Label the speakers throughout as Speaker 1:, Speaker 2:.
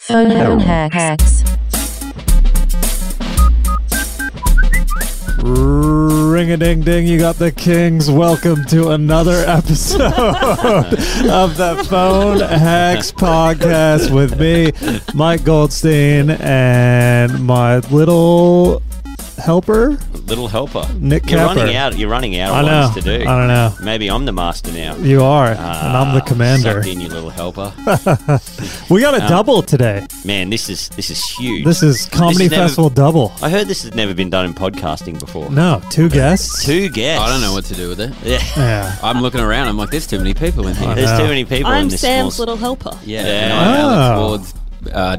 Speaker 1: Phone phone hacks.
Speaker 2: Ring a ding ding, you got the kings. Welcome to another episode of the Phone Hacks Podcast with me, Mike Goldstein, and my little helper,
Speaker 3: Little helper.
Speaker 2: Nick
Speaker 3: You're
Speaker 2: Capper.
Speaker 3: running out. You're running out
Speaker 2: I
Speaker 3: of
Speaker 2: know.
Speaker 3: ones to do.
Speaker 2: I don't know.
Speaker 3: Maybe I'm the master now.
Speaker 2: You are, and I'm the
Speaker 3: Ah,
Speaker 2: commander.
Speaker 3: suck in, you little helper.
Speaker 2: We got a
Speaker 3: Um,
Speaker 2: double today.
Speaker 3: Man, this is this is huge.
Speaker 2: This is Comedy
Speaker 3: is never-
Speaker 2: Festival double.
Speaker 3: I heard this has never been done in podcasting before.
Speaker 2: No, two guests.
Speaker 3: Two guests.
Speaker 4: I don't know what to do with it.
Speaker 3: Yeah.
Speaker 2: Yeah.
Speaker 4: I'm looking around. I'm like, there's too many people in here.
Speaker 3: There's
Speaker 2: know.
Speaker 3: too many people in
Speaker 5: I'm
Speaker 3: this
Speaker 5: Sam's
Speaker 3: small-
Speaker 5: little helper.
Speaker 4: Yeah.
Speaker 3: Yeah.
Speaker 4: And I'm
Speaker 2: Oh.
Speaker 4: Alex Ward's uh,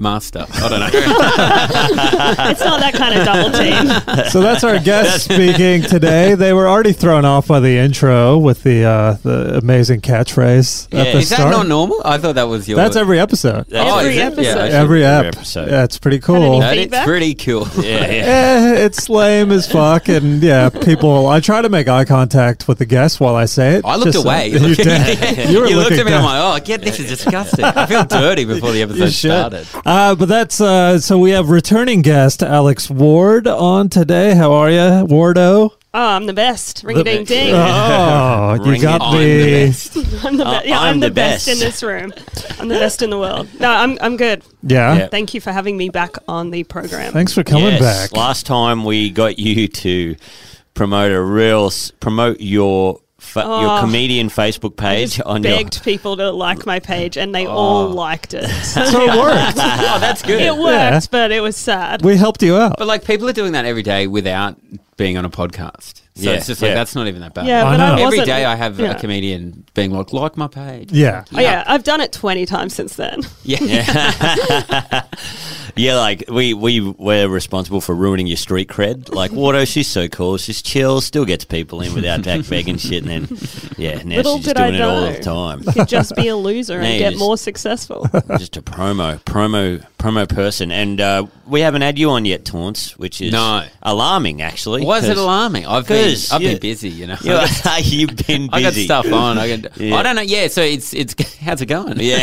Speaker 4: master. I don't know.
Speaker 5: It's not that kind of double team.
Speaker 2: So that's our guest speaking today. They were already thrown off by the intro with the uh, the amazing catchphrase at
Speaker 3: Yeah,
Speaker 2: the
Speaker 4: is that
Speaker 2: start.
Speaker 4: not normal? I thought that was your.
Speaker 2: That's every episode.
Speaker 3: That's
Speaker 4: Oh,
Speaker 3: it.
Speaker 5: Every
Speaker 4: is it?
Speaker 5: episode.
Speaker 4: Yeah, I should-
Speaker 2: Every, ep-
Speaker 3: every episode.
Speaker 2: Yeah, it's pretty cool.
Speaker 5: Had
Speaker 4: That is
Speaker 5: Feedback?
Speaker 4: pretty cool.
Speaker 3: Yeah, yeah.
Speaker 2: Eh, it's lame as fuck, and yeah, people. I try to make eye contact with the guest while I say it.
Speaker 4: I looked
Speaker 2: Just
Speaker 4: away.
Speaker 2: so- you did. You were
Speaker 4: looked
Speaker 2: looking
Speaker 4: at me.
Speaker 2: down.
Speaker 4: I'm like, oh, get this is disgusting. I feel dirty before the episode
Speaker 2: You should.
Speaker 4: started.
Speaker 2: Uh, but that's uh, so we have returning guest Alex Ward on today. How are you, Wardo?
Speaker 5: Oh, I'm the best. Ring a ding ding.
Speaker 2: Oh, you
Speaker 3: Ring it
Speaker 2: got
Speaker 3: on,
Speaker 2: me.
Speaker 5: I'm the
Speaker 3: Uh,
Speaker 5: best. Yeah, I'm, the best. in
Speaker 3: best.
Speaker 5: this room. I'm the best in the world. No, I'm I'm good.
Speaker 2: Yeah.
Speaker 4: Yeah.
Speaker 5: Thank you for having me back on the program.
Speaker 2: Thanks for coming
Speaker 3: Yes.
Speaker 2: back.
Speaker 3: Last time we got you to promote a real s- promote your fa- your
Speaker 5: Oh.
Speaker 3: comedian Facebook page on your
Speaker 5: Begged people to like my page, and they all liked it.
Speaker 2: So it worked.
Speaker 4: oh, that's good.
Speaker 5: it worked,
Speaker 2: Yeah.
Speaker 5: but it was sad.
Speaker 2: We helped you out.
Speaker 4: But like, people are doing that every day without being on a podcast. So
Speaker 3: Yeah,
Speaker 4: it's just like
Speaker 3: yeah.
Speaker 4: that's not even that bad.
Speaker 5: yeah, but
Speaker 2: I
Speaker 5: I
Speaker 2: know.
Speaker 5: wasn't.
Speaker 4: Every day I have
Speaker 5: yeah.
Speaker 4: a comedian being like, like my page.
Speaker 2: Yeah.
Speaker 5: Oh, yeah, I've done it 20 times since then.
Speaker 4: Yeah.
Speaker 3: Yeah, like we we were responsible for ruining your street cred. Like Wardo, she's so cool. She's chill, still gets people in without back begging shit. And then, yeah, now
Speaker 5: Little
Speaker 3: she's just
Speaker 5: did I
Speaker 3: doing it all the
Speaker 5: know.
Speaker 3: time.
Speaker 5: Could just be a loser
Speaker 3: Yeah,
Speaker 5: and get
Speaker 3: just-
Speaker 5: more successful.
Speaker 3: just a promo, promo, promo person. And uh, we haven't had you on yet, Taunts, which is
Speaker 4: No.
Speaker 3: alarming actually.
Speaker 4: Why is it
Speaker 3: 'cause
Speaker 4: alarming? I've been,
Speaker 3: 'Cause
Speaker 4: I've
Speaker 3: you-
Speaker 4: been busy, you know.
Speaker 3: you are- You've been busy.
Speaker 4: I got stuff on. I, got,
Speaker 3: Yeah.
Speaker 4: I don't know. Yeah, so it's it's how's it going?
Speaker 3: Yeah,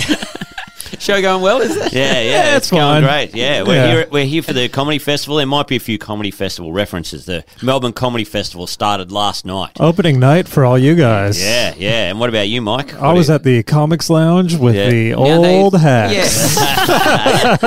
Speaker 4: show going well? Is it?
Speaker 3: yeah, yeah.
Speaker 2: Yeah,
Speaker 3: it's
Speaker 2: it's
Speaker 3: going
Speaker 2: fine.
Speaker 3: great. Yeah, we're
Speaker 2: Yeah.
Speaker 3: here. We're here for the comedy festival. There might be a few comedy festival references. The Melbourne Comedy Festival started last night.
Speaker 2: Opening night for all you guys.
Speaker 3: Yeah, yeah. And what about you, Mike?
Speaker 2: I was at the Comics Lounge with
Speaker 3: Yeah.
Speaker 2: the
Speaker 4: Now they-
Speaker 2: old hacks.
Speaker 4: Yeah.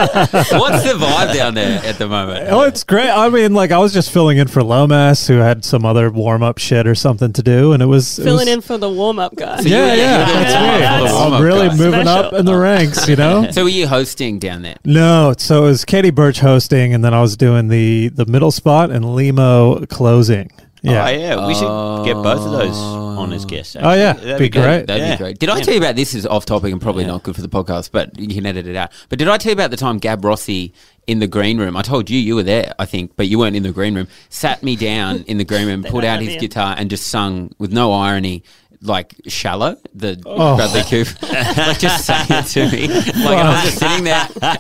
Speaker 4: What's the vibe down there at the moment?
Speaker 2: Oh, it's great. I mean, like I was just filling in for Lomas, who had some other warm up shit or something to do, and it was it
Speaker 5: Filling
Speaker 2: was-
Speaker 5: in for the warm up guy.
Speaker 4: you-
Speaker 2: Yeah, yeah,
Speaker 4: Yeah,
Speaker 2: that's
Speaker 5: yeah,
Speaker 2: me.
Speaker 5: yeah.
Speaker 2: I'm
Speaker 4: Warm-up
Speaker 2: really
Speaker 4: guy.
Speaker 2: moving up
Speaker 5: Special.
Speaker 2: in the ranks, you know.
Speaker 4: So were you hosting down there?
Speaker 2: No, so it was Katie Birch hosting, and then I was doing the the middle spot and Limo closing. Yeah,
Speaker 3: Oh, yeah. We should get both of those on as guests.
Speaker 2: Oh, yeah.
Speaker 3: That'd
Speaker 2: Be
Speaker 3: good.
Speaker 2: great.
Speaker 4: That'd
Speaker 3: Yeah.
Speaker 4: be great. Did I
Speaker 3: Yeah.
Speaker 4: tell you about this? Is off topic and probably not good for the podcast, but you can edit it out. But did I tell you about the time Gab Rossi in the green room? I told you you were there, I think, but you weren't in the green room. Sat me down in the green room, pulled
Speaker 5: don't
Speaker 4: out
Speaker 5: have
Speaker 4: his
Speaker 5: you.
Speaker 4: guitar, and just sung with no irony. Like shallow, the
Speaker 2: Oh.
Speaker 4: Bradley Cooper, like just sang it to me. Like and I'm just sitting there,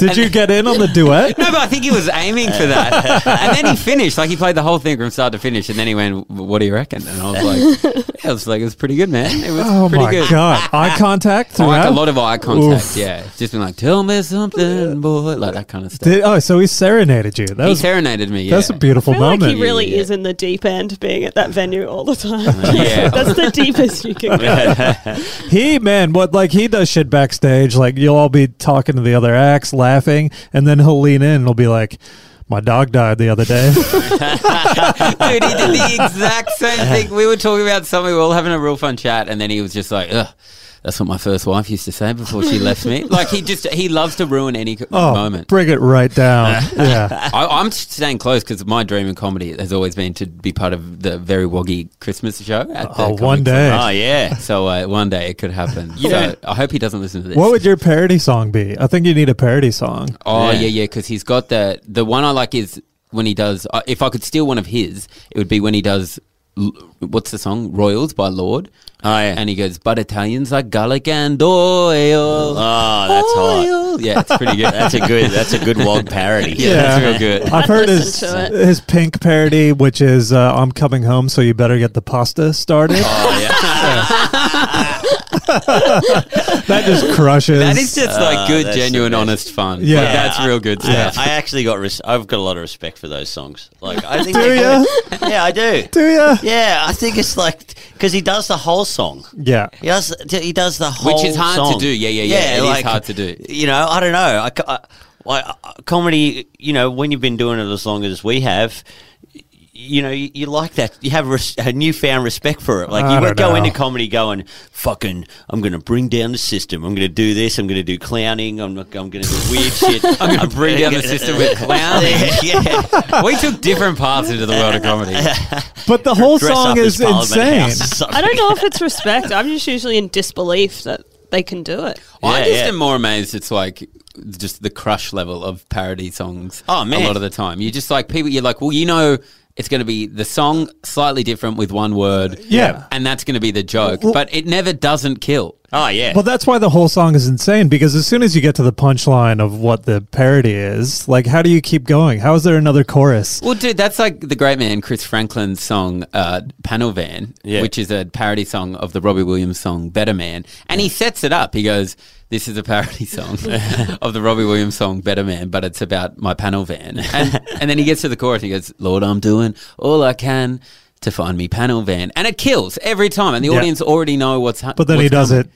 Speaker 2: Did you get in on the duet?
Speaker 4: No, but I think he was aiming for that. and then he finished. Like, he played the whole thing from start to finish. And then he went, "W- What do you reckon? And I was like, yeah, I was like, It was pretty good, man. It was
Speaker 2: Oh
Speaker 4: pretty
Speaker 2: my
Speaker 4: good.
Speaker 2: god! Eye contact
Speaker 4: I
Speaker 2: throughout.
Speaker 4: Like a lot of eye contact,
Speaker 2: Oof.
Speaker 4: yeah. Just been like, tell me something, boy, like that kind of stuff.
Speaker 2: Did, oh, so he serenaded you. That
Speaker 4: he
Speaker 2: was
Speaker 4: serenaded me. Yeah.
Speaker 2: that's a beautiful
Speaker 5: I feel
Speaker 2: moment.
Speaker 5: like he really
Speaker 4: yeah.
Speaker 5: is in the deep end being at that venue all the time.
Speaker 4: Yeah.
Speaker 5: That's the deepest you can go.
Speaker 2: He man, what like he does shit backstage. Like you'll all be talking to the other acts, laughing, and then he'll lean in and he'll be like, "My dog died the other day."
Speaker 4: Dude, he did the exact same thing. We were talking about something, we were all having a real fun chat, and then he was just like, ugh. That's what my first wife used to say before she left me. Like he just—he loves to ruin any co-
Speaker 2: oh,
Speaker 4: moment.
Speaker 2: bring it right down. yeah,
Speaker 4: I, I'm staying close because my dream in comedy has always been to be part of the very woggy Christmas show. At the
Speaker 2: Oh, one
Speaker 4: Comic
Speaker 2: day.
Speaker 4: Con.
Speaker 3: Oh, yeah.
Speaker 4: So uh, one day it could happen.
Speaker 3: Yeah.
Speaker 4: So I hope he doesn't listen to this.
Speaker 2: what would your parody song be? I think you need a parody song.
Speaker 4: oh
Speaker 3: Yeah.
Speaker 4: yeah, yeah, because he's got the the one I like is when he does. Uh, if I could steal one of his, it would be when he does. L- What's the song? Royals by Lord. Uh,
Speaker 3: Oh, yeah.
Speaker 4: And he goes, but Italians like garlic and oil.
Speaker 3: Oh, that's hot.
Speaker 4: Hill. Yeah, it's pretty good.
Speaker 3: That's a good. That's a good Wog parody.
Speaker 4: Yeah, that's real good.
Speaker 2: I've heard his
Speaker 5: listen to
Speaker 2: his pink parody, which is uh, "I'm coming home, so you better get the pasta started."
Speaker 3: Oh yeah.
Speaker 2: that just crushes.
Speaker 4: That is just like good,
Speaker 3: that's the
Speaker 4: genuine,
Speaker 3: best.
Speaker 4: honest fun.
Speaker 2: Yeah.
Speaker 4: Yeah, that's real good
Speaker 3: I,
Speaker 4: stuff.
Speaker 3: I actually got. Res- I've got a lot of respect for those songs. Like I think.
Speaker 2: Do
Speaker 3: they're
Speaker 2: ya?
Speaker 3: good. Yeah, I do.
Speaker 2: Do ya?
Speaker 3: Yeah, I think it's like because he does the whole song.
Speaker 2: Yeah.
Speaker 3: He does. He does the whole.
Speaker 4: Which is hard
Speaker 3: song.
Speaker 4: to do. Yeah, yeah, yeah. It is
Speaker 3: like,
Speaker 4: hard to do.
Speaker 3: You know, I don't know. I, c- I- I- I- comedy. You know, when you've been doing it as long as we have. y- You know, you, you like that. You have res- a newfound respect for it. Like
Speaker 2: I
Speaker 3: you would
Speaker 2: don't
Speaker 3: go into
Speaker 2: know.
Speaker 3: comedy going, "Fucking, I'm going to bring down the system. I'm going to do this. I'm going to do clowning. I'm not. I'm going to do weird shit.
Speaker 4: I'm gonna bring down the system with clowning.
Speaker 3: yeah.
Speaker 4: we took different paths into the world of comedy.
Speaker 2: But the whole
Speaker 3: Dress
Speaker 2: song
Speaker 3: up
Speaker 2: is
Speaker 3: as Parliament
Speaker 2: insane.
Speaker 3: House or something.
Speaker 5: I don't know if it's respect. I'm just usually in disbelief that they can do it.
Speaker 4: I
Speaker 3: Yeah,
Speaker 4: just
Speaker 3: yeah.
Speaker 4: am more amazed. It's like just the crush level of parody songs.
Speaker 3: Oh, man.
Speaker 4: a lot of the time you just like people. You're like, well, you know, it's going to be the song slightly different with one word.
Speaker 2: Yeah.
Speaker 4: and that's going to be the joke.
Speaker 2: Well-
Speaker 4: but it never doesn't kill.
Speaker 3: Oh yeah.
Speaker 2: Well, that's why the whole song is insane because as soon as you get to the punchline of what the parody is, like, how do you keep going? How is there another chorus?
Speaker 4: Well, dude, that's like the great man Chris Franklin's song uh, "Panel Van,"
Speaker 3: Yeah.
Speaker 4: which is a parody song of the Robbie Williams song "Better Man," and he sets it up. He goes, "This is a parody song of the Robbie Williams song "Better Man," but it's about my panel van." And, and then he gets to the chorus. He goes, "Lord, I'm doing all I can." To find me panel van, and it kills every time, and the
Speaker 2: Yeah.
Speaker 4: audience already know what's happening.
Speaker 2: But then he does it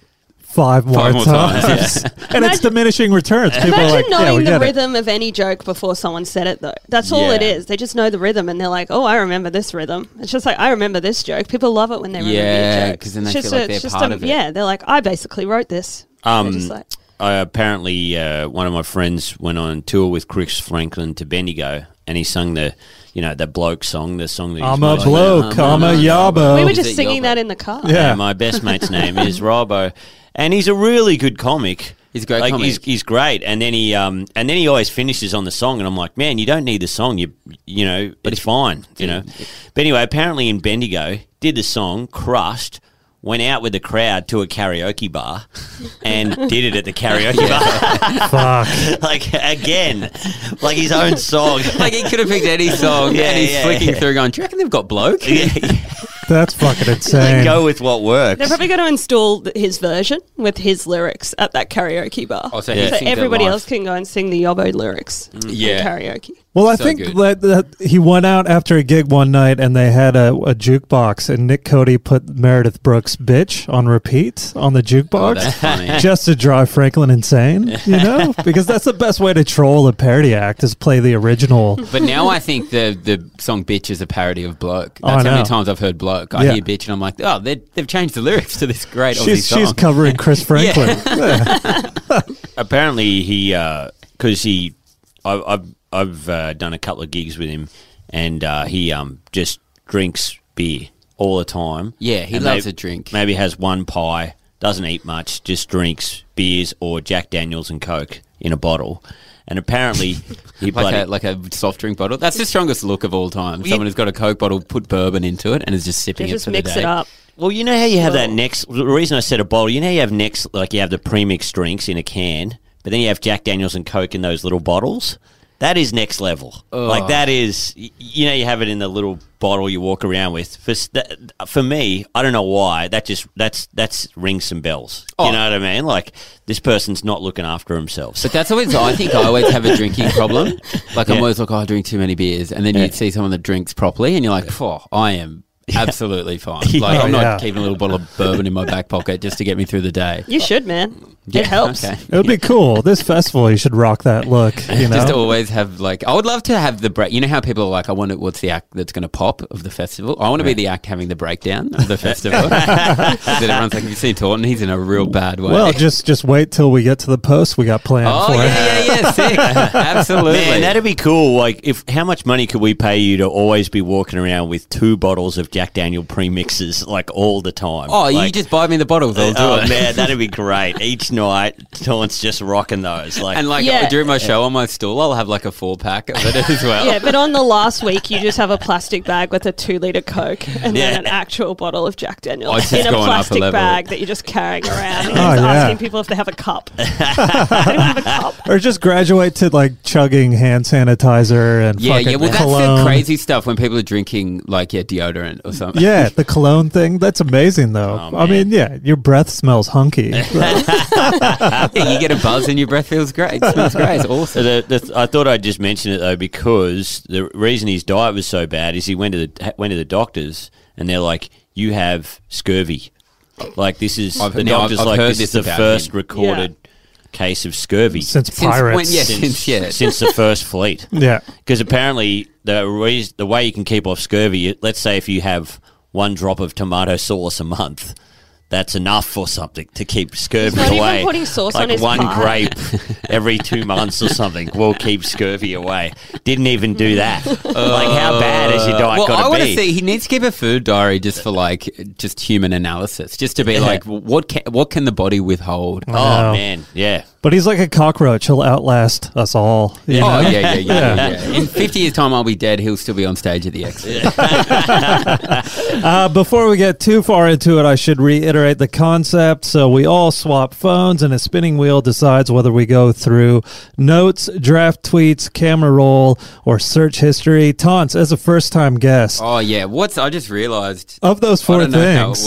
Speaker 2: five more,
Speaker 4: more
Speaker 2: times,
Speaker 4: times,
Speaker 2: and it's diminishing returns. People
Speaker 5: Imagine
Speaker 2: are like, yeah, we
Speaker 5: knowing the
Speaker 2: get it.
Speaker 5: rhythm of any joke before someone said it, though. That's all it
Speaker 4: Yeah.
Speaker 5: is. They just know the rhythm and they're like, oh, I remember this rhythm. It's just like, I remember this joke. People love it when they remember
Speaker 4: Yeah,
Speaker 5: your joke.
Speaker 4: 'cause then
Speaker 5: It's
Speaker 4: they
Speaker 5: just
Speaker 4: feel like
Speaker 5: it's
Speaker 4: they're
Speaker 5: just
Speaker 4: part of it.
Speaker 5: Yeah, they're like, I basically wrote this. They're
Speaker 3: Um,
Speaker 5: just like,
Speaker 3: I, apparently, uh, one of my friends went on tour with Chris Franklin to Bendigo, and he sung the, you know, that bloke song, the song that he's
Speaker 2: I'm a
Speaker 3: most-
Speaker 2: bloke, I'm a
Speaker 5: we were
Speaker 2: yabo.
Speaker 4: is
Speaker 5: just
Speaker 4: it
Speaker 5: singing
Speaker 4: Yelbo?
Speaker 5: that in the car.
Speaker 2: Yeah.
Speaker 3: And my best mate's name is Robbo, and he's a really good comic.
Speaker 4: He's a great
Speaker 3: Like,
Speaker 4: comic.
Speaker 3: He's, he's great, and then he um and then he always finishes on the song, and I'm like, man, you don't need the song, you you know, but it's fine, you know. But anyway, apparently in Bendigo, did the song, crushed, went out with the crowd to a karaoke bar, and did it at the karaoke bar.
Speaker 2: Fuck.
Speaker 3: like again, like his own song.
Speaker 4: like he could have picked any song,
Speaker 3: Yeah,
Speaker 4: and he's
Speaker 3: yeah,
Speaker 4: flicking
Speaker 3: yeah.
Speaker 4: through, going, "Do you reckon they've got bloke?"
Speaker 2: That's fucking
Speaker 3: Like,
Speaker 2: insane.
Speaker 3: go with what works.
Speaker 5: They're probably going to install th- his version with his lyrics at that karaoke bar.
Speaker 4: Oh,
Speaker 5: so
Speaker 4: so he sings it
Speaker 5: everybody
Speaker 4: live. Mm,
Speaker 5: else can go and sing the Yobo lyrics in
Speaker 4: Yeah.
Speaker 5: karaoke.
Speaker 2: Well, I
Speaker 4: So
Speaker 2: think
Speaker 4: good.
Speaker 2: that, that he went out after a gig one night and they had a, a jukebox, and Nick Cody put Meredith Brooks' "Bitch" on repeat on the jukebox.
Speaker 4: Oh, that's funny.
Speaker 2: Just to drive Franklin insane, you know, because that's the best way to troll a parody act is play the original.
Speaker 4: But now I think the the song "Bitch" is a parody of "Bloke." That's
Speaker 2: Oh, I
Speaker 4: how
Speaker 2: know.
Speaker 4: many times I've heard "Bloke." I
Speaker 2: Yeah.
Speaker 4: hear "Bitch" and I'm like, oh, they- they've changed the lyrics to this great Aussie
Speaker 2: She's
Speaker 4: song.
Speaker 2: she's covering Chris Franklin.
Speaker 3: Apparently, he because he, I, I've I've uh, done a couple of gigs with him, and uh, he um just drinks beer all the time.
Speaker 4: Yeah, he
Speaker 3: And
Speaker 4: loves
Speaker 3: may-
Speaker 4: a drink.
Speaker 3: Maybe has one pie, doesn't eat much, just drinks beers or Jack Daniels and Coke in a bottle. And apparently, he
Speaker 4: like
Speaker 3: bloody
Speaker 4: a, like a soft drink bottle. That's the strongest look of all time.
Speaker 3: You-
Speaker 4: Someone who's got a Coke bottle, put bourbon into it, and is just sipping
Speaker 5: They
Speaker 4: it
Speaker 5: just
Speaker 4: for
Speaker 5: mix
Speaker 4: the day.
Speaker 5: it up.
Speaker 3: Well, you know how you have that
Speaker 5: Well-
Speaker 3: next. The reason I said a bottle, you know, how you have next, like you have the premix drinks in a can, but then you have Jack Daniels and Coke in those little bottles. That is next level. Like that is, y- you know, you have it in the little bottle you walk around with. For s- that, for me, I don't know why that just that's that's rings some bells.
Speaker 4: Oh.
Speaker 3: You know what I mean? Like this person's not looking after themselves.
Speaker 4: But that's always, I think I always have a drinking problem. Like, I'm
Speaker 3: Yeah.
Speaker 4: always like, oh, I drink too many beers. And then
Speaker 3: Yeah.
Speaker 4: you'd see someone that drinks properly, and you're like, oh, I am absolutely fine. Like,
Speaker 2: Yeah.
Speaker 4: I'm not
Speaker 2: Yeah.
Speaker 4: keeping a little bottle of bourbon in my back pocket just to get me through the day.
Speaker 5: You should, man.
Speaker 4: Yeah,
Speaker 5: it helps.
Speaker 4: okay.
Speaker 2: It would be cool. This festival, you should rock that look. You know,
Speaker 4: Just always have like I would love to have the break. You know how people are like, I wonder what's the act that's going to pop of the festival. I want to be the act having the breakdown of the festival. that everyone's like, have you seen Taunton? He's in a real bad way.
Speaker 2: well, just just wait till we get to the post we got planned
Speaker 4: oh
Speaker 2: for it.
Speaker 4: yeah, yeah, yeah, sick, absolutely.
Speaker 3: Man, that'd be cool. Like, if how much money could we pay you to always be walking around with two bottles of Jack Daniel premixes, like all the time?
Speaker 4: oh,
Speaker 3: like,
Speaker 4: you just buy me the bottles, I'll do
Speaker 3: oh
Speaker 4: it.
Speaker 3: man, that'd be great. Each each night, Dawn's just rocking those. Like,
Speaker 4: And like
Speaker 5: Yeah.
Speaker 4: during my show on my stool, I'll have like a four pack of it as well.
Speaker 5: Yeah, but on the last week, you just have a plastic bag with a two liter Coke and
Speaker 3: Yeah.
Speaker 5: then an actual bottle of Jack
Speaker 4: Oh, it's
Speaker 5: Daniels
Speaker 4: just
Speaker 5: in a
Speaker 4: going up a
Speaker 5: plastic
Speaker 4: level.
Speaker 5: bag that you're just carrying around and
Speaker 2: Oh,
Speaker 5: just
Speaker 2: yeah.
Speaker 5: asking people if they have a cup. They don't have a cup.
Speaker 2: or just graduate to like chugging hand sanitizer and
Speaker 4: Yeah,
Speaker 2: fucking
Speaker 4: yeah. Well, that's
Speaker 2: cologne.
Speaker 4: the crazy stuff when people are drinking like yeah deodorant or something.
Speaker 2: Yeah, the cologne thing. That's amazing, though.
Speaker 3: Oh,
Speaker 2: I mean, yeah, your breath smells hunky.
Speaker 4: Yeah, you get a buzz and your breath feels great. It smells great. It's awesome.
Speaker 3: The, the, I thought I'd just mention it though because the reason his diet was so bad is he went to the went to the doctors and they're like, "You have scurvy." Like this is
Speaker 4: I've-
Speaker 3: the
Speaker 4: now, I've-
Speaker 3: doctors
Speaker 4: I've
Speaker 3: like
Speaker 4: heard
Speaker 3: this,
Speaker 4: this
Speaker 3: is the
Speaker 4: about
Speaker 3: first
Speaker 4: him.
Speaker 3: recorded case of scurvy
Speaker 2: since,
Speaker 4: Since when-
Speaker 2: pirates.
Speaker 4: yeah, since, yeah.
Speaker 3: since the first fleet.
Speaker 2: yeah.
Speaker 3: Because apparently the reas the way you can keep off scurvy, let's say if you have one drop of tomato sauce a month, that's enough for something to keep scurvy
Speaker 5: not even
Speaker 3: away.
Speaker 5: putting sauce
Speaker 3: like
Speaker 5: on his
Speaker 3: one
Speaker 5: pie.
Speaker 3: grape every two months or something will keep scurvy away. Didn't even do that. like how bad has your diet
Speaker 4: Uh, well, I
Speaker 3: got
Speaker 4: wanna
Speaker 3: to be?
Speaker 4: see. He needs to keep a food diary just for like just human analysis, just to be like, what can what can the body withhold?
Speaker 3: oh
Speaker 2: No.
Speaker 3: man, yeah.
Speaker 2: But he's like a cockroach. He'll outlast us all. you know?
Speaker 4: Oh yeah, yeah, yeah, yeah,
Speaker 2: Yeah.
Speaker 4: yeah. In fifty years' time, I'll be dead. He'll still be on stage at the X.
Speaker 2: Uh, before we get too far into it, I should reiterate the concept. So we all swap phones, and a spinning wheel decides whether we go through notes, draft tweets, camera roll, or search history. Taunts as a first-time guest.
Speaker 4: Oh yeah. What's I just realised.
Speaker 2: Of those
Speaker 4: I
Speaker 2: four
Speaker 4: don't know how it
Speaker 2: things,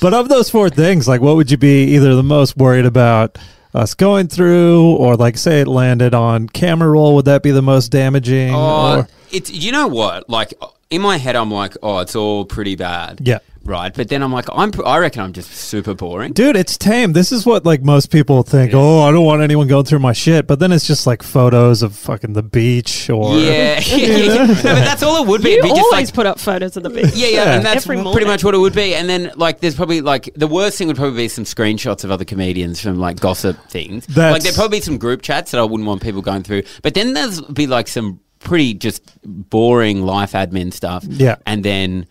Speaker 2: but of those four things, like what would you be either the most worried about us going through, or like say it landed on camera roll, would that be the most damaging?
Speaker 4: Oh,
Speaker 2: or,
Speaker 4: it's you know what? Like in my head, I'm like, oh, it's all pretty bad.
Speaker 2: Yeah.
Speaker 4: Right, but then I'm like, I'm. pr- I reckon I'm just super boring.
Speaker 2: dude, it's tame. This is what like most people think. Oh, I don't want anyone going through my shit. But then it's just like photos of fucking the beach or
Speaker 4: yeah, no, but that's all it would be.
Speaker 5: You
Speaker 4: It'd be just
Speaker 5: always
Speaker 4: like,
Speaker 5: put up photos of the beach.
Speaker 4: yeah, yeah, and that's
Speaker 5: Every
Speaker 4: pretty
Speaker 5: morning.
Speaker 4: much what it would be. And then like, there's probably like the worst thing would probably be some screenshots of other comedians from like gossip things. like
Speaker 2: That's-
Speaker 4: there'd probably be some group chats that I wouldn't want people going through. But then there's be like some pretty just boring life admin stuff.
Speaker 2: Yeah.
Speaker 4: and then.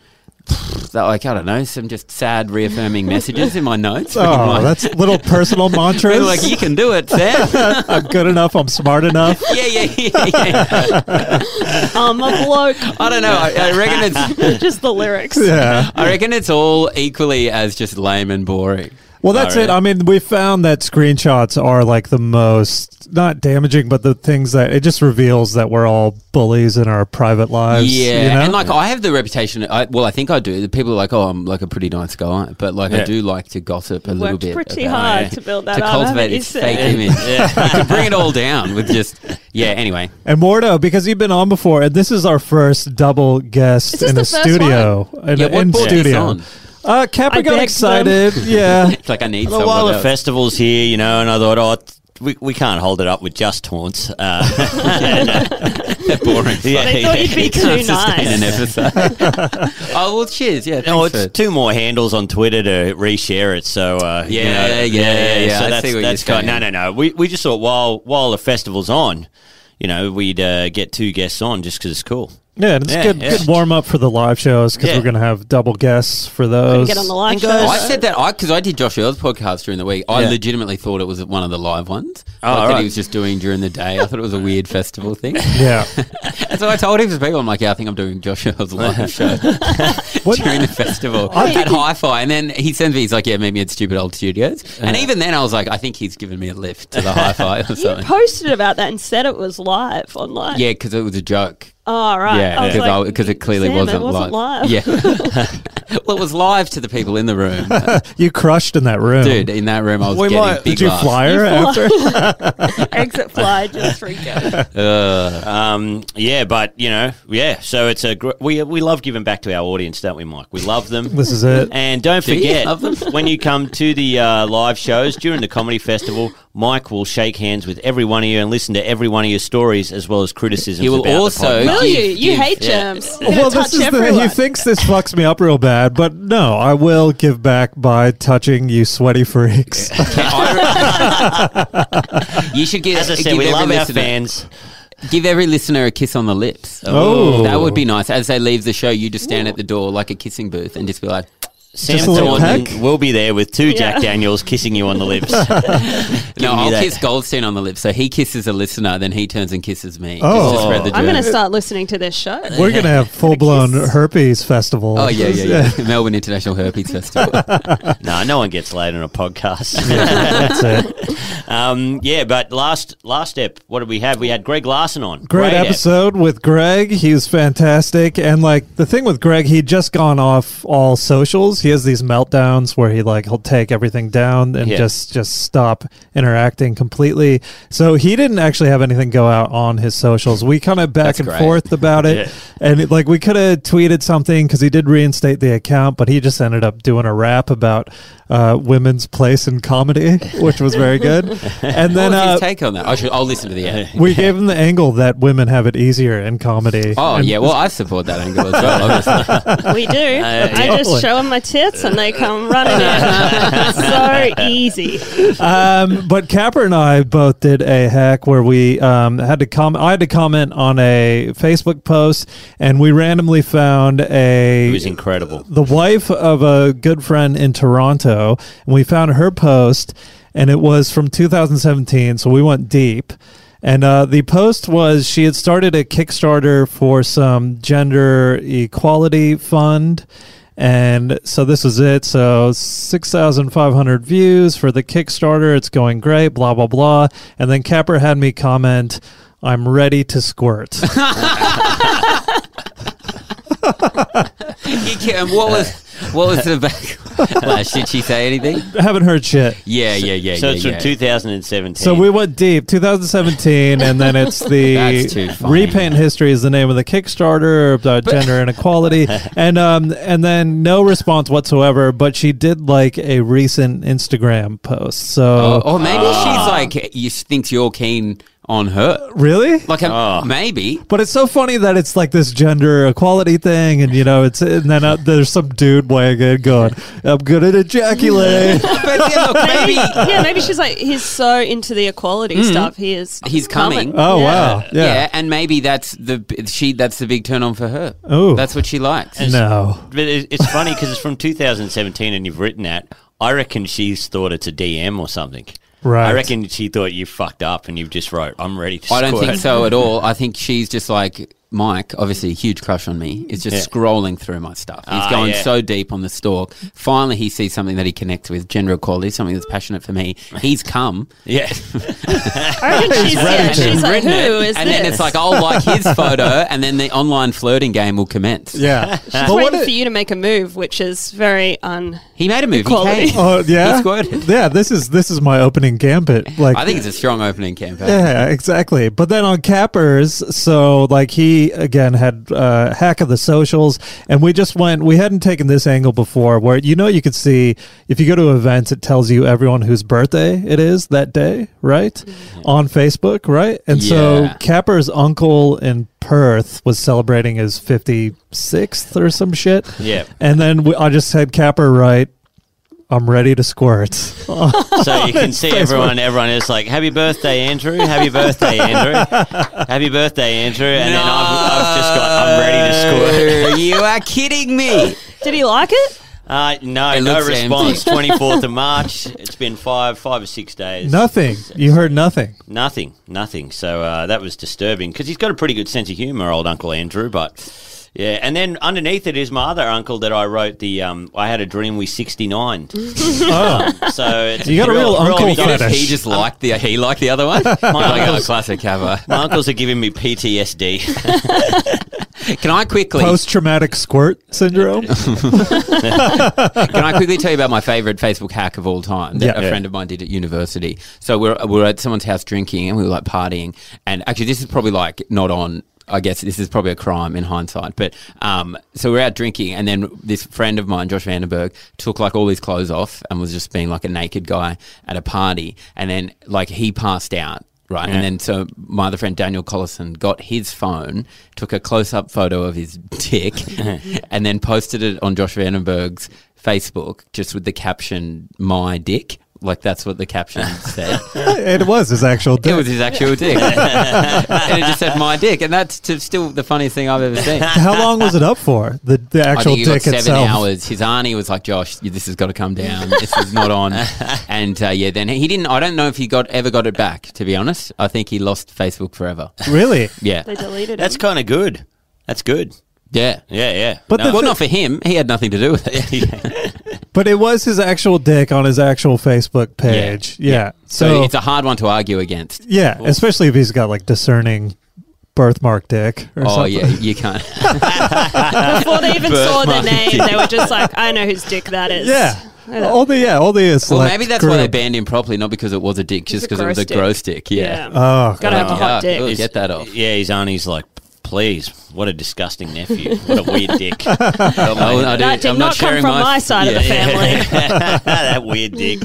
Speaker 4: That, like I don't know, some just sad reaffirming messages in my notes. pretty
Speaker 2: Oh,
Speaker 4: much.
Speaker 2: that's little personal mantras.
Speaker 4: People are like, you can do it, Sam. yeah,
Speaker 2: I'm good enough. I'm smart enough.
Speaker 4: yeah, yeah, yeah.
Speaker 5: I'm a bloke.
Speaker 4: I don't know. I, I reckon it's.
Speaker 5: Just the lyrics.
Speaker 2: Yeah.
Speaker 4: I reckon it's all equally as just lame and boring.
Speaker 2: Well, that's it. I mean, we found that screenshots are like the most not damaging, but the things that it just reveals that we're all bullies in our private lives.
Speaker 4: yeah,
Speaker 2: you know?
Speaker 4: and like I have the reputation. I, well, I think I do. The people are like, oh, I'm like a pretty nice guy, but like I
Speaker 3: Yeah.
Speaker 4: do like to gossip a little
Speaker 5: Worked
Speaker 4: bit.
Speaker 5: pretty
Speaker 4: about-
Speaker 5: hard to build that
Speaker 4: to
Speaker 5: up,
Speaker 4: cultivate
Speaker 5: haven't you,
Speaker 4: its
Speaker 5: Sam?
Speaker 4: fake image, to bring it all down with just yeah. Anyway,
Speaker 2: And Mordo, because you've been on before, and this is our first double guest
Speaker 5: This is
Speaker 2: in
Speaker 5: the
Speaker 2: a
Speaker 5: first
Speaker 2: studio. In,
Speaker 4: Yeah, what
Speaker 2: in
Speaker 4: brought this
Speaker 2: studio.
Speaker 4: on?
Speaker 2: Uh, Capper
Speaker 5: I
Speaker 2: got
Speaker 5: begged
Speaker 2: excited. Yeah.
Speaker 4: it's like I need
Speaker 3: The
Speaker 4: someone
Speaker 3: while the
Speaker 4: else.
Speaker 3: festival's here, you know, and I thought, oh, t- we, we can't hold it up with just taunts. Uh,
Speaker 4: They're boring.
Speaker 3: yeah,
Speaker 5: They thought you'd be too
Speaker 4: In an
Speaker 5: nice.
Speaker 4: episode. oh well, cheers. Yeah,
Speaker 3: No,
Speaker 4: thanks
Speaker 3: it's
Speaker 4: for-
Speaker 3: two more handles on Twitter to reshare it. So uh, you know,
Speaker 4: Yeah, yeah, yeah, yeah.
Speaker 3: So
Speaker 4: I
Speaker 3: that's
Speaker 4: see what
Speaker 3: that's
Speaker 4: you're
Speaker 3: kind. No, no,
Speaker 4: saying.
Speaker 3: no. We we just thought while while the festival's on, you know, we'd uh, get two guests on just because it's cool.
Speaker 2: Yeah, and it's
Speaker 3: Yeah,
Speaker 2: good,
Speaker 3: yeah.
Speaker 2: good warm up for the live shows because
Speaker 3: Yeah.
Speaker 2: we're going to have double guests for those.
Speaker 5: Get on the live
Speaker 3: And guys-
Speaker 5: show.
Speaker 4: I said that I because I did Josh Earl's podcast during the week. I
Speaker 2: Yeah.
Speaker 4: legitimately thought it was one of the live ones.
Speaker 3: Oh,
Speaker 4: I thought
Speaker 3: alright.
Speaker 4: he was just doing during the day. I thought it was a weird festival thing.
Speaker 2: Yeah.
Speaker 4: And so I told him to people, I'm like, yeah, I think I'm doing Josh Earl's live show
Speaker 2: What-
Speaker 4: during the festival
Speaker 2: I
Speaker 4: at Hi Fi. And then he sends me, he's like, yeah, meet me at Stupid Old Studios. And even then, I was like, I think he's given me a lift to the Hi Fi or
Speaker 5: You
Speaker 4: something.
Speaker 5: posted about that and said it was live online.
Speaker 4: yeah, because it was a joke.
Speaker 5: Oh, right. I
Speaker 4: Yeah,
Speaker 5: was
Speaker 4: because
Speaker 5: like,
Speaker 4: it clearly
Speaker 5: Sam, it
Speaker 4: wasn't,
Speaker 5: wasn't live.
Speaker 4: Yeah. well, it was live to the people in the room.
Speaker 2: you crushed in that room.
Speaker 4: Dude, in that room, I was
Speaker 3: We
Speaker 4: getting
Speaker 3: might-
Speaker 4: big
Speaker 2: Did you
Speaker 4: laughs.
Speaker 2: flyer after?
Speaker 5: Exit fly just freaked out.
Speaker 3: Um, yeah, but you know, yeah. So it's a gr- we we love giving back to our audience, don't we, Mike? We love them.
Speaker 2: this is it.
Speaker 3: And don't
Speaker 4: you
Speaker 3: forget,
Speaker 4: love them?
Speaker 3: when you come to the uh, live shows during the comedy festival, Mike will shake hands with every one of you and listen to every one of your stories as well as criticisms.
Speaker 4: He will
Speaker 3: about the
Speaker 4: also-
Speaker 3: podcast.
Speaker 5: Will you?
Speaker 4: Give,
Speaker 5: You
Speaker 4: give.
Speaker 5: hate
Speaker 3: Yeah.
Speaker 5: germs. You're gonna touch
Speaker 2: the, he
Speaker 5: everyone.
Speaker 2: thinks this fucks me up real bad, but no, I will give back by touching you sweaty freaks.
Speaker 4: You should give.
Speaker 3: As I said,
Speaker 4: give
Speaker 3: we
Speaker 4: every
Speaker 3: love our
Speaker 4: listener-
Speaker 3: fans.
Speaker 4: Give every listener a kiss on the lips.
Speaker 2: Oh.
Speaker 3: Oh.
Speaker 4: that would be nice. As they leave the show, you just stand at the door like a kissing booth and just be like,
Speaker 3: Sam
Speaker 2: Just a little
Speaker 3: Thornton
Speaker 2: peck?
Speaker 3: will be there with two Jack
Speaker 5: Yeah.
Speaker 3: Daniels kissing you on the lips.
Speaker 4: No,
Speaker 3: me
Speaker 4: I'll
Speaker 3: that.
Speaker 4: kiss Goldstein on the lips. So he kisses a listener, then he turns and kisses me.
Speaker 2: Oh.
Speaker 4: Just to spread the
Speaker 5: I'm going to
Speaker 4: germ.
Speaker 5: start listening to this show.
Speaker 2: We're gonna have full blown herpes festival.
Speaker 4: Oh yeah, yeah, yeah. Melbourne International Herpes Festival.
Speaker 3: no, no one gets laid on a podcast.
Speaker 2: That's it.
Speaker 3: um, yeah, but last last step, what did we have? We had Greg Larson on.
Speaker 2: Great
Speaker 3: ep.
Speaker 2: episode with Greg. He was fantastic. And like the thing with Greg, he'd just gone off all socials. He has these meltdowns where he like he'll take everything down and
Speaker 3: Yeah.
Speaker 2: just just stop interacting completely. So he didn't actually have anything go out on his socials. We kind of back
Speaker 4: That's
Speaker 2: and
Speaker 4: great.
Speaker 2: forth about it.
Speaker 3: Yeah.
Speaker 2: And it, like we could have tweeted something because he did reinstate the account, but he just ended up doing a rap about uh, women's place in comedy, which was very good. And
Speaker 4: What
Speaker 2: then
Speaker 4: was
Speaker 2: uh,
Speaker 4: his take on that? I should, I'll listen to the ad.
Speaker 2: we gave him the angle that women have it easier in comedy.
Speaker 4: Oh
Speaker 2: And
Speaker 4: yeah, well I support that angle as well. Obviously.
Speaker 5: We do. I
Speaker 2: totally.
Speaker 5: just show them my tits and they come running out. so easy.
Speaker 2: um, but Capper and I both did a hack where we um, had to comment. I had to comment on a Facebook post, and we randomly found a
Speaker 3: It was incredible.
Speaker 2: the wife of a good friend in Toronto, and we found her post, and it was from 2017. So we went deep. And uh, the post was she had started a Kickstarter for some gender equality fund. And so this is it. So 6,500 views for the Kickstarter. It's going great, blah, blah, blah. And then Capper had me comment, I'm ready to squirt.
Speaker 4: You ca- and what was what was the back? Like, did she say anything?
Speaker 2: Haven't heard shit.
Speaker 4: Yeah, yeah, yeah.
Speaker 3: So
Speaker 4: yeah,
Speaker 3: it's
Speaker 4: yeah.
Speaker 3: from 2017.
Speaker 2: So we went deep. 2017, and then it's
Speaker 4: That's too
Speaker 2: the
Speaker 4: funny.
Speaker 2: repaint history is the name of the Kickstarter about gender inequality, and um and then no response whatsoever. But she did like a recent Instagram post.
Speaker 4: Or,
Speaker 2: So
Speaker 4: or maybe
Speaker 3: Ah.
Speaker 4: she's like, you thinks you're keen on her.
Speaker 2: really.
Speaker 4: Like, um,
Speaker 3: Oh.
Speaker 4: maybe.
Speaker 2: but it's so funny that it's like this gender equality thing, and you know, it's and then uh, there's some dude weighing in going, "I'm good at ejaculate."
Speaker 4: But yeah, look,
Speaker 5: Maybe,
Speaker 4: maybe Mm-hmm.
Speaker 5: yeah, maybe she's like, he's so into the equality stuff. He is.
Speaker 4: He's coming.
Speaker 2: Oh wow,
Speaker 4: Yeah.
Speaker 2: yeah.
Speaker 4: and maybe that's the b- she. That's the big turn on for her.
Speaker 2: Ooh.
Speaker 4: that's what she likes.
Speaker 2: No,
Speaker 3: But it, it's funny because it's from 2017 and you've written that. I reckon she's thought it's a DM or something.
Speaker 2: Right.
Speaker 3: I reckon she thought you fucked up and you've just wrote, I'm ready to
Speaker 4: I don't
Speaker 3: squirt."
Speaker 4: think so at all. I think she's just like Mike. Obviously, a huge crush on me. Is just
Speaker 3: Yeah.
Speaker 4: scrolling through my stuff. He's
Speaker 3: Ah,
Speaker 4: going
Speaker 3: yeah.
Speaker 4: so deep on the stalk. Finally, he sees something that he connects with: gender equality, something that's passionate for me. He's come.
Speaker 3: Yeah.
Speaker 5: I reckon she's, yeah,
Speaker 2: ready to.
Speaker 5: she's like,
Speaker 4: Written
Speaker 5: who
Speaker 4: it,
Speaker 5: is
Speaker 4: and
Speaker 5: this?
Speaker 4: then it's like, I'll like his photo, and then the online flirting game will commence.
Speaker 2: yeah.
Speaker 5: She's waiting for you to make a move, which is very un.
Speaker 4: He made a movie.
Speaker 5: Equality.
Speaker 2: Oh yeah,
Speaker 4: He squirted.
Speaker 2: Yeah, this is this is my opening gambit. Like
Speaker 4: I think it's a strong opening campaign.
Speaker 2: yeah, exactly. But then on Cappers, so like he again had uh, hack of the socials, and we just went. We hadn't taken this angle before, where you know you could see if you go to events, it tells you everyone whose birthday it is that day, right? On Facebook, right? And so
Speaker 4: Yeah.
Speaker 2: Capper's uncle in Perth was celebrating his fifty sixth or some shit.
Speaker 3: Yeah.
Speaker 2: And then we, I just had Capper write, "I'm ready to squirt."
Speaker 3: So you can see everyone, everyone is like, Happy birthday, Andrew. Happy birthday, Andrew. Happy birthday, Andrew. And then I've, I've just got, I'm ready to squirt.
Speaker 4: squirt. you are kidding me.
Speaker 5: Did he like it?
Speaker 3: Uh, no,
Speaker 4: It
Speaker 3: no
Speaker 4: looks empty.
Speaker 3: response. 24th of March. It's been five, five or six days.
Speaker 2: nothing. You heard nothing.
Speaker 3: Nothing, nothing. So uh, that was disturbing because he's got a pretty good sense of humour, old Uncle Andrew. But yeah, and then underneath it is my other uncle that I wrote the. Um, I had a dream we sixty nine.
Speaker 2: Oh.
Speaker 3: so it's
Speaker 2: You got a real uncle
Speaker 3: big-
Speaker 2: fetish.
Speaker 4: He just liked the he liked the other one. My
Speaker 3: uncle's-
Speaker 4: classic cover.
Speaker 3: My uncles are giving me PTSD.
Speaker 4: Can I quickly
Speaker 2: Post traumatic squirt syndrome.
Speaker 4: can I quickly tell you about my favorite Facebook hack of all time that
Speaker 2: Yeah.
Speaker 4: a friend of mine did at university? So we're we're at someone's house drinking and we were like partying and actually this is probably like not on I guess this is probably a crime in hindsight, but um, so we're out drinking, and then this friend of mine, Josh Vandenberg, took like all his clothes off and was just being like a naked guy at a party, and then like he passed out, right? And then so my other friend Daniel Collison got his phone, took a close-up photo of his dick, and then posted it on Josh Vandenberg's Facebook just with the caption "My dick." Like that's what the caption said.
Speaker 2: it was his actual
Speaker 4: It
Speaker 2: dick.
Speaker 4: was his actual dick, and it just said my dick, and that's to still the funniest thing I've ever seen.
Speaker 2: How long was it up for? The, the
Speaker 4: I
Speaker 2: actual
Speaker 4: think he
Speaker 2: dick
Speaker 4: got seven
Speaker 2: itself.
Speaker 4: hours. His auntie was like, "Josh, you- this has got to come down. This is not on." And uh, yeah, then he didn't. I don't know if he got ever got it back. To be honest, I think he lost Facebook forever.
Speaker 2: Really?
Speaker 4: Yeah,
Speaker 5: They deleted
Speaker 3: That's
Speaker 5: him.
Speaker 4: Mm-hmm.
Speaker 3: kind of good. That's good.
Speaker 4: yeah.
Speaker 3: Yeah, yeah.
Speaker 2: But
Speaker 3: No,
Speaker 4: well, not for him. He had nothing to do with it.
Speaker 2: But it was his actual dick on his actual Facebook page. Yeah.
Speaker 4: So
Speaker 2: So,
Speaker 4: it's a hard one to argue against.
Speaker 2: yeah, especially if he's got like discerning birthmark dick or
Speaker 4: Oh
Speaker 2: something.
Speaker 4: yeah, you can't.
Speaker 5: Before they even saw the
Speaker 4: Birthmark
Speaker 5: name, they were just like, I know whose dick that is.
Speaker 2: Yeah. Only yeah, only it's
Speaker 4: Well,
Speaker 2: like
Speaker 4: maybe that's why they
Speaker 2: group.
Speaker 4: banned him properly, not because it was a dick, just
Speaker 5: a
Speaker 4: because it was
Speaker 5: gross
Speaker 4: a
Speaker 5: dick.
Speaker 4: gross dick. Yeah.
Speaker 2: Oh,
Speaker 5: Gotta have a
Speaker 4: Yeah.
Speaker 5: hot dick.
Speaker 4: Ugh,
Speaker 3: It's-
Speaker 4: Get that off.
Speaker 3: Yeah, his auntie's like, please, what a disgusting nephew. What a weird dick.
Speaker 4: Oh, I
Speaker 5: That did
Speaker 4: I'm
Speaker 5: not come
Speaker 4: sharing
Speaker 5: from my side of the
Speaker 4: Yeah.
Speaker 5: family.
Speaker 3: that weird dick.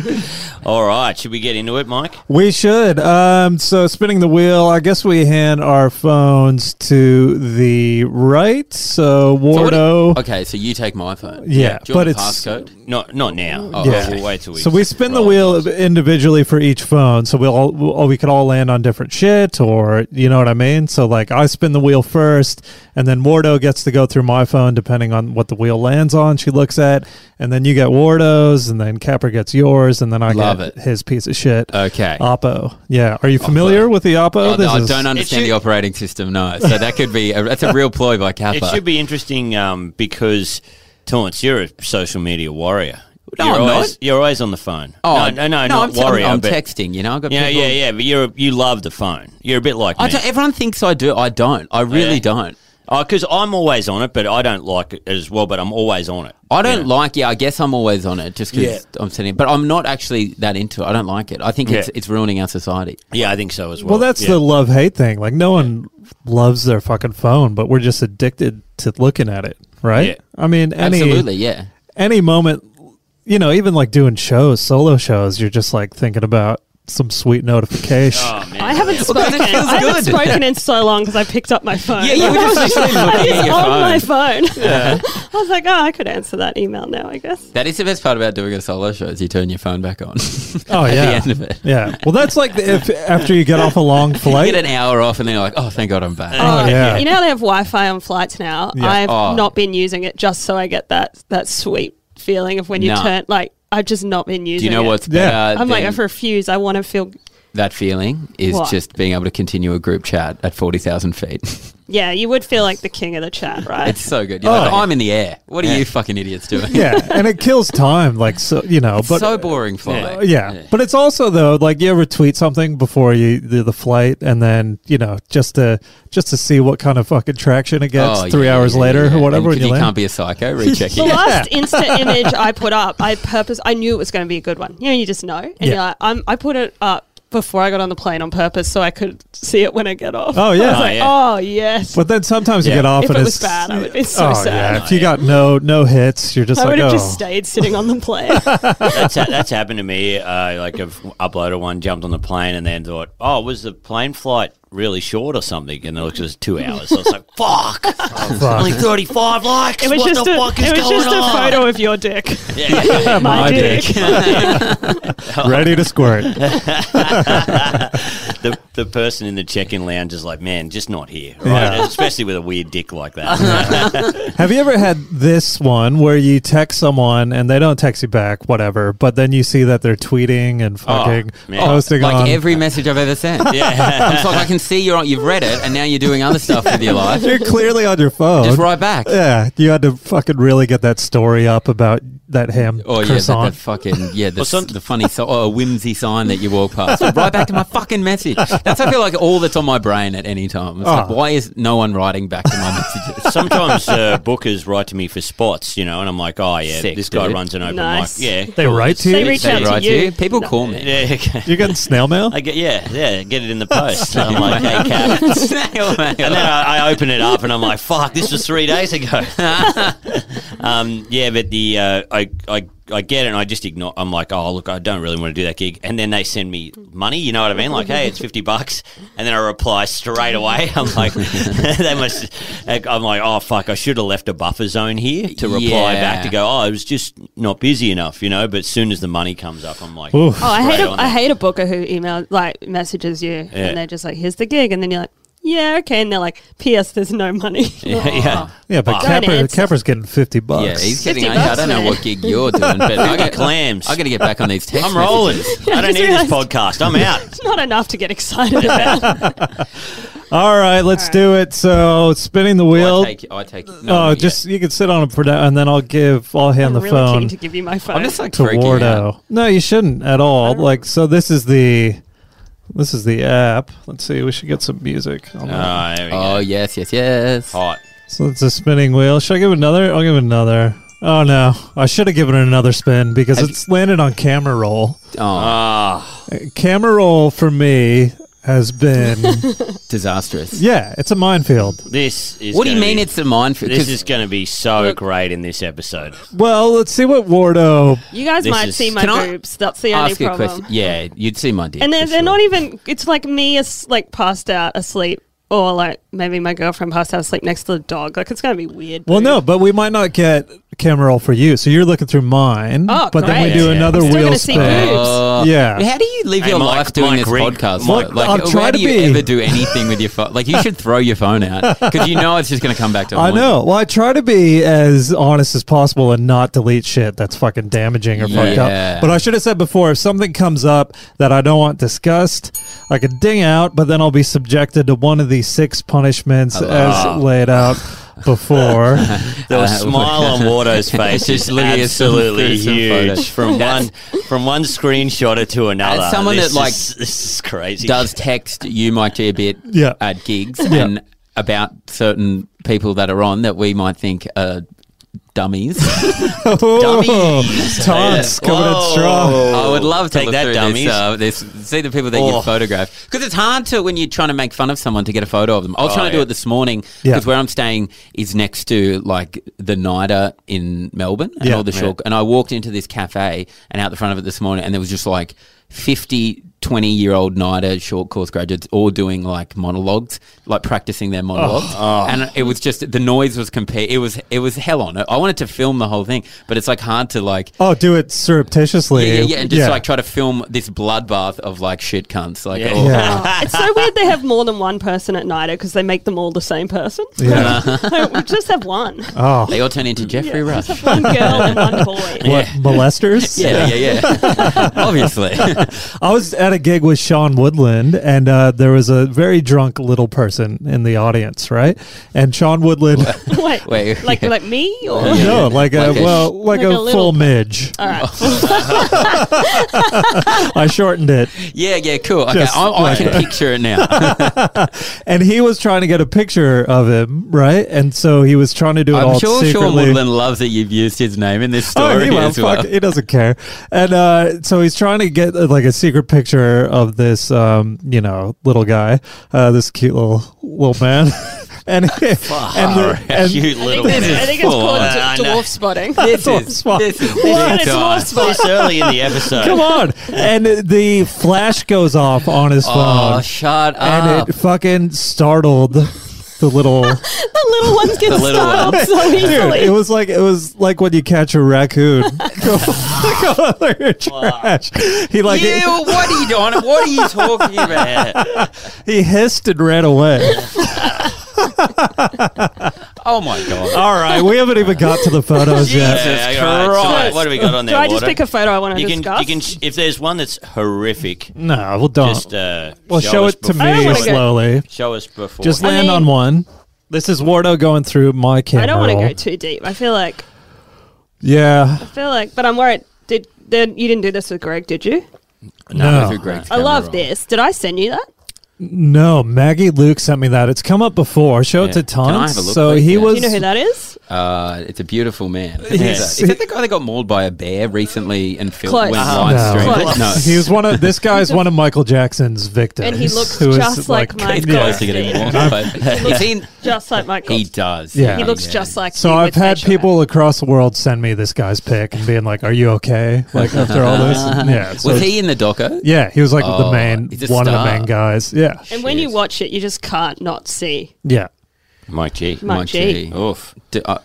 Speaker 3: All right, should we get into it, Mike?
Speaker 2: We should. Um, so spinning the wheel, I guess we hand our phones to the right. So
Speaker 4: So what do-
Speaker 2: Wardo.
Speaker 4: okay, so you take my phone.
Speaker 2: Yeah,
Speaker 4: Do you want
Speaker 2: but
Speaker 4: the
Speaker 2: it's-
Speaker 4: passcode?
Speaker 3: Not not now.
Speaker 4: Oh,
Speaker 2: Yeah.
Speaker 3: We'll wait till we
Speaker 2: So we spin the
Speaker 3: roll.
Speaker 2: wheel individually for each phone. So we'll all, we'll- we could all land on different shit, or you know what I mean. So like I spin the wheel first, and then Wardo gets to go through my phone depending on what the wheel lands on. She looks at, and then you get Wardo's, and then Capper gets yours, and then I
Speaker 4: Love
Speaker 2: get
Speaker 4: it.
Speaker 2: his piece of shit.
Speaker 4: Okay.
Speaker 2: Oppo. Yeah. Are you familiar with the Oppo?
Speaker 4: Oh, no, I
Speaker 2: is-
Speaker 4: don't understand
Speaker 3: should-
Speaker 4: the operating system, no. So that could be a, that's a real ploy by Kappa.
Speaker 3: It should be interesting um, because, Torrance, you're a social media warrior.
Speaker 4: No,
Speaker 3: you're
Speaker 4: I'm
Speaker 3: always,
Speaker 4: not.
Speaker 3: You're always on the phone.
Speaker 4: Oh,
Speaker 3: no, no, no, not
Speaker 4: I'm,
Speaker 3: warrior.
Speaker 4: I'm, I'm
Speaker 3: but,
Speaker 4: texting. You know, I've got
Speaker 3: Yeah,
Speaker 4: people.
Speaker 3: yeah, yeah. But you're you love the phone. You're a bit like
Speaker 4: I
Speaker 3: me.
Speaker 4: don't, everyone thinks I do. I don't. I really
Speaker 3: Yeah.
Speaker 4: don't.
Speaker 3: Oh, because I'm always on it, but I don't like it as well. But I'm always on it.
Speaker 4: I don't
Speaker 3: Yeah.
Speaker 4: like. Yeah, I guess I'm always on it just because
Speaker 3: Yeah.
Speaker 4: I'm sitting. But I'm not actually that into it. I don't like it. I think it's
Speaker 3: Yeah.
Speaker 4: it's ruining our society.
Speaker 3: Yeah, I think so as well.
Speaker 2: Well, that's
Speaker 3: yeah.
Speaker 2: the love hate thing. Like no one loves their fucking phone, but we're just addicted to looking at it, right?
Speaker 3: Yeah.
Speaker 2: I mean, any
Speaker 4: Absolutely, yeah.
Speaker 2: any moment, you know, even like doing shows, solo shows, you're just like thinking about some sweet notification.
Speaker 3: Oh, man.
Speaker 5: I haven't
Speaker 4: Well, that
Speaker 5: spoken.
Speaker 4: feels
Speaker 5: I haven't
Speaker 4: good.
Speaker 5: spoken in so long because I picked up my phone.
Speaker 4: Yeah, you were just literally looking
Speaker 5: I
Speaker 4: at
Speaker 5: was
Speaker 4: your
Speaker 5: on
Speaker 4: phone.
Speaker 5: my phone. I was like, oh, I could answer that email now, I guess.
Speaker 4: That is the best part about doing a solo show is you turn your phone back on.
Speaker 2: Oh,
Speaker 4: at
Speaker 2: yeah,
Speaker 4: the end of it.
Speaker 2: yeah. Well, that's like the, if after you get off a long
Speaker 4: You
Speaker 2: flight.
Speaker 4: get an hour off and then you're like, oh, thank God I'm back.
Speaker 2: Oh, yeah.
Speaker 5: Uh, You know they have Wi-Fi on flights now.
Speaker 2: Yeah.
Speaker 5: I've
Speaker 4: Oh.
Speaker 5: not been using it just so I get that that sweet feeling of when you
Speaker 4: Nah.
Speaker 5: turn like I've just not been using.
Speaker 4: Do you know
Speaker 5: it.
Speaker 4: what's
Speaker 2: Yeah.
Speaker 4: better?
Speaker 5: I'm like,
Speaker 4: than
Speaker 5: I refuse. I want to feel.
Speaker 4: that feeling is
Speaker 5: What?
Speaker 4: just being able to continue a group chat at 40,000 feet.
Speaker 5: Yeah, you would feel like the king of the chat, right?
Speaker 4: it's so good. You're like,
Speaker 2: Oh.
Speaker 4: I'm in the air. What are you fucking idiots doing?
Speaker 2: yeah, and it kills time. Like so, you know, but
Speaker 4: so boring flight.
Speaker 2: Uh, yeah. but it's also though like you ever tweet something before you the, the flight, and then you know just to just to see what kind of fucking traction it gets
Speaker 4: Oh,
Speaker 2: three
Speaker 4: yeah,
Speaker 2: hours
Speaker 4: yeah,
Speaker 2: later
Speaker 4: yeah.
Speaker 2: or whatever. When
Speaker 4: And
Speaker 2: you,
Speaker 4: you
Speaker 2: land.
Speaker 4: can't be a psycho rechecking
Speaker 5: The
Speaker 4: it.
Speaker 5: last instant image I put up, I purpose. I knew it was going to be a good one. You know, you just know, and
Speaker 2: Yeah.
Speaker 5: you're like, I'm, I put it up before I got on the plane on purpose so I could see it when I get off.
Speaker 2: Oh, yeah.
Speaker 5: I was
Speaker 2: Oh,
Speaker 5: like,
Speaker 3: yeah.
Speaker 5: oh yes.
Speaker 2: But then sometimes you
Speaker 3: Yeah.
Speaker 2: get off
Speaker 5: If
Speaker 2: and
Speaker 5: it
Speaker 2: it's
Speaker 5: was bad, I would be so
Speaker 2: oh,
Speaker 5: sad.
Speaker 2: Yeah. If you got no no hits, you're just
Speaker 5: I
Speaker 2: like
Speaker 5: would
Speaker 2: oh.
Speaker 5: have just stayed sitting on the plane.
Speaker 3: that's ha- that's happened to me. Uh, like I've uploaded one, jumped on the plane, and then thought, "Oh, was the plane flight really short or something?" And it was just two hours. So I was like, "Fuck, only thirty five likes.
Speaker 5: It was
Speaker 3: what
Speaker 5: just
Speaker 3: the
Speaker 5: a,
Speaker 3: fuck is
Speaker 5: it was
Speaker 3: going
Speaker 5: just a
Speaker 3: on?"
Speaker 5: photo of your dick.
Speaker 3: Yeah.
Speaker 5: My,
Speaker 2: My
Speaker 5: dick.
Speaker 2: dick. ready to squirt.
Speaker 3: the the person in the check in lounge is like, "Man, just not here." Right?
Speaker 2: Yeah.
Speaker 3: Especially with a weird dick like that.
Speaker 2: Have you ever had this one where you text someone and they don't text you back, whatever, but then you see that they're tweeting and fucking
Speaker 3: man.
Speaker 2: posting
Speaker 4: Oh, Like
Speaker 2: on
Speaker 4: every message I've ever sent.
Speaker 3: yeah.
Speaker 4: I'm so like, I can see you're on, you've read it and now you're doing other stuff with your life.
Speaker 2: You're clearly on your phone.
Speaker 4: Just right back.
Speaker 2: Yeah, you had to fucking really get that story up about that ham
Speaker 4: Oh yeah, that,
Speaker 2: croissant.
Speaker 4: that fucking yeah, the,
Speaker 3: Well, some-
Speaker 4: the funny so, oh, a whimsy sign that you walk past. But right back to my fucking message. That's I feel like all that's on my brain at any time. It's like,
Speaker 2: Oh.
Speaker 4: why is no one writing back to my messages?
Speaker 3: Sometimes uh, bookers write to me for spots, you know, and I'm like, "Oh yeah,
Speaker 4: Sick,
Speaker 3: this guy
Speaker 4: dude.
Speaker 3: runs an open
Speaker 5: Nice.
Speaker 3: mic." Yeah,
Speaker 2: They
Speaker 3: cool.
Speaker 2: write to
Speaker 5: They
Speaker 2: you.
Speaker 5: reach
Speaker 4: They
Speaker 5: out
Speaker 4: write
Speaker 5: to you.
Speaker 4: People
Speaker 5: No.
Speaker 4: call me.
Speaker 3: Yeah, okay.
Speaker 2: You're getting snail mail.
Speaker 3: I get yeah, yeah, get it in the post. I'm like, hey, Cap.
Speaker 4: Snail mail.
Speaker 3: And then I, I open it up and I'm like, fuck, this was three days ago. um, yeah, but the uh, I, I I get it and I just ignore. I'm like, oh look, I don't really want to do that gig. And then they send me money. You know what I mean? Like, hey, it's fifty bucks. And then I reply straight away. I'm like, they must. I'm like, oh fuck, I should have left a buffer zone here to reply
Speaker 4: Yeah.
Speaker 3: back to go. Oh, I was just not busy enough, you know. But as soon as the money comes up, I'm like,
Speaker 2: Oof.
Speaker 5: Oh, I
Speaker 3: straight
Speaker 5: hate a,
Speaker 3: on
Speaker 5: I
Speaker 3: it.
Speaker 5: hate a booker who emails like messages you
Speaker 3: Yeah.
Speaker 5: and they're just like, "Here's the gig," and then you're like, "Yeah, okay," and they're like, "P.S. There's no money."
Speaker 3: Yeah, yeah.
Speaker 2: Yeah,
Speaker 5: Don't
Speaker 2: but Capper,
Speaker 5: answer.
Speaker 2: Capper's getting 50 bucks.
Speaker 4: Yeah, he's getting.
Speaker 5: 50
Speaker 4: I don't know
Speaker 5: bucks,
Speaker 4: what gig you're doing, but I got
Speaker 3: clams.
Speaker 4: I got to get back on these texts.
Speaker 3: I'm rolling. I don't
Speaker 5: just
Speaker 3: need
Speaker 5: realised-
Speaker 3: this podcast. I'm out.
Speaker 5: it's not enough to get excited about.
Speaker 2: All right, let's
Speaker 5: All
Speaker 2: do it. So spinning the wheel.
Speaker 4: I take. I take.
Speaker 2: oh,
Speaker 4: No, yeah.
Speaker 2: just you can sit on it for now, and then I'll give. I'll hand
Speaker 5: I'm
Speaker 2: the
Speaker 5: really
Speaker 2: phone
Speaker 5: keen to give you my phone.
Speaker 4: I'm just like
Speaker 2: to
Speaker 4: freaking out.
Speaker 2: Wardo. No, you shouldn't at all.
Speaker 5: don't-
Speaker 2: Like, so this is the this is the app. Let's see. We should get some music. On that.
Speaker 5: Uh,
Speaker 3: Oh, there we
Speaker 4: Oh
Speaker 3: go.
Speaker 4: yes, yes, yes.
Speaker 3: Hot.
Speaker 2: So it's a spinning wheel. Should I give another? I'll give another. Oh no, I should have given it another spin because
Speaker 4: Have
Speaker 2: it's landed on camera roll.
Speaker 4: Oh,
Speaker 3: Ah,
Speaker 2: Uh, Camera roll for me has been
Speaker 4: disastrous.
Speaker 2: yeah, it's a minefield.
Speaker 3: this is.
Speaker 4: What do you
Speaker 3: gonna
Speaker 4: mean
Speaker 3: be-
Speaker 4: it's a minefield?
Speaker 3: This
Speaker 4: 'Cause-
Speaker 3: is going to be so great in this episode.
Speaker 2: Well, let's see what Wardo.
Speaker 5: you guys
Speaker 3: This
Speaker 5: might
Speaker 3: is-
Speaker 5: see my
Speaker 4: Can I
Speaker 5: boobs. That's the only
Speaker 4: ask you a
Speaker 5: problem.
Speaker 4: question. Yeah, you'd see my dick.
Speaker 5: And they're,
Speaker 4: for
Speaker 5: they're
Speaker 4: sure.
Speaker 5: not even. It's like me as like passed out asleep, or like maybe my girlfriend passed out asleep next to the dog. Like it's gonna be weird.
Speaker 2: Well,
Speaker 5: dude.
Speaker 2: no, but we might not get camera roll for you. So you're looking through mine,
Speaker 5: Oh,
Speaker 2: but then we
Speaker 5: great.
Speaker 2: do
Speaker 3: Yeah.
Speaker 2: another
Speaker 5: I'm still
Speaker 2: wheel
Speaker 5: gonna see
Speaker 2: spin.
Speaker 5: boobs.
Speaker 4: Oh.
Speaker 2: Yeah.
Speaker 4: How do you live
Speaker 3: Hey,
Speaker 4: your
Speaker 3: Mike-
Speaker 4: life doing
Speaker 3: Mike
Speaker 4: this
Speaker 3: Rigg-
Speaker 4: podcast?
Speaker 3: Mike-
Speaker 4: though? like,
Speaker 2: I'm
Speaker 4: why
Speaker 2: trying
Speaker 4: do
Speaker 2: to
Speaker 4: you
Speaker 2: be.
Speaker 4: ever do anything with your phone? Like, you should throw your phone out because you know it's just going to come back to.
Speaker 2: I
Speaker 4: haunt you.
Speaker 2: know. Well, I try to be as honest as possible and not delete shit that's fucking damaging or fucked
Speaker 4: Yeah.
Speaker 2: up. But I should have said before if something comes up that I don't want discussed, I could ding out, but then I'll be subjected to one of the six punishments
Speaker 4: love-
Speaker 2: as laid out before.
Speaker 3: The
Speaker 4: Uh,
Speaker 3: smile on Wardo's face is
Speaker 4: Just looking at some-
Speaker 3: absolutely
Speaker 4: through some photos.
Speaker 3: huge from one from one screenshot to another.
Speaker 4: As someone
Speaker 3: This
Speaker 4: that, like,
Speaker 3: is- this is crazy.
Speaker 4: does text you, Mike G, a bit
Speaker 2: Yeah.
Speaker 4: at gigs and about certain people that are on that we might think are dummies.
Speaker 3: Dummies.
Speaker 2: Taunts coming in strong.
Speaker 4: I would love to
Speaker 3: Oh, take
Speaker 4: look
Speaker 3: that,
Speaker 4: through
Speaker 3: dummies.
Speaker 4: This, uh, this, see the people that
Speaker 3: Oh.
Speaker 4: you photograph because it's hard to when you're trying to make fun of someone to get a photo of them. I was
Speaker 3: Oh,
Speaker 4: trying to
Speaker 3: yeah.
Speaker 4: do it this morning because
Speaker 2: Yeah.
Speaker 4: where I'm staying is next to like the NIDA in Melbourne and
Speaker 2: Yeah.
Speaker 4: all the short. And I walked into this cafe and out the front of it this morning, and there was just like 50. 20 year old NIDA short course graduates all doing like monologues, like practicing
Speaker 3: Oh.
Speaker 4: their monologues. And it was just the noise was compared. It was, it was hell on it. I wanted to film the whole thing, but it's like hard to like
Speaker 2: oh, do it surreptitiously.
Speaker 4: yeah, yeah, yeah, and just like try to film this bloodbath of like shit cunts. Like,
Speaker 3: Yeah.
Speaker 4: oh,
Speaker 2: Yeah.
Speaker 5: Oh, it's so weird they have more than one person at NIDA because they make them all the same person.
Speaker 2: Yeah.
Speaker 5: Like, we just have one.
Speaker 2: Oh,
Speaker 4: they all turn into Jeffrey
Speaker 5: Yeah,
Speaker 4: Rush.
Speaker 5: just have one girl and one boy.
Speaker 2: what molesters?
Speaker 4: Yeah, yeah, yeah. Obviously.
Speaker 2: I was at a gig with Sean Woodland, and uh, there was a very drunk little person in the audience, right? And Sean Woodland,
Speaker 5: Wait,
Speaker 4: Wait.
Speaker 5: like like me or
Speaker 4: Yeah.
Speaker 2: no, like a
Speaker 4: Like a- Oh.
Speaker 2: well, like,
Speaker 5: Like
Speaker 2: a,
Speaker 5: a
Speaker 2: full
Speaker 5: little-
Speaker 2: midge.
Speaker 5: all right.
Speaker 2: I shortened it,
Speaker 4: yeah, yeah, cool. Okay,
Speaker 2: Just
Speaker 4: I, I
Speaker 2: like-
Speaker 4: can picture it now.
Speaker 2: and he was trying to get a picture of him, right? And so he was trying to do it
Speaker 4: I'm
Speaker 2: all
Speaker 4: sure
Speaker 2: secretly.
Speaker 4: Sean Woodland loves that you've used his name in this
Speaker 2: Oh,
Speaker 4: story
Speaker 2: he, well,
Speaker 4: as well.
Speaker 2: fuck, he doesn't care. And uh, so he's trying to get uh, like a secret picture of this, um, you know, little guy, uh, this cute little little man. and and, the- and
Speaker 3: Cute
Speaker 5: I think,
Speaker 3: little.
Speaker 5: it's-
Speaker 3: man.
Speaker 5: I think it's
Speaker 4: full
Speaker 5: called
Speaker 3: on.
Speaker 5: d-
Speaker 3: I know.
Speaker 5: dwarf spotting.
Speaker 4: This
Speaker 2: Dwarf
Speaker 4: is,
Speaker 2: spot.
Speaker 4: this is
Speaker 5: What?
Speaker 4: big
Speaker 5: It's
Speaker 4: time.
Speaker 5: dwarf spot.
Speaker 3: this early in the episode.
Speaker 2: Come on. And the flash goes off on his
Speaker 4: Oh,
Speaker 2: phone.
Speaker 4: shut up.
Speaker 2: and it fucking startled the little
Speaker 5: the little ones get
Speaker 4: The little
Speaker 5: startled
Speaker 4: ones.
Speaker 5: so
Speaker 2: dude.
Speaker 5: easily.
Speaker 2: It was like it was like when you catch a raccoon. go, go under your trash. He like
Speaker 4: you, what are you doing? What are you talking about?
Speaker 3: Yeah.
Speaker 2: he hissed and ran away.
Speaker 4: Oh my god!
Speaker 2: All right, we haven't even got to the photos yet.
Speaker 3: Yeah, all right, so
Speaker 4: Christ.
Speaker 3: what do we got on
Speaker 5: Do
Speaker 3: there?
Speaker 5: I just
Speaker 3: Wardo?
Speaker 5: pick a photo I want to
Speaker 3: You can,
Speaker 5: discuss?
Speaker 3: you can. Sh- if there's one that's horrific,
Speaker 2: No, well, don't.
Speaker 3: just uh,
Speaker 2: Oh. well, show
Speaker 3: us
Speaker 2: it to
Speaker 3: before-
Speaker 5: I don't
Speaker 2: me
Speaker 5: wanna go-
Speaker 2: slowly.
Speaker 3: Show us before.
Speaker 2: Just
Speaker 5: I
Speaker 2: land on
Speaker 5: mean-
Speaker 2: one. This is Wardo going through my camera.
Speaker 5: I don't want to
Speaker 2: roll.
Speaker 5: go too deep. I feel like
Speaker 2: Yeah.
Speaker 5: I feel like, but I'm worried. Did then you didn't do this with Greg, did you?
Speaker 2: No.
Speaker 4: Through Greg's
Speaker 5: I
Speaker 4: camera
Speaker 5: love
Speaker 4: roll.
Speaker 5: this. Did I send you that?
Speaker 2: No, Maggie Luke sent me that. It's come up before. Show it
Speaker 4: Yeah.
Speaker 2: to
Speaker 4: Can I
Speaker 2: Tom.
Speaker 4: have a look,
Speaker 2: So
Speaker 4: please?
Speaker 2: he
Speaker 4: Yeah.
Speaker 2: was.
Speaker 5: Do you know who that is?
Speaker 4: Uh, it's a beautiful man.
Speaker 2: Yes.
Speaker 4: Is that- is that the guy that got mauled by a bear recently and filmed
Speaker 5: Close.
Speaker 4: when
Speaker 5: Uh-huh.
Speaker 4: live
Speaker 2: No.
Speaker 4: streamed?
Speaker 5: Close.
Speaker 4: No.
Speaker 2: He was one of this guy's one of Michael Jackson's victims,
Speaker 5: And he looks
Speaker 2: who is,
Speaker 5: just like Michael.
Speaker 2: yeah.
Speaker 5: Close to getting
Speaker 4: Yeah.
Speaker 5: mauled,
Speaker 4: Is he-
Speaker 5: Just like Michael.
Speaker 4: He
Speaker 5: He,
Speaker 4: does.
Speaker 2: Yeah. He
Speaker 5: looks
Speaker 4: Yeah.
Speaker 5: just like.
Speaker 2: So
Speaker 5: you
Speaker 2: I've
Speaker 5: with
Speaker 2: had
Speaker 5: facial hair.
Speaker 2: people across the world send me this guy's pic and being like, "Are you okay?" Like after all this, yeah. so-
Speaker 4: Was he in the doco?
Speaker 2: Yeah, he was like the
Speaker 4: Oh,
Speaker 2: main
Speaker 4: he's a
Speaker 2: one of the
Speaker 4: star.
Speaker 2: main guys. Yeah,
Speaker 5: And when you
Speaker 4: Shit.
Speaker 5: watch it, you just can't not see.
Speaker 2: yeah.
Speaker 3: Mike G.
Speaker 5: Mike G.
Speaker 4: Oof. D- I,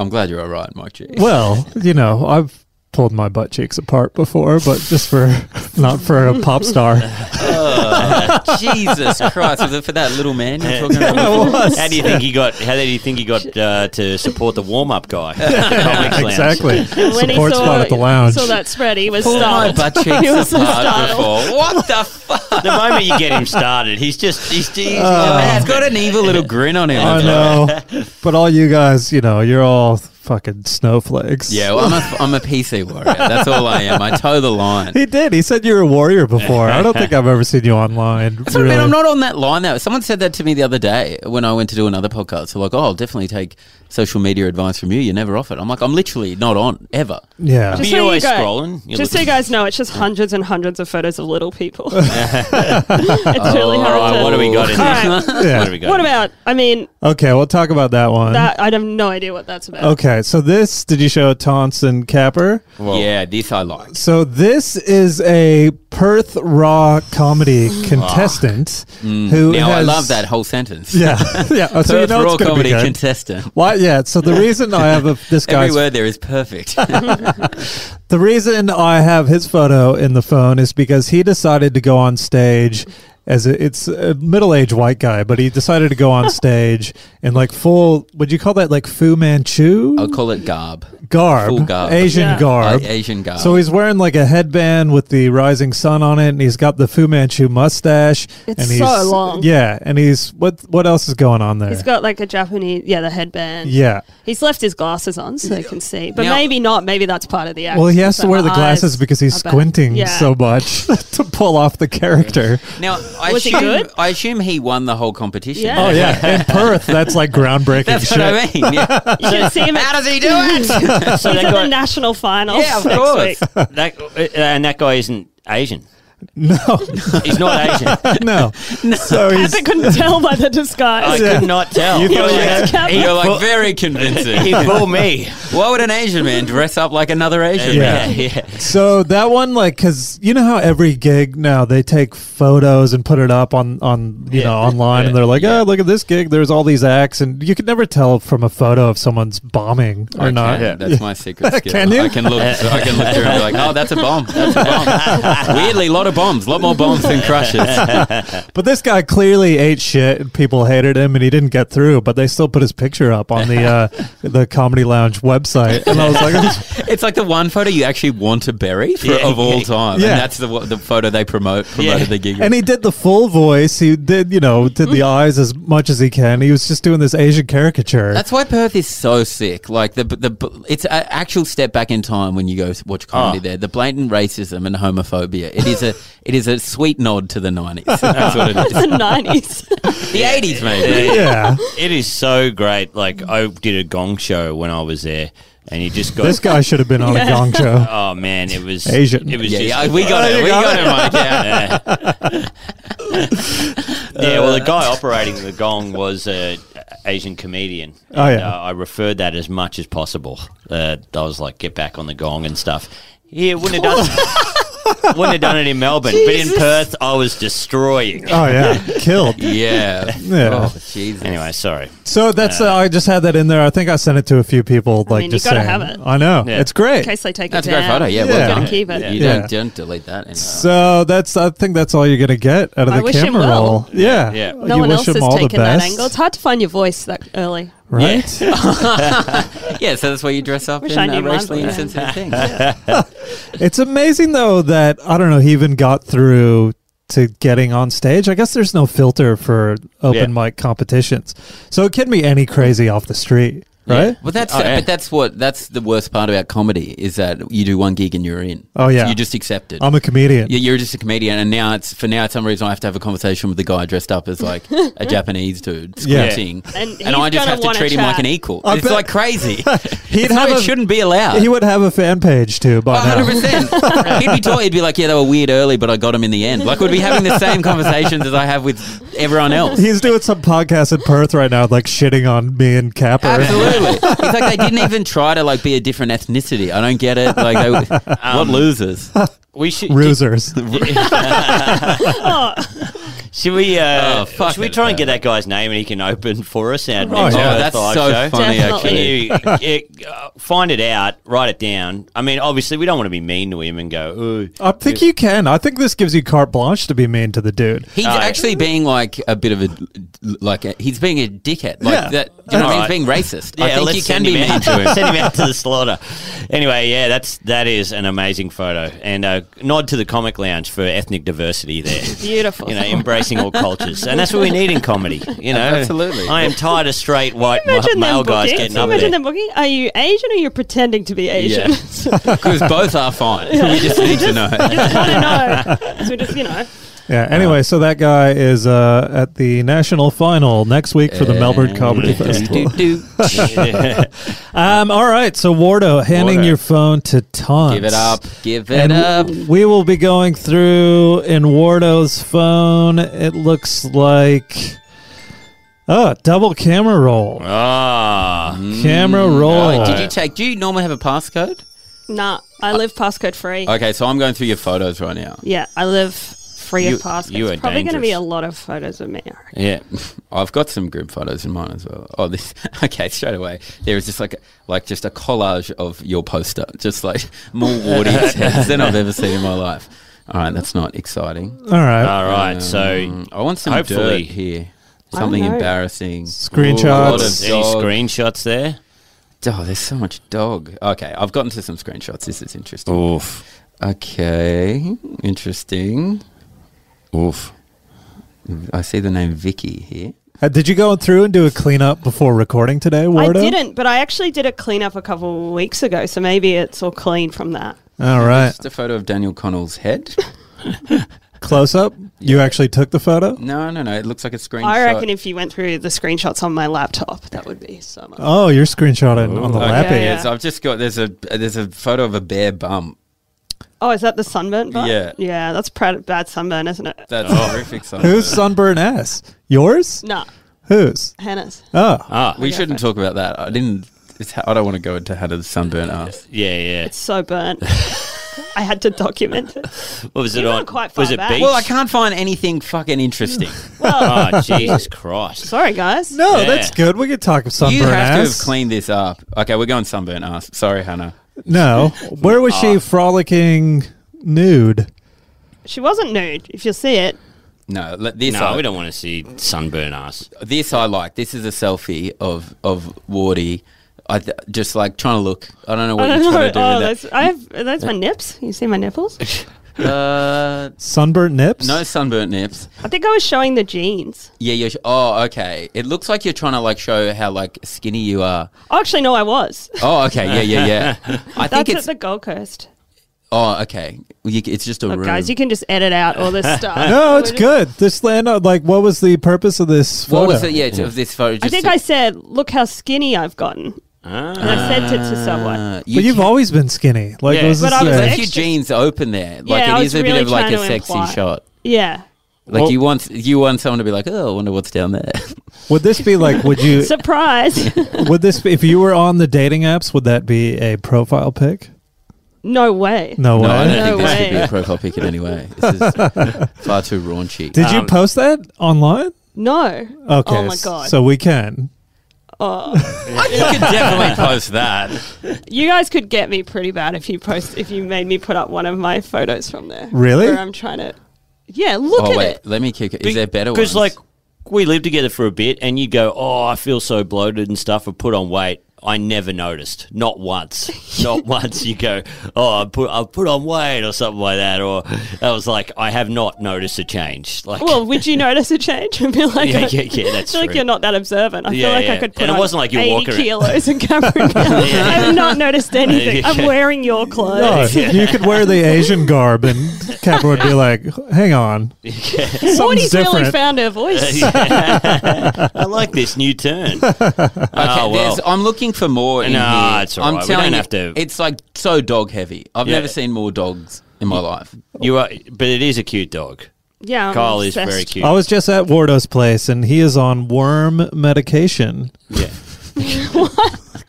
Speaker 4: am glad you're all right, Mike G.
Speaker 2: Well, you know, I've pulled my butt cheeks apart before, but just for not for a pop star.
Speaker 4: Oh, Jesus Christ. Was it for that little man you're talking about?
Speaker 3: How do you think he got? How do you think he got uh, to support the warm-up guy?
Speaker 2: exactly.
Speaker 5: And when
Speaker 2: Support
Speaker 5: he saw,
Speaker 2: spot at the lounge.
Speaker 5: saw that spread, he was
Speaker 4: Pulled my
Speaker 5: startled.
Speaker 4: butt
Speaker 5: He was
Speaker 4: cheeks
Speaker 5: so
Speaker 4: apart
Speaker 5: startled.
Speaker 4: before. What the fuck?
Speaker 3: The moment you get him started, he's just he's, he's
Speaker 4: He's got an evil little grin on him.
Speaker 2: I know, but all you guys, you know, you're all fucking snowflakes.
Speaker 4: Yeah, well, I'm a, I'm a PC warrior. That's all I am. I toe the line.
Speaker 2: He did. He said you were a warrior before. I don't think I've ever seen you online.
Speaker 4: That's what I mean.
Speaker 2: really.
Speaker 4: I'm not on that line though. Someone said that to me the other day when I went to do another podcast. They're like, "Oh, I'll definitely take social media advice from you. You're never off it." I'm like, "I'm literally not on ever."
Speaker 2: Yeah.
Speaker 5: Just
Speaker 3: You're
Speaker 5: so
Speaker 3: always
Speaker 5: you guys-
Speaker 3: scrolling. You're
Speaker 5: just so you
Speaker 3: looking-
Speaker 5: guys know, it's just hundreds and hundreds of photos of little people. it's really
Speaker 4: Oh,
Speaker 5: hard.
Speaker 3: All right,
Speaker 5: to,
Speaker 3: what do we got in
Speaker 5: All
Speaker 3: there?
Speaker 5: right.
Speaker 2: Yeah.
Speaker 3: What do we got?
Speaker 5: What about? I mean,
Speaker 2: Okay, we'll talk about that one.
Speaker 5: that I have no idea what that's about.
Speaker 2: Um, okay, so this did you show Taunts and Capper?
Speaker 4: yeah, this I like.
Speaker 2: So this is a Perth Raw comedy contestant who
Speaker 4: Now Ah. Mm. I
Speaker 2: has-
Speaker 4: love that whole sentence.
Speaker 2: Yeah, yeah. Oh, so you
Speaker 4: Perth
Speaker 2: know
Speaker 4: Raw
Speaker 2: it's going to be
Speaker 4: comedy
Speaker 2: good.
Speaker 4: contestant.
Speaker 2: Why? Yeah. So the reason I have a, this
Speaker 4: Every
Speaker 2: guy's
Speaker 4: word there is perfect.
Speaker 2: the reason I have his photo in the phone is because he decided to go on stage as a, it's a middle-aged white guy, but he decided to go on stage in like full. Would you call that like Fu Manchu
Speaker 4: I'll call it garb.
Speaker 2: garb,
Speaker 4: full garb.
Speaker 2: Asian
Speaker 5: Yeah.
Speaker 2: garb?
Speaker 4: Uh, Asian garb.
Speaker 2: So he's wearing like a headband with the rising sun on it, and he's got the Fu Manchu mustache.
Speaker 5: It's
Speaker 2: and
Speaker 5: so
Speaker 2: he's,
Speaker 5: long.
Speaker 2: Yeah, and he's what? What else is going on there?
Speaker 5: He's got like a Japanese, yeah, the headband.
Speaker 2: yeah.
Speaker 5: He's left his glasses on so they can see, but
Speaker 4: Now-
Speaker 5: maybe not. Maybe that's part of the act.
Speaker 2: Well, he has
Speaker 5: It's
Speaker 2: to
Speaker 5: like
Speaker 2: wear the
Speaker 5: my
Speaker 2: glasses
Speaker 5: eyes
Speaker 2: because he's
Speaker 5: are bad.
Speaker 2: squinting
Speaker 5: Yeah.
Speaker 2: so much to pull off the character.
Speaker 4: now I
Speaker 5: Was he
Speaker 4: assume
Speaker 5: good?
Speaker 4: I assume he won the whole competition.
Speaker 5: Yeah.
Speaker 2: Oh yeah, in Perth, that's like groundbreaking
Speaker 4: That's
Speaker 2: shit.
Speaker 4: what I mean. Yeah.
Speaker 5: You should see him.
Speaker 4: How
Speaker 5: At,
Speaker 4: does he do it?
Speaker 5: he's
Speaker 3: So that
Speaker 5: at the
Speaker 3: guy,
Speaker 5: national finals.
Speaker 4: Yeah, of
Speaker 5: next
Speaker 4: course.
Speaker 5: week.
Speaker 3: that, uh, and that guy isn't Asian.
Speaker 2: No,
Speaker 3: He's not Asian.
Speaker 2: no. So he's
Speaker 5: Abbott couldn't tell by the
Speaker 3: I
Speaker 5: disguise.
Speaker 2: Yeah.
Speaker 3: could not tell.
Speaker 2: You
Speaker 5: Oh,
Speaker 3: He
Speaker 2: thought
Speaker 3: was
Speaker 2: you
Speaker 3: like-
Speaker 5: had-
Speaker 3: he-
Speaker 4: You're like
Speaker 3: well,
Speaker 4: very convincing.
Speaker 3: he fooled me.
Speaker 4: Why would an Asian man dress up like another Asian
Speaker 2: Yeah.
Speaker 3: Yeah,
Speaker 4: man?
Speaker 3: yeah.
Speaker 2: so that one like because you know how every gig now they take photos and put it up on on you
Speaker 3: Yeah.
Speaker 2: know online and they're like oh look at this gig there's all these acts and you can never tell from a photo if someone's bombing or
Speaker 4: I
Speaker 2: not
Speaker 4: can. That's my secret skill.
Speaker 2: Can you?
Speaker 4: I can look. I can look through and be like, "Oh, that's a bomb. That's a bomb." Weirdly, a lot of bombs. A lot more bombs than crushes.
Speaker 2: But this guy clearly ate shit, and people hated him, and he didn't get through. But they still put his picture up on the uh, the Comedy Lounge website, and I was like,
Speaker 4: It's like the one photo you actually want to bury for,
Speaker 3: Yeah.
Speaker 4: of all time,
Speaker 2: Yeah.
Speaker 4: and that's the one- the photo they promote promoted
Speaker 3: Yeah.
Speaker 4: the gig.
Speaker 2: and he did the full voice. He did, you know, did the eyes as much as he can. He was just doing this Asian caricature.
Speaker 4: that's why Perth is so sick. Like the the it's an actual step back in time when you go s- watch comedy
Speaker 3: Oh.
Speaker 4: there. The blatant racism and homophobia. It is a it is a sweet nod to the nineties. That's what it
Speaker 5: the nineties.
Speaker 4: is. The eighties, maybe.
Speaker 3: Yeah.
Speaker 2: yeah,
Speaker 3: It is so great. Like I did a gong show when I was there, and you just got
Speaker 2: this guy should have been on a gong show.
Speaker 3: Oh man, it was
Speaker 2: Asian.
Speaker 3: It was
Speaker 4: Yeah,
Speaker 3: just,
Speaker 4: yeah, we got
Speaker 2: Oh,
Speaker 4: it.
Speaker 2: you
Speaker 4: We
Speaker 2: got
Speaker 4: got
Speaker 2: it.
Speaker 4: it, Mike. Yeah. Uh,
Speaker 3: Yeah. yeah, well, the guy operating the gong was a Asian comedian.
Speaker 2: Oh,
Speaker 3: And,
Speaker 2: yeah.
Speaker 3: uh, I referred that as much as possible. Uh, I was like, get back on the gong and stuff. Yeah, wouldn't have done. wouldn't have done it in Melbourne, but in Perth, I was destroying.
Speaker 2: Oh yeah, killed.
Speaker 4: Yeah.
Speaker 2: Yeah.
Speaker 4: Oh, Jesus.
Speaker 3: Anyway, sorry.
Speaker 2: So that's uh, I just had that in there. I think I sent it to a few people. Like
Speaker 5: mean, you
Speaker 2: just
Speaker 5: gotta
Speaker 2: saying,
Speaker 5: have it.
Speaker 2: I know
Speaker 3: Yeah.
Speaker 2: it's great.
Speaker 5: In case they take
Speaker 4: That's a
Speaker 5: it
Speaker 4: great
Speaker 5: down.
Speaker 4: photo. Yeah,
Speaker 2: Yeah.
Speaker 4: well
Speaker 5: Gotta
Speaker 4: done.
Speaker 5: keep it.
Speaker 4: You
Speaker 2: Yeah.
Speaker 4: don't, don't delete that. Anyway.
Speaker 2: So that's I think that's all you're gonna get out of
Speaker 5: I
Speaker 2: the
Speaker 5: wish him
Speaker 2: camera
Speaker 5: well.
Speaker 2: roll. Yeah,
Speaker 3: Yeah.
Speaker 5: No
Speaker 2: You
Speaker 5: one
Speaker 2: wish
Speaker 5: else
Speaker 2: him
Speaker 5: has
Speaker 2: all the
Speaker 5: taken that
Speaker 2: best,
Speaker 5: angle. It's hard to find your voice that early.
Speaker 2: right?
Speaker 4: yeah, so that's why you dress up
Speaker 5: Wish
Speaker 4: in
Speaker 5: I
Speaker 4: uh,
Speaker 5: knew mine
Speaker 4: racially
Speaker 5: was.
Speaker 4: insensitive things.
Speaker 2: It's amazing though that I don't know he even got through to getting on stage. I guess there's no filter for open
Speaker 3: Yeah.
Speaker 2: mic competitions, so it can be any crazy off the street. right?
Speaker 4: Well, that's
Speaker 3: Oh, yeah.
Speaker 4: but that's what that's the worst part about comedy is that you do one gig and you're in.
Speaker 2: Oh, yeah.
Speaker 4: you just accept it.
Speaker 2: I'm a comedian.
Speaker 4: You- you're just a comedian, and now it's for now. It's some reason I have to have a conversation with the guy dressed up as like a Japanese dude
Speaker 2: Yeah.
Speaker 4: squinting,
Speaker 5: And
Speaker 4: and,
Speaker 5: he's
Speaker 4: I just
Speaker 5: gonna
Speaker 4: have to
Speaker 5: wanna
Speaker 4: treat him like
Speaker 5: chat.
Speaker 4: an equal.
Speaker 2: I
Speaker 4: it's
Speaker 2: bet-
Speaker 4: like crazy.
Speaker 2: He'd
Speaker 4: It's not-
Speaker 2: have
Speaker 4: it
Speaker 2: a-
Speaker 4: shouldn't be allowed. Oh,
Speaker 2: He would have a fan page too by now.
Speaker 4: 100%. he'd be taught, he'd be like, yeah, they were weird early, but I got him in the end. Like, we'd be having the same conversations as I have with everyone else.
Speaker 2: He's doing some podcast in Perth right now, like shitting on me and Capper.
Speaker 4: Absolutely. It's like they didn't even try to like be a different ethnicity. I don't get it. Like, they, what losers?
Speaker 3: We should.
Speaker 2: Rusers.
Speaker 5: Oh,
Speaker 3: Should we? Uh,
Speaker 4: Oh, fuck
Speaker 3: should we
Speaker 4: it.
Speaker 3: try and get that guy's name and he can open for us our next
Speaker 2: Oh, yeah.
Speaker 3: uh,
Speaker 4: that's
Speaker 3: live
Speaker 4: so
Speaker 3: show?
Speaker 4: funny,
Speaker 3: Can
Speaker 5: Definitely.
Speaker 4: actually.
Speaker 3: you it, uh, find it out? Write it down. I mean, obviously, we don't want to be mean to him and go. Ooh.
Speaker 2: I think you can. I think this gives you carte blanche to be mean to the dude.
Speaker 4: He's
Speaker 3: Oh, yeah.
Speaker 4: actually being like a bit of a, like, a, he's being a dickhead. Like,
Speaker 2: Yeah.
Speaker 4: that, you know what I mean?
Speaker 3: Alright.
Speaker 4: He's being racist.
Speaker 3: Yeah,
Speaker 4: I think
Speaker 3: let's
Speaker 4: you can
Speaker 3: send
Speaker 4: be
Speaker 3: him
Speaker 4: mean
Speaker 3: out
Speaker 4: to him.
Speaker 3: send him out to the slaughter. Anyway, yeah, that's that is an amazing photo, and a nod to the comic lounge for ethnic diversity there.
Speaker 5: beautiful.
Speaker 3: You know, embracing all cultures, and that's what we need in comedy. You know,
Speaker 4: Absolutely.
Speaker 3: I am tired of straight white ma-
Speaker 5: Imagine
Speaker 3: male
Speaker 5: them
Speaker 3: guys
Speaker 5: booking.
Speaker 3: getting
Speaker 5: Can you
Speaker 3: up
Speaker 5: imagine
Speaker 3: there.
Speaker 5: them booking. Are you Asian or you're pretending to be Asian?
Speaker 4: Yeah. Because both are fine. We just need to know.
Speaker 5: just want to know. 'Cause we just, you know.
Speaker 2: Yeah. Anyway, so that guy is uh, at the national final next week for the Melbourne Comedy Festival.
Speaker 4: Do, do, do.
Speaker 2: Um, all right. So Wardo, handing
Speaker 3: Wardo.
Speaker 2: your phone to Tom.
Speaker 4: Give it up. Give it
Speaker 2: And
Speaker 4: up.
Speaker 2: we will be going through in Wardo's phone. It looks like oh, double camera roll.
Speaker 3: Ah,
Speaker 2: Camera roll.
Speaker 4: Oh, Mm, did you take? Do you normally have a passcode?
Speaker 5: Nah, I live passcode free.
Speaker 4: Okay, so I'm going through your photos right now.
Speaker 5: yeah, I live free
Speaker 3: You-
Speaker 5: of passcodes.
Speaker 3: you are
Speaker 5: Probably going to be
Speaker 3: dangerous.
Speaker 5: a lot of photos of me. I reckon.
Speaker 3: yeah.
Speaker 4: I've got some group photos in mine as well. Oh, this. Okay, straight away there is just like like just a collage of your poster, just like more warty heads than I've ever seen in my life. All right, that's not exciting.
Speaker 2: All right.
Speaker 3: All right, so
Speaker 4: Um, I want some
Speaker 3: hopefully-
Speaker 4: dirt here. Something
Speaker 5: know.
Speaker 4: embarrassing.
Speaker 2: Screenshots.
Speaker 4: Ooh, a lot of
Speaker 3: any
Speaker 4: dog.
Speaker 3: screenshots there?
Speaker 4: Oh, there's so much dog. Okay, I've gotten to some screenshots. This is interesting.
Speaker 3: Oof,
Speaker 4: Okay, interesting.
Speaker 3: oof.
Speaker 4: I see the name Vicky here.
Speaker 2: Uh, did you go through and do a cleanup before recording today,
Speaker 5: I
Speaker 2: Wardo?
Speaker 5: didn't, but I actually did a cleanup a couple of weeks ago, so maybe it's all clean from that.
Speaker 2: All right.
Speaker 4: Just a photo of Daniel Connell's head.
Speaker 5: uh,
Speaker 2: Close up. You actually took the photo.
Speaker 4: No, no, no. It looks like a screenshot.
Speaker 5: I reckon if you went through the screenshots on my laptop, that would be so much.
Speaker 2: Oh, you're screenshotting on the
Speaker 4: Okay,
Speaker 2: lap.
Speaker 5: Yeah,
Speaker 4: yes,
Speaker 5: yeah.
Speaker 4: I've just got there's a there's a photo of a bare bum.
Speaker 5: Oh, is that the sunburn? Part?
Speaker 4: Yeah.
Speaker 5: yeah, that's pr- bad sunburn, isn't it?
Speaker 3: Oh.
Speaker 4: That's horrific. Simon.
Speaker 2: Who's sunburn ass? Yours?
Speaker 5: Nah,
Speaker 2: Whose?
Speaker 5: Hannah's.
Speaker 2: Oh,
Speaker 3: Ah,
Speaker 4: We shouldn't talk about that. I didn't. It's how, I don't want to go into how to sunburn ass.
Speaker 3: yeah, yeah.
Speaker 5: So burnt. I had to document it.
Speaker 3: What was it
Speaker 5: You've
Speaker 3: on?
Speaker 5: gone quite far
Speaker 3: was it
Speaker 5: back.
Speaker 3: beach?
Speaker 4: Well, I can't find anything fucking interesting.
Speaker 3: Oh, Jesus Christ!
Speaker 5: Sorry, guys.
Speaker 2: no,
Speaker 3: Yeah.
Speaker 2: that's good. We could talk of sunburn
Speaker 4: you have to have
Speaker 2: ass.
Speaker 4: cleaned this up. Okay, we're going sunburn ass. Sorry, Hannah.
Speaker 2: No, where was she frolicking nude?
Speaker 5: She wasn't nude. If you see it,
Speaker 4: No, let- this
Speaker 3: No,
Speaker 4: I,
Speaker 3: we don't want to see sunburn ass.
Speaker 4: This I like. This is a selfie of of Wardy. I th- just like trying to look. I don't know what
Speaker 5: I don't
Speaker 4: you're
Speaker 5: know.
Speaker 4: trying to do
Speaker 5: Oh,
Speaker 4: with that.
Speaker 5: that's, I have, that's my nips. You see my nipples?
Speaker 4: Uh,
Speaker 2: Sunburnt nips?
Speaker 4: no sunburnt nips.
Speaker 5: I think I was showing the jeans.
Speaker 4: Yeah, you're. Sh- oh, okay. It looks like you're trying to like show how like skinny you are.
Speaker 5: Oh, actually, no, I was.
Speaker 4: Oh, okay. Yeah, yeah, yeah. I think
Speaker 5: That's at
Speaker 4: it's.
Speaker 5: the Gold Coast.
Speaker 4: oh, okay. Well, you, it's just a
Speaker 5: Look,
Speaker 4: room.
Speaker 5: guys, you can just edit out all this stuff.
Speaker 2: No,
Speaker 5: We're
Speaker 2: it's
Speaker 5: just-
Speaker 2: good. This land, uh, like, what was the purpose of this photo?
Speaker 4: what was it? Yeah, it's of this photo.
Speaker 5: I
Speaker 4: Just
Speaker 5: think
Speaker 4: to-
Speaker 5: I said, look how skinny I've gotten.
Speaker 3: Ah.
Speaker 5: And I sent it to someone.
Speaker 4: Uh,
Speaker 2: But
Speaker 4: you
Speaker 2: you've
Speaker 4: can-
Speaker 2: always been skinny. Like,
Speaker 3: Yeah.
Speaker 2: what was
Speaker 5: But
Speaker 2: this
Speaker 5: I was
Speaker 2: thing?
Speaker 4: left your
Speaker 5: Extra-
Speaker 4: jeans open there. Like
Speaker 5: Yeah, I
Speaker 4: it
Speaker 5: was
Speaker 4: is a bit
Speaker 5: really
Speaker 4: of like a
Speaker 5: trying to
Speaker 4: sexy
Speaker 5: imply-
Speaker 4: shot.
Speaker 5: Yeah.
Speaker 4: Like
Speaker 3: Well-
Speaker 4: you want you want someone to be like, oh, I wonder what's down there.
Speaker 2: Would this be like, would you,
Speaker 5: Surprise.
Speaker 2: would this, be, if you were on the dating apps, would that be a profile pic?
Speaker 5: no way.
Speaker 2: No,
Speaker 4: no, I
Speaker 2: way.
Speaker 4: don't think
Speaker 5: No
Speaker 4: this should be
Speaker 5: way.
Speaker 4: a profile pic in any way. This is far too raunchy.
Speaker 2: Did you
Speaker 3: Um,
Speaker 2: post that online?
Speaker 5: No.
Speaker 2: Okay.
Speaker 5: Oh, my God.
Speaker 2: So we can.
Speaker 4: you could definitely post that.
Speaker 5: You guys could get me pretty bad if you post if you made me put up one of my photos from there.
Speaker 2: Really?
Speaker 5: Where I'm trying to Yeah, look
Speaker 4: Oh
Speaker 5: at
Speaker 4: wait,
Speaker 5: it.
Speaker 4: let me kick it. Is there better?
Speaker 3: Because
Speaker 4: ones?
Speaker 3: like we lived together for a bit, and you go, "Oh, I feel so bloated and stuff," or put on weight. I never noticed, not once, not once. You go, oh, I put I put on weight or something like that, or I was like, I have not noticed a change. Like,
Speaker 5: Well, would you notice a change and be like,
Speaker 3: Yeah,
Speaker 5: I-
Speaker 3: yeah, yeah, that's
Speaker 5: I feel like
Speaker 3: true.
Speaker 5: you're not that observant. I
Speaker 3: Yeah,
Speaker 5: feel like I
Speaker 3: yeah.
Speaker 5: could put
Speaker 3: And it
Speaker 5: on
Speaker 3: wasn't like you
Speaker 5: 80
Speaker 3: walk around-
Speaker 5: kilos and Cameron I've not noticed anything. I'm wearing your
Speaker 2: No,
Speaker 5: clothes.
Speaker 2: you could wear the Asian garb, and Capper would be like, "Hang on, something's
Speaker 5: Morty's really
Speaker 2: different."
Speaker 5: found her voice.
Speaker 3: I like this new turn.
Speaker 4: Okay,
Speaker 3: Oh,
Speaker 4: there's-
Speaker 3: well.
Speaker 4: I'm looking for more. in
Speaker 3: No,
Speaker 4: here.
Speaker 3: it's all
Speaker 4: I'm
Speaker 3: right. We
Speaker 4: telling
Speaker 3: don't
Speaker 4: you,
Speaker 3: have to-
Speaker 4: It's like so dog heavy. I've
Speaker 3: Yeah.
Speaker 4: never seen more dogs in my life.
Speaker 3: You are, but it is a cute dog.
Speaker 5: yeah, I'm
Speaker 3: Kyle is very
Speaker 5: obsessed.
Speaker 3: cute.
Speaker 2: I was just at Wardo's place, and he is on worm medication.
Speaker 3: Yeah.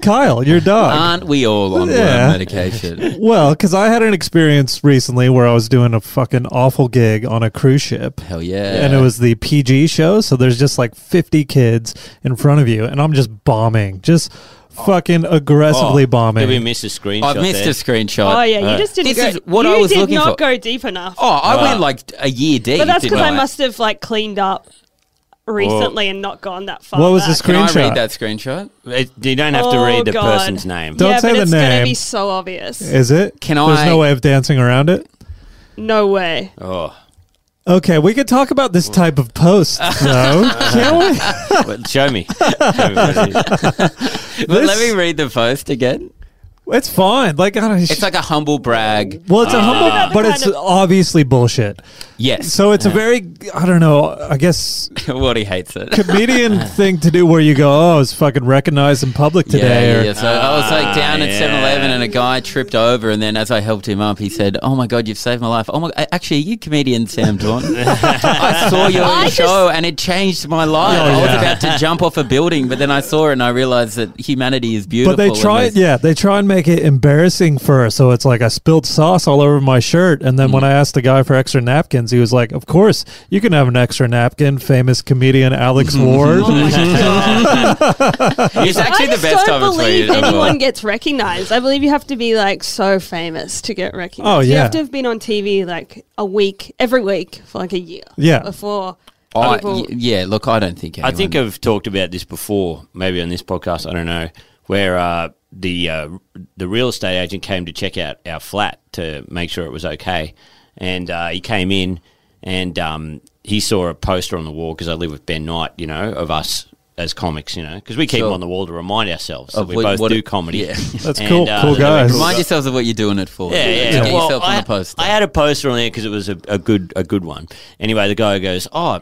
Speaker 2: Kyle, your dog.
Speaker 4: Aren't we all on
Speaker 2: Yeah.
Speaker 4: worm medication?
Speaker 2: Well, because I had an experience recently where I was doing a fucking awful gig on a cruise ship.
Speaker 4: Hell yeah.
Speaker 2: And it was the PG show. So there's just like 50 kids in front of you, and I'm just bombing, just fucking aggressively bombing.
Speaker 3: Oh, Did we miss a screenshot?
Speaker 4: I've missed
Speaker 3: there?
Speaker 4: a screenshot.
Speaker 5: Oh yeah, you just didn't.
Speaker 4: This
Speaker 5: go,
Speaker 4: is what
Speaker 5: you
Speaker 4: I was
Speaker 5: did
Speaker 4: looking
Speaker 5: not
Speaker 4: for.
Speaker 5: go deep enough.
Speaker 4: Oh, I
Speaker 3: Ah.
Speaker 4: went like a year deep.
Speaker 5: but that's because
Speaker 4: didn't
Speaker 5: I must have like cleaned up recently and not gone that far.
Speaker 2: What was the
Speaker 5: back.
Speaker 2: screen-
Speaker 4: Can I
Speaker 2: Screenshot.
Speaker 4: read that screenshot?
Speaker 3: It- you don't have to
Speaker 5: Oh,
Speaker 3: read the
Speaker 5: God.
Speaker 3: person's name.
Speaker 2: Don't
Speaker 5: yeah,
Speaker 2: say
Speaker 5: but
Speaker 2: the
Speaker 5: it's
Speaker 2: name.
Speaker 5: gonna be so obvious.
Speaker 2: Is it?
Speaker 4: Can
Speaker 2: There's
Speaker 4: I-
Speaker 2: no way of dancing around it.
Speaker 5: No way.
Speaker 3: Oh,
Speaker 2: Okay, we could talk about this type of post, though, can we?
Speaker 3: well, show me. Show me what it is.
Speaker 4: But let
Speaker 2: This-
Speaker 4: me read the post again.
Speaker 2: It's fine. Like, I don't,
Speaker 4: It's like uh, a humble brag.
Speaker 2: well, it's a humble,
Speaker 5: another
Speaker 2: but
Speaker 5: kind
Speaker 2: it's
Speaker 5: of-
Speaker 2: obviously bullshit.
Speaker 4: Yes.
Speaker 2: So it's a very, I don't know, I guess
Speaker 4: Waddy hates it.
Speaker 2: comedian thing to do where you go, oh, I was fucking recognized in public today.
Speaker 4: Yeah, yeah,
Speaker 2: or-
Speaker 4: yeah. So I was like down at
Speaker 3: Ah,
Speaker 4: 7 Eleven
Speaker 3: yeah.
Speaker 4: and a guy tripped over. And then as I helped him up, he said, Oh my God, you've saved my life. Oh my, a- actually, are you comedian Sam Dawn? I saw your
Speaker 5: I just-
Speaker 4: show and it changed my life.
Speaker 2: Oh,
Speaker 4: I was
Speaker 2: yeah.
Speaker 4: about to jump off a building, but then I saw it and I realized that humanity is beautiful.
Speaker 2: But they
Speaker 4: and
Speaker 2: try,
Speaker 4: there's-
Speaker 2: yeah, they try and make it embarrassing for us. So it's like I spilled sauce all over my shirt, and then
Speaker 4: Mm.
Speaker 2: when I asked the guy for extra napkins, he was like, "Of course, you can have an extra napkin." Famous comedian Alex Ward.
Speaker 5: Oh my
Speaker 4: It's
Speaker 5: I
Speaker 4: actually the
Speaker 5: just
Speaker 4: best
Speaker 5: don't
Speaker 4: time of
Speaker 5: believe
Speaker 4: tweeted.
Speaker 5: anyone gets recognized. I believe you have to be like so famous to get recognized.
Speaker 2: Oh,
Speaker 5: you
Speaker 2: yeah.
Speaker 5: have to have been on TV like a week, every week for like a year.
Speaker 2: Yeah.
Speaker 5: before
Speaker 4: I,
Speaker 5: people.
Speaker 4: Oh, y- yeah, look, I don't think
Speaker 3: I
Speaker 4: anyone-
Speaker 3: think I've talked about this before, maybe on this podcast. I don't know where uh, the uh, the real estate agent came to check out our flat to make sure it was okay, and uh, he came in and um, he saw a poster on the wall because I live with Ben Knight, you know, of us as comics, you know, because we keep
Speaker 4: Sure.
Speaker 3: them on the wall to remind ourselves
Speaker 4: Of
Speaker 3: that we
Speaker 4: what-
Speaker 3: both
Speaker 4: what-
Speaker 3: do comedy. uh,
Speaker 4: yeah.
Speaker 2: That's cool. Cool
Speaker 3: they're really
Speaker 2: guys.
Speaker 4: Remind yourselves of what you're doing it for.
Speaker 3: yeah, yeah.
Speaker 4: Get
Speaker 3: Well,
Speaker 4: yourself on
Speaker 3: I,
Speaker 4: the poster.
Speaker 3: I had a poster on there because it was a, a good a good one. Anyway, the guy goes, "Oh,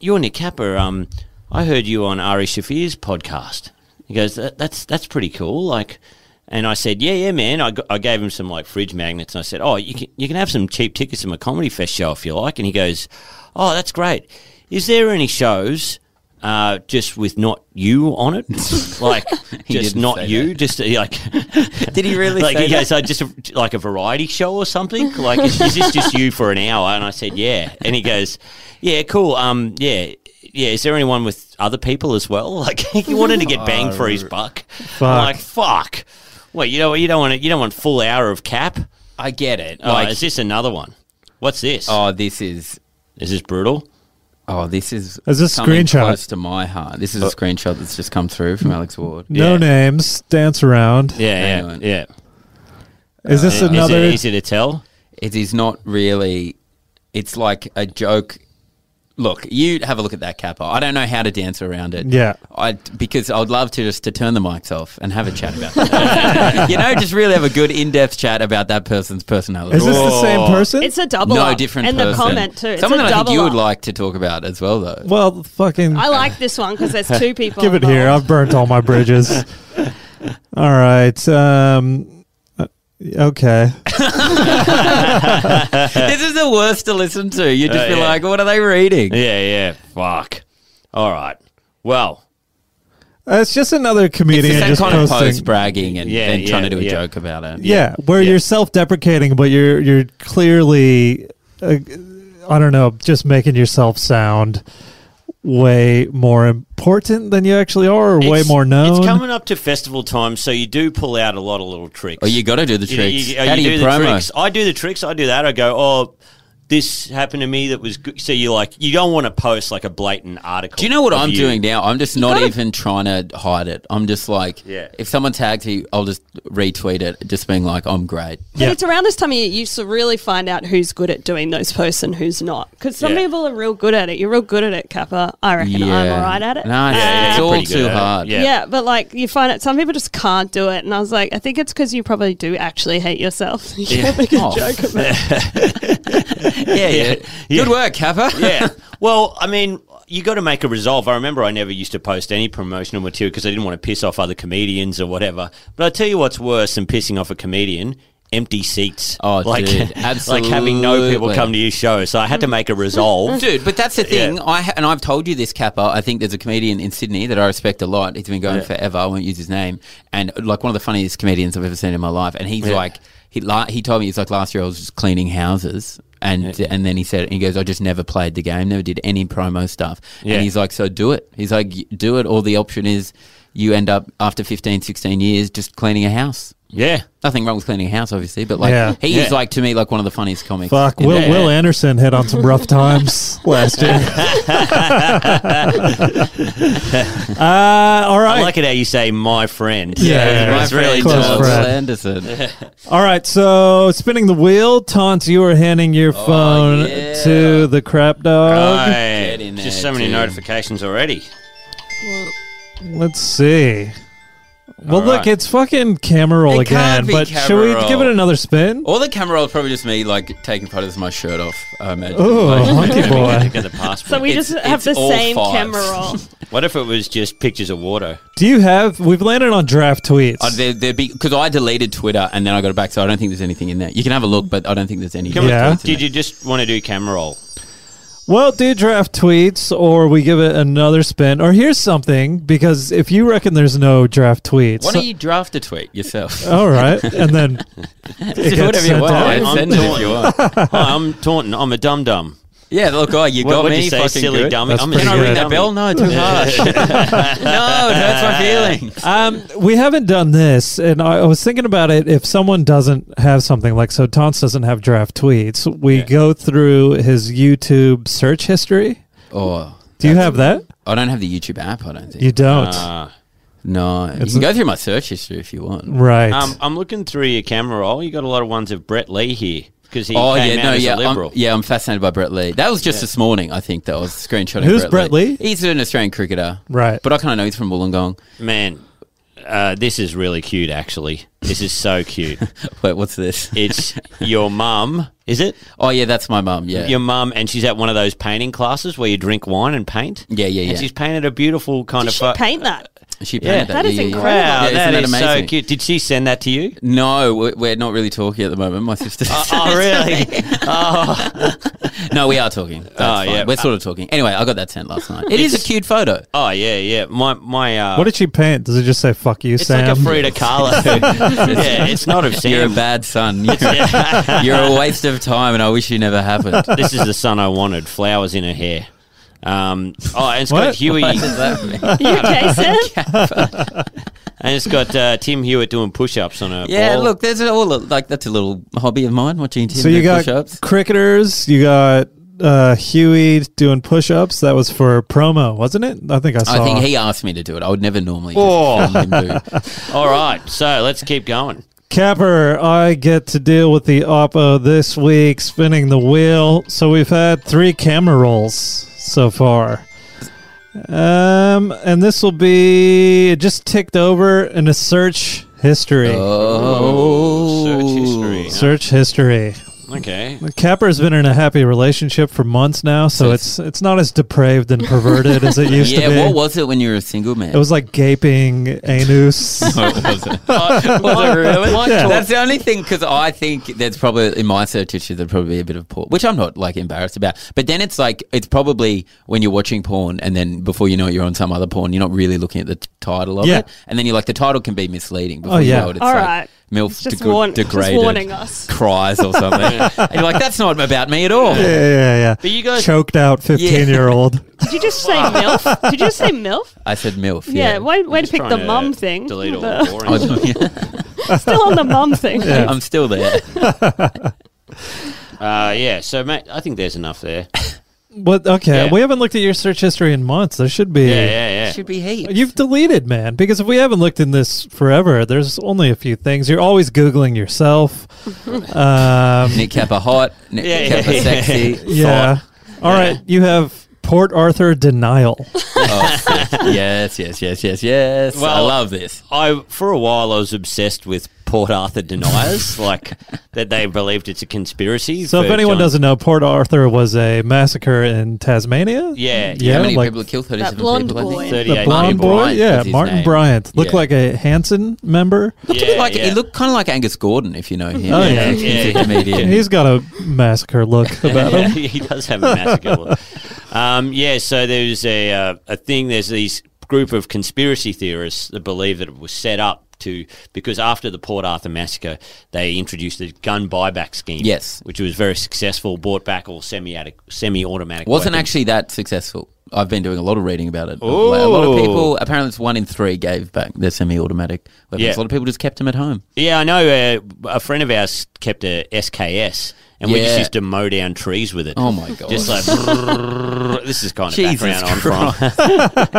Speaker 3: you're Nick Capper. Um, I heard you on Ari Shafir's podcast." He goes, that, "That's that's pretty cool." Like, and I said, "Yeah, yeah, man." I, g- I gave him some like fridge magnets, and I said, "Oh, you can you can have some cheap tickets to my comedy fest show if you like." And he goes, "Oh, that's great. Is there any shows?" Uh, just with not you on it, like
Speaker 4: He
Speaker 3: just
Speaker 4: didn't
Speaker 3: not
Speaker 4: say
Speaker 3: you, just uh, like
Speaker 4: Did he really
Speaker 3: like
Speaker 4: say
Speaker 3: he
Speaker 4: that?
Speaker 3: goes, "Oh, just a, like a variety show or something. Like, is, is this just you for an hour? And I said, yeah. And he goes, yeah, cool. Um, yeah, yeah. Is there anyone with other people as well? Like, he wanted to get bang for his buck. I'm like, fuck. Wait, you know, you don't want to, you don't want full hour of cap.
Speaker 4: I get it.
Speaker 3: Oh,
Speaker 4: Like,
Speaker 3: is this another one? What's this?
Speaker 4: oh, this is
Speaker 3: Is this brutal?
Speaker 4: Oh, this is
Speaker 2: Is this
Speaker 4: coming
Speaker 2: screenshot? Uh,
Speaker 4: close to my heart. This is a screenshot that's just come through from Alex Ward.
Speaker 2: No
Speaker 3: Yeah.
Speaker 2: names, dance around.
Speaker 3: Yeah,
Speaker 4: Hang
Speaker 3: yeah,
Speaker 4: on.
Speaker 3: yeah.
Speaker 2: Is this
Speaker 3: Is
Speaker 2: another?
Speaker 3: it easy to tell?
Speaker 4: It is not really. It's like a joke. Look, you have a look at that kappa. I don't know how to dance around it.
Speaker 2: Yeah.
Speaker 4: I because I'd love to just to turn the mics off and have a chat about that. you know, just really have a good in-depth chat about that person's personality.
Speaker 2: is this the same
Speaker 3: Whoa.
Speaker 2: person?
Speaker 5: it's a double.
Speaker 4: no
Speaker 5: up.
Speaker 4: different
Speaker 5: And the
Speaker 4: person.
Speaker 5: comment too. It's
Speaker 4: Someone
Speaker 5: a
Speaker 4: that I think
Speaker 5: double
Speaker 4: you would
Speaker 5: up.
Speaker 4: like to talk about as well, though.
Speaker 2: well, fucking.
Speaker 5: I like this one because there's two people.
Speaker 2: give it here.
Speaker 5: involved.
Speaker 2: I've burnt all my bridges. all right. Um, uh, okay.
Speaker 4: this is the worst to listen to. You just
Speaker 3: Uh,
Speaker 4: be
Speaker 3: yeah.
Speaker 4: like, what are they reading?
Speaker 3: Yeah, yeah. Fuck. All right. Well,
Speaker 2: Uh, It's just another
Speaker 4: It's
Speaker 2: comedian
Speaker 4: the same
Speaker 2: just
Speaker 4: kind of
Speaker 2: posting.
Speaker 4: post bragging and,
Speaker 3: Yeah,
Speaker 4: and trying
Speaker 3: yeah,
Speaker 4: to do a
Speaker 3: yeah.
Speaker 4: joke about it.
Speaker 2: yeah, where
Speaker 3: yeah.
Speaker 2: you're self-deprecating but you're you're clearly uh, i don't know just making yourself sound way more important than you actually are or way
Speaker 3: it's-
Speaker 2: more known
Speaker 3: It's coming up to festival time, so you do pull out a lot of little tricks.
Speaker 4: Oh, you got to do the
Speaker 3: You know,
Speaker 4: tricks.
Speaker 3: you- uh,
Speaker 4: How
Speaker 3: you
Speaker 4: do you
Speaker 3: the
Speaker 4: promo?
Speaker 3: tricks. I do the tricks. I do that. I go, oh, this happened to me that was good. So you're like, you don't want to post like a blatant article.
Speaker 4: Do you know what
Speaker 3: of
Speaker 4: I'm
Speaker 3: you.
Speaker 4: doing now? I'm just not
Speaker 5: gotta-
Speaker 4: even trying to hide it. I'm just like,
Speaker 3: Yeah.
Speaker 4: if someone tags you, I'll just retweet it, just being like, I'm great.
Speaker 5: But it's around this time of year you used to really find out who's good at doing those posts and who's not. Because some
Speaker 3: Yeah.
Speaker 5: people are real good at it. You're real good at it, Kappa. I reckon I'm all right at it.
Speaker 4: No,
Speaker 3: yeah,
Speaker 4: it's
Speaker 3: you're
Speaker 4: all
Speaker 3: pretty good
Speaker 4: too
Speaker 3: at it.
Speaker 4: hard.
Speaker 3: Yeah.
Speaker 5: yeah. but like you find it, some people just can't do it. And I was like, I think it's because you probably do actually hate yourself. You can't make a
Speaker 4: Oh.
Speaker 5: joke about it.
Speaker 4: yeah, yeah.
Speaker 3: Yeah.
Speaker 4: Good work, Kappa.
Speaker 3: yeah. Well, I mean, you got to make a resolve. I remember I never used to post any promotional material because I didn't want to piss off other comedians or whatever. But I tell you what's worse than pissing off a comedian. Empty seats,
Speaker 4: Oh, dude,
Speaker 3: like having no people
Speaker 4: absolutely.
Speaker 3: come to your show. So I had to make a resolve.
Speaker 4: Dude, but that's the thing. I ha- and I've told you this, Kappa. I think there's a comedian in Sydney that I respect a lot. He's been going forever. I won't use his name. And like one of the funniest comedians I've ever seen in my life. And he's like, he la- he told me he's like last year I was just cleaning houses. And and then he said, he goes, I just never played the game, never did any promo stuff.
Speaker 3: Yeah.
Speaker 4: And he's like, so do it. He's like, "Y- do it. Or the option is you end up after 15, 16 years just cleaning a house.
Speaker 3: yeah.
Speaker 4: Nothing wrong with cleaning a house, obviously, but like
Speaker 2: Yeah.
Speaker 4: he is
Speaker 3: Yeah.
Speaker 4: like to me like one of the funniest comics.
Speaker 2: Fuck,
Speaker 4: in
Speaker 2: Will,
Speaker 3: Yeah.
Speaker 2: Will Anderson hit on some rough times last year. uh, all
Speaker 3: I
Speaker 2: right.
Speaker 3: like it how you say my friend.
Speaker 2: Yeah,
Speaker 4: my
Speaker 3: it's
Speaker 4: friend
Speaker 3: really
Speaker 2: Close
Speaker 4: Charles
Speaker 3: tough.
Speaker 2: friend.
Speaker 4: Anderson.
Speaker 2: All right, so spinning the wheel, Taunt, you are handing your
Speaker 3: Oh,
Speaker 2: phone
Speaker 4: yeah.
Speaker 2: to the crap dog.
Speaker 3: Right.
Speaker 4: Get in
Speaker 3: Oh, Just
Speaker 4: there,
Speaker 3: so many
Speaker 4: dude.
Speaker 3: notifications already.
Speaker 2: Let's see. Well,
Speaker 3: All
Speaker 2: look,
Speaker 3: right.
Speaker 2: it's fucking camera roll
Speaker 4: It can't
Speaker 2: again,
Speaker 4: be
Speaker 2: but
Speaker 4: camera
Speaker 2: should we
Speaker 4: roll.
Speaker 2: give it another spin?
Speaker 4: All the camera roll is probably just me like taking photos of my shirt off. I imagine.
Speaker 2: Ooh,
Speaker 4: Like,
Speaker 2: hunky boy.
Speaker 3: Look at the passport.
Speaker 5: So we
Speaker 4: It's-
Speaker 5: just have
Speaker 4: it's
Speaker 5: the
Speaker 4: all
Speaker 5: same
Speaker 4: fives.
Speaker 5: camera roll.
Speaker 3: what if it was just pictures of water?
Speaker 2: Do you have? We've landed on draft tweets.
Speaker 4: uh, there, there be because I deleted Twitter and then I got it back, so I don't think there's anything in there. You can have a look, but I don't think there's any.
Speaker 2: we- Yeah.
Speaker 4: tweets in
Speaker 3: Did you just want to do camera roll?
Speaker 2: Well, do draft tweets, or we give it another spin, or here's something because if you reckon there's no draft tweets,
Speaker 4: there. Why don't you draft a tweet yourself?
Speaker 2: all right, and then it
Speaker 4: Do whatever you
Speaker 2: sent
Speaker 4: want.
Speaker 2: out.
Speaker 4: mate.
Speaker 3: I'm
Speaker 4: Send it if you want.
Speaker 3: Hi, I'm Taunton. I'm a dum dum.
Speaker 4: Yeah, look, oh, you
Speaker 3: What
Speaker 4: got
Speaker 3: would
Speaker 4: me.
Speaker 3: you say,
Speaker 4: fucking
Speaker 3: silly
Speaker 4: good.
Speaker 3: dummy?
Speaker 2: That's
Speaker 3: I'm a
Speaker 2: pretty
Speaker 4: Can I
Speaker 3: silly
Speaker 4: ring that
Speaker 3: dummy.
Speaker 4: bell? No, too harsh. no, it hurts my feelings.
Speaker 2: Um, we haven't done this, and I, I was thinking about it. If someone doesn't have something like so, Tons doesn't have draft tweets. We go through his YouTube search history.
Speaker 4: Oh,
Speaker 2: Do you have that?
Speaker 4: I don't have the YouTube app. I don't think.
Speaker 2: You don't,
Speaker 3: Ah.
Speaker 4: no, you can go through my search history if you want.
Speaker 2: right?
Speaker 3: Um, I'm looking through your camera roll. You got a lot of ones of Brett Lee here because he
Speaker 4: Oh
Speaker 3: came
Speaker 4: yeah,
Speaker 3: out
Speaker 4: no,
Speaker 3: as a
Speaker 4: yeah,
Speaker 3: liberal.
Speaker 4: I'm, yeah. I'm fascinated by Brett Lee. That was just this morning, I think. That I was screenshotting.
Speaker 2: Who's Brett Lee?
Speaker 4: He's an Australian cricketer,
Speaker 2: Right.
Speaker 4: But I kind of know he's from Wollongong.
Speaker 3: Man, uh, this is really cute. Actually, this is so cute.
Speaker 4: Wait, what's this?
Speaker 3: It's your mum, is it?
Speaker 4: Oh yeah, that's my mum. Yeah,
Speaker 3: Your mum, and she's at one of those painting classes where you drink wine and paint.
Speaker 4: yeah, yeah,
Speaker 3: And
Speaker 4: yeah.
Speaker 3: she's painted a beautiful kind
Speaker 5: Did
Speaker 3: of.
Speaker 5: she
Speaker 3: pho-
Speaker 5: paint that?
Speaker 4: she
Speaker 3: Yeah.
Speaker 4: painted
Speaker 3: That
Speaker 5: is
Speaker 4: Yeah, yeah, yeah.
Speaker 5: incredible. Wow,
Speaker 4: Yeah, isn't
Speaker 3: that
Speaker 4: that
Speaker 3: is
Speaker 4: amazing?
Speaker 3: so cute. Did she send that to you?
Speaker 4: No, we- we're not really talking at the moment. My sister.
Speaker 3: Oh, really?
Speaker 4: no, we are talking. That's
Speaker 3: Oh,
Speaker 4: fine.
Speaker 3: yeah.
Speaker 4: We're sort of talking. Anyway, I got that sent last night. It is a cute photo.
Speaker 3: oh, yeah, yeah. My, my, uh,
Speaker 2: what did she paint? Does it just say "fuck you,
Speaker 3: it's
Speaker 2: Sam"?
Speaker 3: like a Frida Kahlo. yeah, it's not of
Speaker 4: You're a
Speaker 3: Sam.
Speaker 4: bad son. You're, you're a waste of time, and I wish you never happened.
Speaker 3: this is the son I wanted. Flowers in her hair. Um, oh, and it's
Speaker 2: What?
Speaker 3: got Huey,
Speaker 4: What
Speaker 3: and
Speaker 4: does that mean?
Speaker 5: You okay, Sam?
Speaker 3: it's got uh, Tim Hewitt doing push-ups on a
Speaker 4: Yeah,
Speaker 3: ball.
Speaker 4: look, there's all like that's a little hobby of mine watching Tim
Speaker 2: so you
Speaker 4: do
Speaker 2: got
Speaker 4: push-ups.
Speaker 2: cricketers. You got uh, Huey doing push-ups. That was for promo, wasn't it? I think I saw.
Speaker 4: I think he asked me to do it. I would never normally.
Speaker 3: Oh.
Speaker 4: Just film him do.
Speaker 3: All right, so let's keep going.
Speaker 2: Capper, I get to deal with the Oppo this week, spinning the wheel. So we've had three camera rolls so far. Um, and this will be it just ticked over in a search history.
Speaker 4: Oh,
Speaker 3: Search history.
Speaker 2: Search history.
Speaker 3: Okay.
Speaker 2: Capper's been in a happy relationship for months now, so it's it's not as depraved and perverted as it used to be.
Speaker 4: Yeah, what was it when you were a single man?
Speaker 2: it was like gaping anus. Yeah.
Speaker 4: That's the only thing because I think there's probably in my search history there'd probably be a bit of porn, which I'm not like embarrassed about. But then it's like it's probably when you're watching porn, and then before you know it, you're on some other porn. You're not really looking at the t- title of
Speaker 2: Yeah.
Speaker 4: it, and then you're like the title can be misleading. Before
Speaker 2: Oh,
Speaker 4: you
Speaker 2: yeah.
Speaker 4: know it, it's
Speaker 5: All
Speaker 4: like
Speaker 5: right.
Speaker 4: milf
Speaker 5: Just
Speaker 4: degr-
Speaker 5: warn- just
Speaker 4: degraded
Speaker 5: warning us.
Speaker 4: cries or something. and you're like, that's not about me at all.
Speaker 2: yeah, yeah, yeah.
Speaker 3: But you guys-
Speaker 2: choked out fifteen year old.
Speaker 5: Did you just say MILF? Did you just say MILF?
Speaker 4: I said milf.
Speaker 5: Yeah,
Speaker 4: Yeah.
Speaker 5: way, way to
Speaker 3: Just
Speaker 5: pick the
Speaker 3: trying to
Speaker 5: mum thing.
Speaker 3: Delete all
Speaker 5: The-
Speaker 3: the
Speaker 2: Oh,
Speaker 3: boring
Speaker 4: I-
Speaker 3: stuff.
Speaker 4: yeah.
Speaker 5: still on the mum thing.
Speaker 4: I'm still there.
Speaker 3: Uh, yeah, so mate, I think there's enough there.
Speaker 2: What? Okay,
Speaker 3: Yeah.
Speaker 2: we haven't looked at your search history in months. There should be.
Speaker 3: Yeah, yeah, yeah.
Speaker 4: Should be heaps.
Speaker 2: You've deleted, man, because if we haven't looked in this forever, there's only a few things. You're always Googling yourself. um,
Speaker 4: Nick Kappa hot, Nick
Speaker 3: Yeah, yeah,
Speaker 4: Kappa
Speaker 3: yeah.
Speaker 4: sexy.
Speaker 2: yeah. All right, you have Port Arthur denial.
Speaker 4: Oh, yes, yes, yes, yes, yes. I
Speaker 3: Well-
Speaker 4: love this.
Speaker 3: I for a while I was obsessed with Port Arthur deniers, like that they believed it's a conspiracy.
Speaker 2: So, if
Speaker 3: for
Speaker 2: anyone
Speaker 3: John-
Speaker 2: doesn't know, Port Arthur was a massacre in Tasmania.
Speaker 3: yeah, yeah,
Speaker 2: Yeah,
Speaker 4: How many
Speaker 2: like-
Speaker 4: people have killed? Thirty-seven
Speaker 5: That blonde
Speaker 4: people. I
Speaker 5: boy.
Speaker 4: think.
Speaker 5: The
Speaker 2: The
Speaker 3: 38
Speaker 2: blonde
Speaker 4: people.
Speaker 2: boy,
Speaker 4: Bryant
Speaker 2: yeah,
Speaker 4: was his
Speaker 2: Martin
Speaker 4: name.
Speaker 2: Bryant looked
Speaker 4: Yeah.
Speaker 2: like a Hanson member.
Speaker 3: yeah,
Speaker 4: like
Speaker 3: yeah.
Speaker 4: he looked kind of like Angus Gordon, if you know him.
Speaker 2: Oh, yeah.
Speaker 4: He's
Speaker 3: Yeah,
Speaker 4: a
Speaker 3: yeah.
Speaker 4: comedian.
Speaker 2: He's got a massacre look about him.
Speaker 3: Yeah, he does have a massacre. look. um, yeah, so there's a uh, a thing. There's these group of conspiracy theorists that believe that it was set up to because after the Port Arthur massacre, they introduced the gun buyback scheme.
Speaker 4: Yes.
Speaker 3: which was very successful. Bought back all semi-automatic, semi-automatic.
Speaker 4: wasn't
Speaker 3: weapons.
Speaker 4: actually that successful. I've been doing a lot of reading about it. A lot of
Speaker 3: Ooh.
Speaker 4: people, apparently, it's one in three gave back their semi-automatic weapons.
Speaker 3: Yeah.
Speaker 4: A lot of people just kept them at home.
Speaker 3: Yeah, I know. Uh, a friend of ours kept a SKS, and we just
Speaker 4: Yeah.
Speaker 3: used to mow down trees with it.
Speaker 4: Oh my god!
Speaker 3: Just like brrrr. this is kind of
Speaker 4: Jesus
Speaker 3: background I'm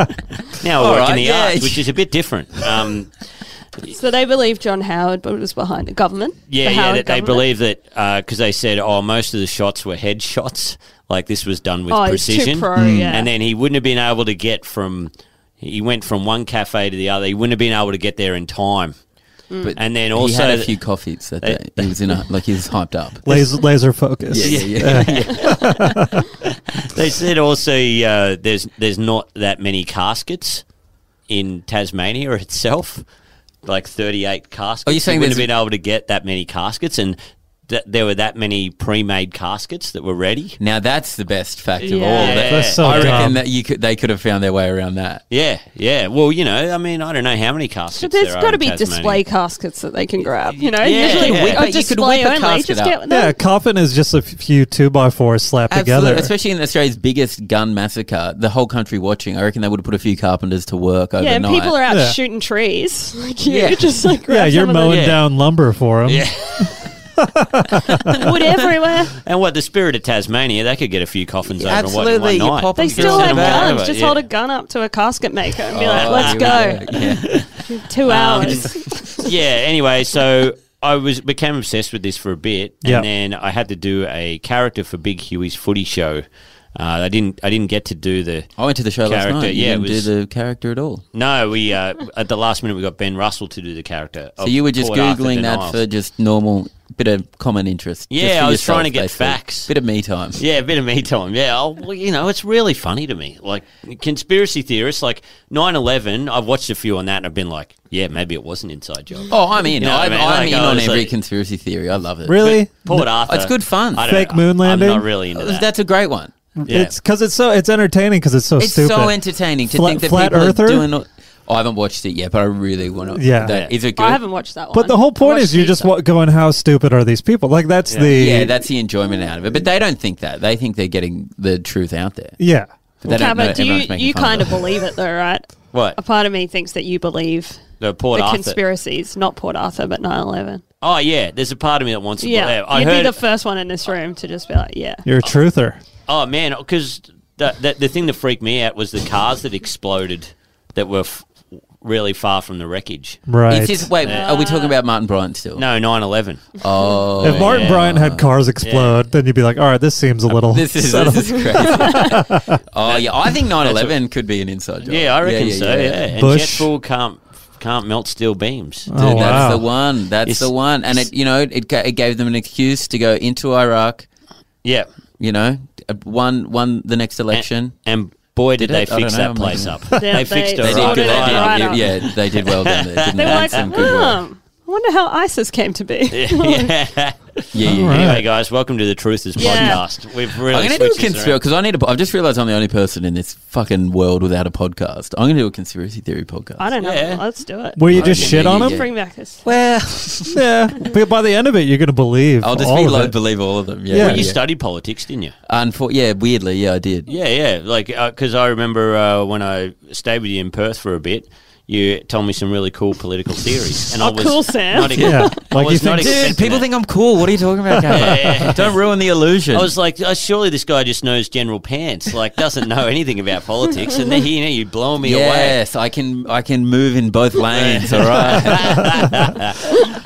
Speaker 3: from. now I
Speaker 4: All
Speaker 3: work in
Speaker 4: right,
Speaker 3: the
Speaker 4: yeah.
Speaker 3: arts, which is a bit different. Um,
Speaker 5: So they believe John Howard but it was behind the government.
Speaker 3: yeah,
Speaker 5: the
Speaker 3: yeah.
Speaker 5: Howard
Speaker 3: That they
Speaker 5: government.
Speaker 3: believe that because they said, oh, most of the shots were head shots. Like this was done with
Speaker 5: Oh, it's too
Speaker 3: precision.
Speaker 5: pro, Mm. yeah.
Speaker 3: And then he wouldn't have been able to get from. He went from one cafe to the other. He wouldn't have been able to get there in time.
Speaker 5: Mm.
Speaker 4: But
Speaker 3: And then
Speaker 4: he
Speaker 3: also
Speaker 4: had a
Speaker 3: th-
Speaker 4: few coffees that
Speaker 3: They-
Speaker 4: day. He was in a like he was hyped up.
Speaker 2: Laser, laser focus.
Speaker 4: Yeah, yeah, yeah.
Speaker 3: They said also uh, there's there's not that many caskets in Tasmania itself, like 38 caskets.
Speaker 4: Are you Oh, saying
Speaker 3: we wouldn't
Speaker 4: there's-
Speaker 3: have been able to get that many caskets, and th- there were that many pre-made caskets that were ready?
Speaker 4: Now that's the best fact of all.
Speaker 5: Yeah.
Speaker 4: Oh, That,
Speaker 2: That's so
Speaker 4: I reckon
Speaker 2: dumb.
Speaker 4: that you could they could have found their way around that.
Speaker 3: Yeah, yeah. Well, you know, I mean, I don't know how many caskets.
Speaker 5: But there's
Speaker 3: there are
Speaker 5: got to
Speaker 3: in
Speaker 5: be
Speaker 3: Tasmania.
Speaker 5: display caskets that they can grab. You know,
Speaker 3: Yeah,
Speaker 5: usually
Speaker 3: yeah.
Speaker 5: we
Speaker 3: But
Speaker 5: are
Speaker 4: you could
Speaker 5: display
Speaker 4: whip a
Speaker 5: only.
Speaker 4: casket
Speaker 5: Just
Speaker 4: up.
Speaker 5: get them.
Speaker 2: Yeah, coffin is just a few two by fours slapped
Speaker 4: Absolutely,
Speaker 2: together.
Speaker 4: especially in Australia's biggest gun massacre, the whole country watching. I reckon they would have put a few carpenters to work overnight.
Speaker 5: Yeah, and people are out
Speaker 2: Yeah.
Speaker 5: shooting trees. Like you
Speaker 4: Yeah.
Speaker 5: just like grab
Speaker 2: yeah, you're
Speaker 5: some of them.
Speaker 2: mowing
Speaker 3: Yeah.
Speaker 2: down lumber for them.
Speaker 3: Yeah,
Speaker 5: wood everywhere.
Speaker 3: and what the spirit of Tasmania, they could get a few coffins over and what in
Speaker 4: Absolutely,
Speaker 3: one
Speaker 4: you
Speaker 3: night.
Speaker 4: pop
Speaker 5: They
Speaker 4: Just
Speaker 5: still
Speaker 4: sit
Speaker 5: have
Speaker 4: back.
Speaker 5: guns. Just
Speaker 3: Yeah.
Speaker 5: hold a gun up to a casket maker and be like,
Speaker 4: Oh,
Speaker 5: "Let's
Speaker 4: yeah,
Speaker 5: go."
Speaker 4: yeah.
Speaker 5: Two hours.
Speaker 3: yeah. Anyway, so I was became obsessed with this for a bit, and
Speaker 2: Yeah.
Speaker 3: then I had to do a character for Big Huey's Footy Show. Uh, I didn't. I didn't get to do the.
Speaker 4: I went to the show
Speaker 3: Character,
Speaker 4: last night. You
Speaker 3: yeah, it
Speaker 4: didn't
Speaker 3: was-
Speaker 4: do the character at all.
Speaker 3: No, we uh, at the last minute we got Ben Russell to do the character.
Speaker 4: So you were just googling that for
Speaker 3: for.
Speaker 4: just normal bit of common interest.
Speaker 3: Yeah,
Speaker 4: just for
Speaker 3: I was
Speaker 4: yourself,
Speaker 3: trying to get
Speaker 4: basically.
Speaker 3: facts.
Speaker 4: Bit of me time.
Speaker 3: Yeah, a bit of me time. Yeah, oh, well, you know, it's really funny to me. Like conspiracy theorists, like 9-11, I've watched a few on that, and I've been like, yeah, maybe it was an inside job.
Speaker 4: Oh, I'm in.
Speaker 3: You know what I
Speaker 4: I'm,
Speaker 3: mean?
Speaker 4: I'm
Speaker 3: Like,
Speaker 4: in
Speaker 3: I
Speaker 4: on
Speaker 3: was
Speaker 4: every
Speaker 3: like-
Speaker 4: conspiracy theory. I love it.
Speaker 2: Really?
Speaker 3: Port Arthur,
Speaker 4: it's good fun.
Speaker 3: I don't
Speaker 2: Fake
Speaker 3: know.
Speaker 2: moon landing?
Speaker 3: I'm not really into that.
Speaker 4: That's a great one.
Speaker 3: Yeah.
Speaker 2: It's because it's so it's entertaining because it's so
Speaker 4: It's
Speaker 2: stupid.
Speaker 4: so entertaining to
Speaker 2: Flat-
Speaker 4: think that
Speaker 2: Flat
Speaker 4: people
Speaker 2: Earther?
Speaker 4: are doing. all- I haven't watched it yet, but I really want to.
Speaker 2: Yeah.
Speaker 4: that, is it good?
Speaker 5: I haven't watched that one.
Speaker 2: but the whole point
Speaker 5: Watch
Speaker 2: is you're just
Speaker 5: these.
Speaker 2: wa- going, how stupid are these people? Like that's the
Speaker 4: Yeah, that's the enjoyment out of it. But they don't think that. They think they're getting the truth out there.
Speaker 2: yeah.
Speaker 4: But
Speaker 5: Yeah,
Speaker 4: they don't know
Speaker 5: but do
Speaker 4: everyone's
Speaker 5: you
Speaker 4: making
Speaker 5: you
Speaker 4: fun
Speaker 5: kind of
Speaker 4: of them.
Speaker 5: believe it though, right?
Speaker 3: what
Speaker 5: A part of me thinks that you believe
Speaker 3: the Port
Speaker 5: the
Speaker 3: Arthur.
Speaker 5: conspiracies, not Port Arthur, but 9/11.
Speaker 3: Oh yeah, there's a part of me that wants to.
Speaker 5: Yeah,
Speaker 3: believe. I
Speaker 5: you'd
Speaker 3: heard.
Speaker 5: be the first one in this room to just be like, "Yeah."
Speaker 2: You're a truther.
Speaker 3: oh man, because the, the the thing that freaked me out was the cars that exploded that were f- really far from the wreckage.
Speaker 2: Right.
Speaker 4: It's just, wait, are we talking about Martin Bryant still?
Speaker 3: No, 9-11.
Speaker 4: Oh,
Speaker 2: if Martin Bryant had cars explode, then you'd be like, all right, this seems a little.
Speaker 4: Uh, This is,
Speaker 2: settled."
Speaker 4: this is crazy. oh yeah, I think 9-11 could be an inside job.
Speaker 3: Yeah, I reckon so. Yeah, and jet
Speaker 2: Bush.
Speaker 3: fuel can't can't melt steel beams.
Speaker 2: Oh,
Speaker 4: Dude,
Speaker 2: wow.
Speaker 4: that's the one. That's
Speaker 3: It's-
Speaker 4: the one. And it, you know, it, ga- it gave them an excuse to go into Iraq.
Speaker 3: Yeah,
Speaker 4: You know, uh, won won the next election.
Speaker 3: and boy did,
Speaker 4: Did
Speaker 3: they
Speaker 4: it? I
Speaker 3: fix
Speaker 4: don't know,
Speaker 3: that place
Speaker 4: I'm
Speaker 3: up.
Speaker 5: They-
Speaker 3: they fixed it.
Speaker 5: they
Speaker 4: they
Speaker 5: did
Speaker 3: right.
Speaker 4: did.
Speaker 5: sorted
Speaker 4: Good,
Speaker 5: it
Speaker 4: they
Speaker 5: out.
Speaker 4: did.
Speaker 5: Right
Speaker 4: yeah,
Speaker 5: up.
Speaker 4: yeah, they did well done there. Didn't
Speaker 5: They were
Speaker 4: Add
Speaker 5: like,
Speaker 4: some good work.
Speaker 5: "Hmm, I wonder how ISIS came to be.
Speaker 3: yeah.
Speaker 4: Yeah, yeah.
Speaker 2: All right.
Speaker 3: Anyway, guys, welcome to the Truthers
Speaker 5: Yeah.
Speaker 3: podcast. We've really
Speaker 4: I'm going to do a
Speaker 3: switched this around.
Speaker 4: conspiracy because I need a. po- I've just realised I'm the only person in this fucking world without a podcast. I'm going to do a conspiracy theory podcast.
Speaker 5: I don't know.
Speaker 3: Yeah.
Speaker 5: Let's do it.
Speaker 2: Will you
Speaker 4: I
Speaker 2: just
Speaker 4: reckon
Speaker 2: shit
Speaker 4: maybe
Speaker 2: on
Speaker 4: you
Speaker 2: him?
Speaker 5: Let's bring back this.
Speaker 4: Well,
Speaker 2: Yeah, but by the end of it, you're going to believe.
Speaker 4: I'll just
Speaker 2: all
Speaker 4: be
Speaker 2: of
Speaker 4: low,
Speaker 2: it.
Speaker 4: believe all of them. Yeah,
Speaker 2: Yeah.
Speaker 4: yeah.
Speaker 2: Well,
Speaker 3: You
Speaker 4: yeah.
Speaker 3: studied politics, didn't you?
Speaker 4: Unfor- yeah, weirdly, yeah, I did.
Speaker 3: uh, Yeah, yeah. Like, because I remember uh, when I stayed with you in Perth for a bit, you told me some really cool political theories, and I
Speaker 5: Oh,
Speaker 3: was
Speaker 5: cool, Sam.
Speaker 3: not ex-
Speaker 2: Yeah,
Speaker 3: I
Speaker 2: like you
Speaker 3: was not
Speaker 2: think- Dude,
Speaker 3: expecting
Speaker 4: Dude, people
Speaker 3: that.
Speaker 4: think I'm cool. What are you talking about? Gav?
Speaker 3: Yeah, yeah, yeah.
Speaker 4: Don't ruin the illusion.
Speaker 3: I was like, oh, surely this guy just knows general pants, like doesn't know anything about politics, and then you know you blow me away.
Speaker 4: yes, I can. I can move in both lanes. all right.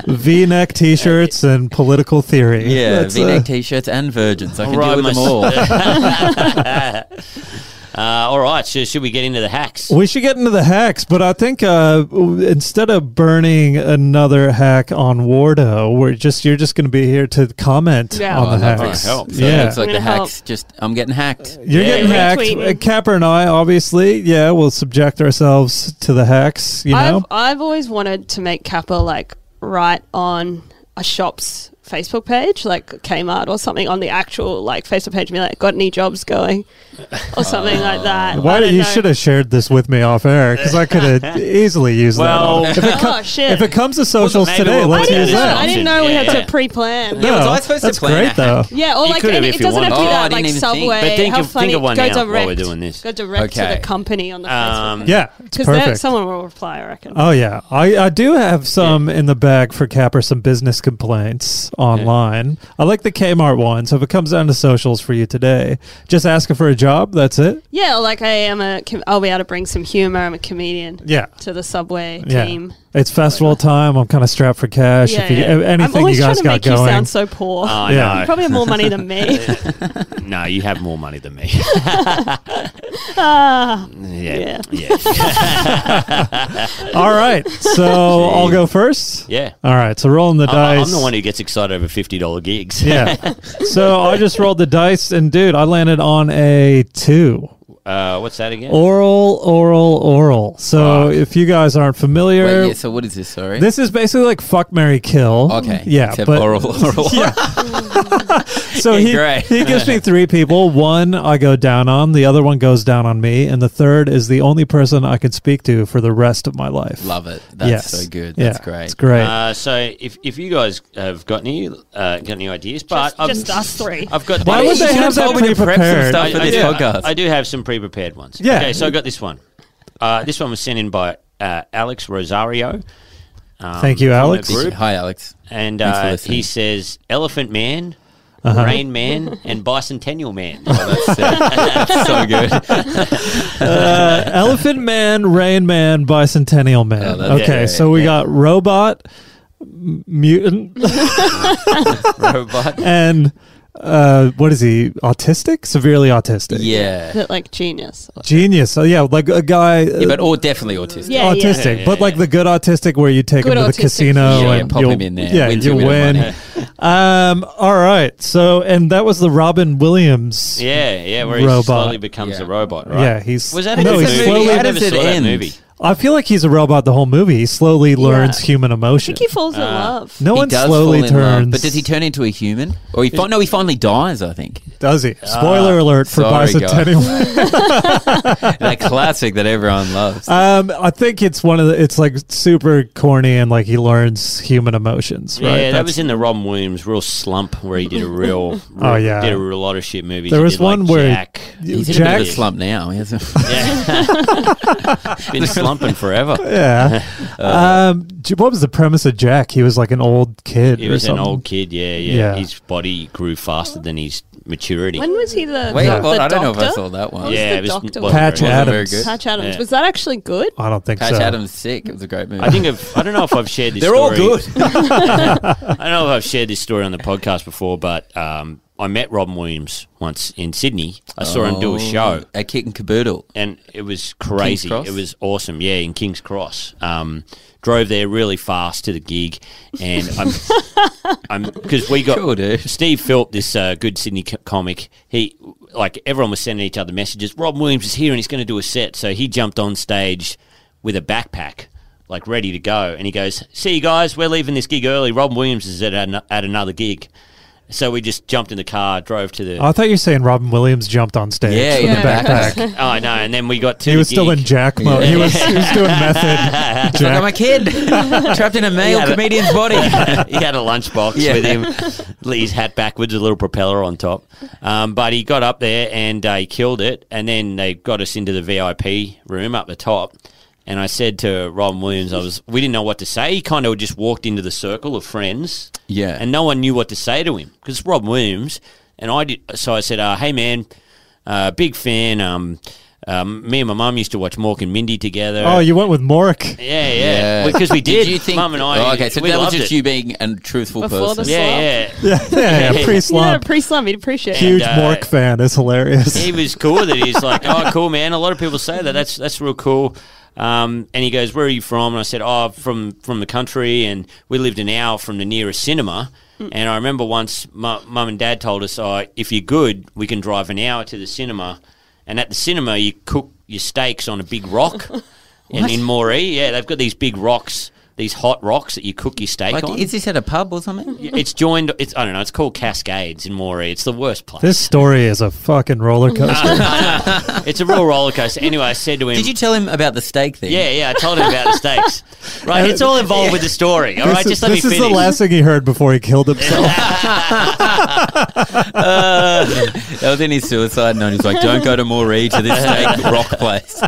Speaker 2: V-neck T-shirts and political theory.
Speaker 4: Yeah,
Speaker 2: That's, uh,
Speaker 4: V-neck t-shirts and virgins. I can
Speaker 3: Right,
Speaker 4: deal with them
Speaker 3: my-
Speaker 4: all.
Speaker 3: Uh, all right, so should we get into the hacks?
Speaker 2: We should get into the hacks, but I think uh, w- instead of burning another hack on Wardo, we're just you're just going to be here to comment
Speaker 5: Yeah.
Speaker 2: on
Speaker 5: Oh,
Speaker 2: the
Speaker 4: that's
Speaker 3: my
Speaker 2: hacks.
Speaker 3: help. So
Speaker 2: yeah,
Speaker 4: It's like
Speaker 5: I'm
Speaker 4: the
Speaker 5: gonna help.
Speaker 4: hacks. Just I'm getting hacked.
Speaker 2: you're
Speaker 3: Yeah.
Speaker 2: getting
Speaker 3: Yeah.
Speaker 2: hacked.
Speaker 5: Retweeting.
Speaker 2: Uh, Capper and I, obviously, yeah, we'll subject ourselves to the hacks. You know,
Speaker 5: I've, I've always wanted to make Kappa like right on a shop's Facebook page, like Kmart or something, on the actual like Facebook page, and be like, "Got any jobs going?" or something like that. I
Speaker 2: why
Speaker 5: don't
Speaker 2: you
Speaker 5: know.
Speaker 2: should have shared this with me off air because I could have easily used
Speaker 3: Well-
Speaker 2: that. on- If it,
Speaker 5: Oh shit!
Speaker 2: if it comes to socials
Speaker 3: maybe
Speaker 2: today,
Speaker 3: we'll
Speaker 5: I
Speaker 2: let's
Speaker 3: put it
Speaker 5: didn't
Speaker 2: use
Speaker 3: in
Speaker 5: know.
Speaker 3: an
Speaker 2: that.
Speaker 5: I didn't
Speaker 3: option.
Speaker 5: know we
Speaker 3: Yeah.
Speaker 5: had to pre-plan.
Speaker 4: Yeah, was
Speaker 2: No,
Speaker 4: I supposed to
Speaker 2: that's
Speaker 4: plan a
Speaker 2: great
Speaker 4: hack?
Speaker 2: though.
Speaker 5: Yeah, or
Speaker 3: You
Speaker 5: like
Speaker 3: could have
Speaker 5: any,
Speaker 3: if
Speaker 5: it
Speaker 3: you
Speaker 5: doesn't have to be
Speaker 4: wanted. Oh, I
Speaker 5: that
Speaker 4: didn't
Speaker 5: like
Speaker 4: even think.
Speaker 5: Subway.
Speaker 3: But think
Speaker 5: how
Speaker 3: of-
Speaker 5: funny.
Speaker 3: think of one
Speaker 5: go
Speaker 3: now while
Speaker 5: direct,
Speaker 3: we're doing this.
Speaker 5: Go direct to
Speaker 4: Okay.
Speaker 5: the company on the Facebook.
Speaker 3: Um,
Speaker 2: Yeah, it's
Speaker 5: Because
Speaker 2: perfect.
Speaker 5: someone will reply, I reckon.
Speaker 2: Oh yeah, I, I do have some in the bag for Capper. Some business complaints online. I like the Kmart one. So if it comes down to socials for you today, just asking for a job. That's it.
Speaker 5: yeah, like I am a. com- I'll be able to bring some humor. I'm a comedian.
Speaker 2: Yeah.
Speaker 5: To the subway
Speaker 2: Yeah,
Speaker 5: team.
Speaker 2: it's festival time. I'm kind of strapped for cash. if you,
Speaker 5: I'm
Speaker 2: anything
Speaker 5: always
Speaker 2: you guys
Speaker 5: trying
Speaker 2: got
Speaker 5: to make you
Speaker 2: going,
Speaker 5: sound so poor.
Speaker 3: Oh,
Speaker 2: Yeah.
Speaker 3: no.
Speaker 5: you probably have more money than me.
Speaker 3: No, you have more money than me.
Speaker 5: Ah, Yeah.
Speaker 3: yeah. Yeah.
Speaker 2: all right. So I'll go first.
Speaker 3: Yeah.
Speaker 2: All right. So rolling the
Speaker 3: I-
Speaker 2: dice.
Speaker 3: I'm the one who gets excited over $50 gigs.
Speaker 2: yeah. So I just rolled the dice, and dude, I landed on a two.
Speaker 3: Uh, what's that again?
Speaker 2: Oral, oral, oral. So if you guys aren't familiar,
Speaker 4: Wait, yeah, so what is this? Sorry.
Speaker 2: This is basically like fuck Mary Kill.
Speaker 4: okay.
Speaker 2: Yeah.
Speaker 4: Except
Speaker 2: but,
Speaker 4: oral, oral.
Speaker 2: Yeah. so he
Speaker 4: Great.
Speaker 2: he gives me three people. One I go down on, the other one goes down on me, and the third is the only person I can speak to for the rest of my life.
Speaker 4: Love it. That's
Speaker 2: Yes.
Speaker 4: so good.
Speaker 2: Yeah,
Speaker 4: That's great.
Speaker 2: It's great.
Speaker 3: Uh, so if, if you guys have got any uh, got any ideas, but
Speaker 5: just,
Speaker 3: I've,
Speaker 5: just us three.
Speaker 3: I've got.
Speaker 2: Why
Speaker 3: I-
Speaker 2: would
Speaker 4: You
Speaker 2: they
Speaker 4: should
Speaker 2: have
Speaker 4: have
Speaker 2: that
Speaker 4: told me to prep some
Speaker 2: pre-prepared?
Speaker 4: stuff for
Speaker 3: I,
Speaker 4: this
Speaker 3: do,
Speaker 4: podcast.
Speaker 3: I do have some pre-prepared ones.
Speaker 2: Yeah.
Speaker 3: Okay, so I got this one. Uh, this one was sent in by uh, Alex Rosario. Um,
Speaker 2: Thank you,
Speaker 3: from the
Speaker 2: Alex.
Speaker 3: group.
Speaker 4: Hi, Alex.
Speaker 3: and
Speaker 4: Thanks for
Speaker 3: uh,
Speaker 4: listening.
Speaker 3: he says Elephant Man,
Speaker 2: Uh-huh.
Speaker 3: Rain Man, and Bicentennial Man.
Speaker 4: Oh, that's, uh, that's so good.
Speaker 2: Uh, Elephant Man, Rain Man, Bicentennial Man.
Speaker 4: Oh, that's
Speaker 2: okay,
Speaker 4: great.
Speaker 2: so we
Speaker 4: Yeah.
Speaker 2: got robot, m- mutant,
Speaker 4: Robot.
Speaker 2: and uh, what is he? Autistic? Severely autistic.
Speaker 5: Is
Speaker 4: Yeah.
Speaker 5: it like genius?
Speaker 2: Genius. So yeah, like a guy. uh,
Speaker 4: Yeah, but all definitely autistic.
Speaker 5: Yeah, yeah.
Speaker 2: autistic,
Speaker 3: Yeah,
Speaker 2: but like the good autistic where you take
Speaker 5: Good
Speaker 2: him to the
Speaker 5: autistic.
Speaker 2: casino
Speaker 4: Yeah,
Speaker 2: and
Speaker 4: pop
Speaker 2: you'll,
Speaker 4: him in there.
Speaker 2: Yeah,
Speaker 4: Wins a
Speaker 2: you
Speaker 4: bit of
Speaker 2: win. um, all right. So, and that was the Robin Williams.
Speaker 3: Yeah, yeah, where he
Speaker 2: Robot.
Speaker 3: slowly becomes
Speaker 4: Yeah.
Speaker 3: a robot, right?
Speaker 2: Yeah, he's
Speaker 3: Was that
Speaker 2: no,
Speaker 3: in the
Speaker 2: he's
Speaker 3: movie?
Speaker 2: slowly.
Speaker 3: I
Speaker 4: How
Speaker 3: never
Speaker 4: does it
Speaker 3: saw that
Speaker 4: end?
Speaker 3: movie.
Speaker 2: I feel like he's a robot the whole movie. He slowly learns human
Speaker 5: I
Speaker 2: emotion.
Speaker 5: think he falls in
Speaker 3: Uh,
Speaker 5: love.
Speaker 2: no
Speaker 4: He
Speaker 2: one
Speaker 4: does
Speaker 2: slowly
Speaker 4: fall in
Speaker 2: turns.
Speaker 4: love, but does he turn into a human? Or he fi- no, he finally dies. I think
Speaker 2: Does he? Spoiler alert for
Speaker 4: Ah, sorry,
Speaker 2: Bicentennial.
Speaker 4: that classic that everyone loves.
Speaker 2: um, I think it's one of the. It's like super corny and like he learns human emotions. Right.
Speaker 3: Yeah, that
Speaker 2: That's-
Speaker 3: was in the Robin Williams real slump where he did a real,
Speaker 2: Oh, yeah.
Speaker 3: did a real lot of shit movies.
Speaker 2: There
Speaker 3: He
Speaker 2: was
Speaker 3: did, like,
Speaker 2: one where-
Speaker 3: Jack.
Speaker 4: He's in a
Speaker 2: Jack-
Speaker 4: bit of a slump now. He hasn't-
Speaker 3: Yeah. Been slumping forever.
Speaker 2: Yeah.
Speaker 4: Uh,
Speaker 2: um, J- what was the premise of Jack? He was like an old kid.
Speaker 3: He
Speaker 2: or
Speaker 3: was an
Speaker 2: something.
Speaker 3: old kid, yeah, yeah,
Speaker 2: Yeah.
Speaker 3: His body grew faster than his maturity.
Speaker 5: When was he the?
Speaker 4: Wait,
Speaker 5: the
Speaker 4: hold on, I
Speaker 5: doctor?
Speaker 4: don't know if I saw that one.
Speaker 5: What was
Speaker 3: Yeah,
Speaker 5: the
Speaker 3: it was-
Speaker 5: doctor one?
Speaker 3: well,
Speaker 2: Patch
Speaker 4: Wasn't
Speaker 2: Adams.
Speaker 4: very good.
Speaker 5: Patch Adams.
Speaker 3: Yeah.
Speaker 5: Was that actually good?
Speaker 2: I don't think
Speaker 4: Patch
Speaker 2: so.
Speaker 4: Adams sick. It was a great movie.
Speaker 3: I think I've, I don't know if I've shared this.
Speaker 4: they're all
Speaker 3: story.
Speaker 4: good.
Speaker 3: I don't know if I've shared this story on the podcast before, but um, I met Robin Williams once in Sydney. I saw him
Speaker 4: Oh.
Speaker 3: do a show,
Speaker 4: at Kick and Caboodle.
Speaker 3: and it was crazy.
Speaker 4: Cross?
Speaker 3: It was awesome. Yeah, in King's Cross. Um, drove there really fast to the gig, and I'm because we got
Speaker 4: Cool, dude.
Speaker 3: Steve Philp, this uh, good Sydney co- comic. He like everyone was sending each other messages. Rob Williams is here and he's going to do a set, so he jumped on stage with a backpack. Like ready to go, and he goes, "See you guys, we're leaving this gig early. Rob Williams is at an- at another gig, so we just jumped in the car, drove to the.
Speaker 2: Oh, I thought you were saying Robin Williams jumped on stage
Speaker 4: Yeah,
Speaker 2: with
Speaker 4: yeah.
Speaker 2: a backpack.
Speaker 3: oh no! And then we got to.
Speaker 2: he
Speaker 3: the
Speaker 2: was still
Speaker 3: gig.
Speaker 2: in Jack mode. He was he was doing method.
Speaker 4: Like, I'm a
Speaker 2: Jack.
Speaker 4: kid trapped in a male
Speaker 3: Yeah, but-
Speaker 4: comedian's body.
Speaker 3: he had a lunchbox
Speaker 4: Yeah.
Speaker 3: with him, Let his hat backwards, a little propeller on top. Um, but he got up there and uh, he killed it. And then they got us into the VIP room up the top. And I said to Robin Williams, I was we didn't know what to say. He kind of just walked into the circle of friends.
Speaker 4: Yeah.
Speaker 3: And no one knew what to say to him because Rob Williams. And I did. So I said, uh, "Hey man, uh, big fan. Um, um, me and my mum used to watch Mork and Mindy together.
Speaker 2: Oh, you went with Mork.
Speaker 3: yeah, yeah. Because we did.
Speaker 4: you think?
Speaker 3: Mum and I.
Speaker 4: Oh, okay, so
Speaker 3: we
Speaker 4: that was
Speaker 3: loved
Speaker 4: just
Speaker 3: it.
Speaker 4: you being a truthful
Speaker 5: Before
Speaker 4: person.
Speaker 5: the
Speaker 3: Yeah,
Speaker 5: Slump.
Speaker 3: yeah.
Speaker 2: Yeah, yeah, yeah.
Speaker 5: You know,
Speaker 2: pre-slump.
Speaker 5: pre slum, you'd appreciate it.
Speaker 2: Huge
Speaker 3: And, uh,
Speaker 2: Mork fan is hilarious.
Speaker 3: he was cool that he's like, oh, cool, man. A lot of people say that. That's that's real cool. Um, and he goes, where are you from? And I said, oh, from from the country, and we lived an hour from the nearest cinema.
Speaker 4: Mm.
Speaker 3: And I remember once, mu- mum and dad told us, oh, if you're good, we can drive an hour to the cinema. And at the cinema, you cook your steaks on a big rock. and in Moree, yeah, they've got these big rocks, these hot rocks that you cook your steak
Speaker 4: Like,
Speaker 3: on.
Speaker 4: is this at a pub or something?
Speaker 3: it's joined. It's I don't know. It's called Cascades in Moree. It's the worst place.
Speaker 2: This story is a fucking roller coaster.
Speaker 3: it's a real roller coaster. Anyway, I said to him,
Speaker 4: Did you tell him about the steak thing?
Speaker 3: Yeah, yeah, I told him about the stakes. Right, it's all involved with the story. All
Speaker 2: this
Speaker 3: right,
Speaker 2: is,
Speaker 3: just let
Speaker 2: this
Speaker 3: me
Speaker 2: is
Speaker 3: finish.
Speaker 2: the last thing he heard before he killed himself.
Speaker 4: That was in his suicide note. He's like, don't go to Moree to this steak rock place.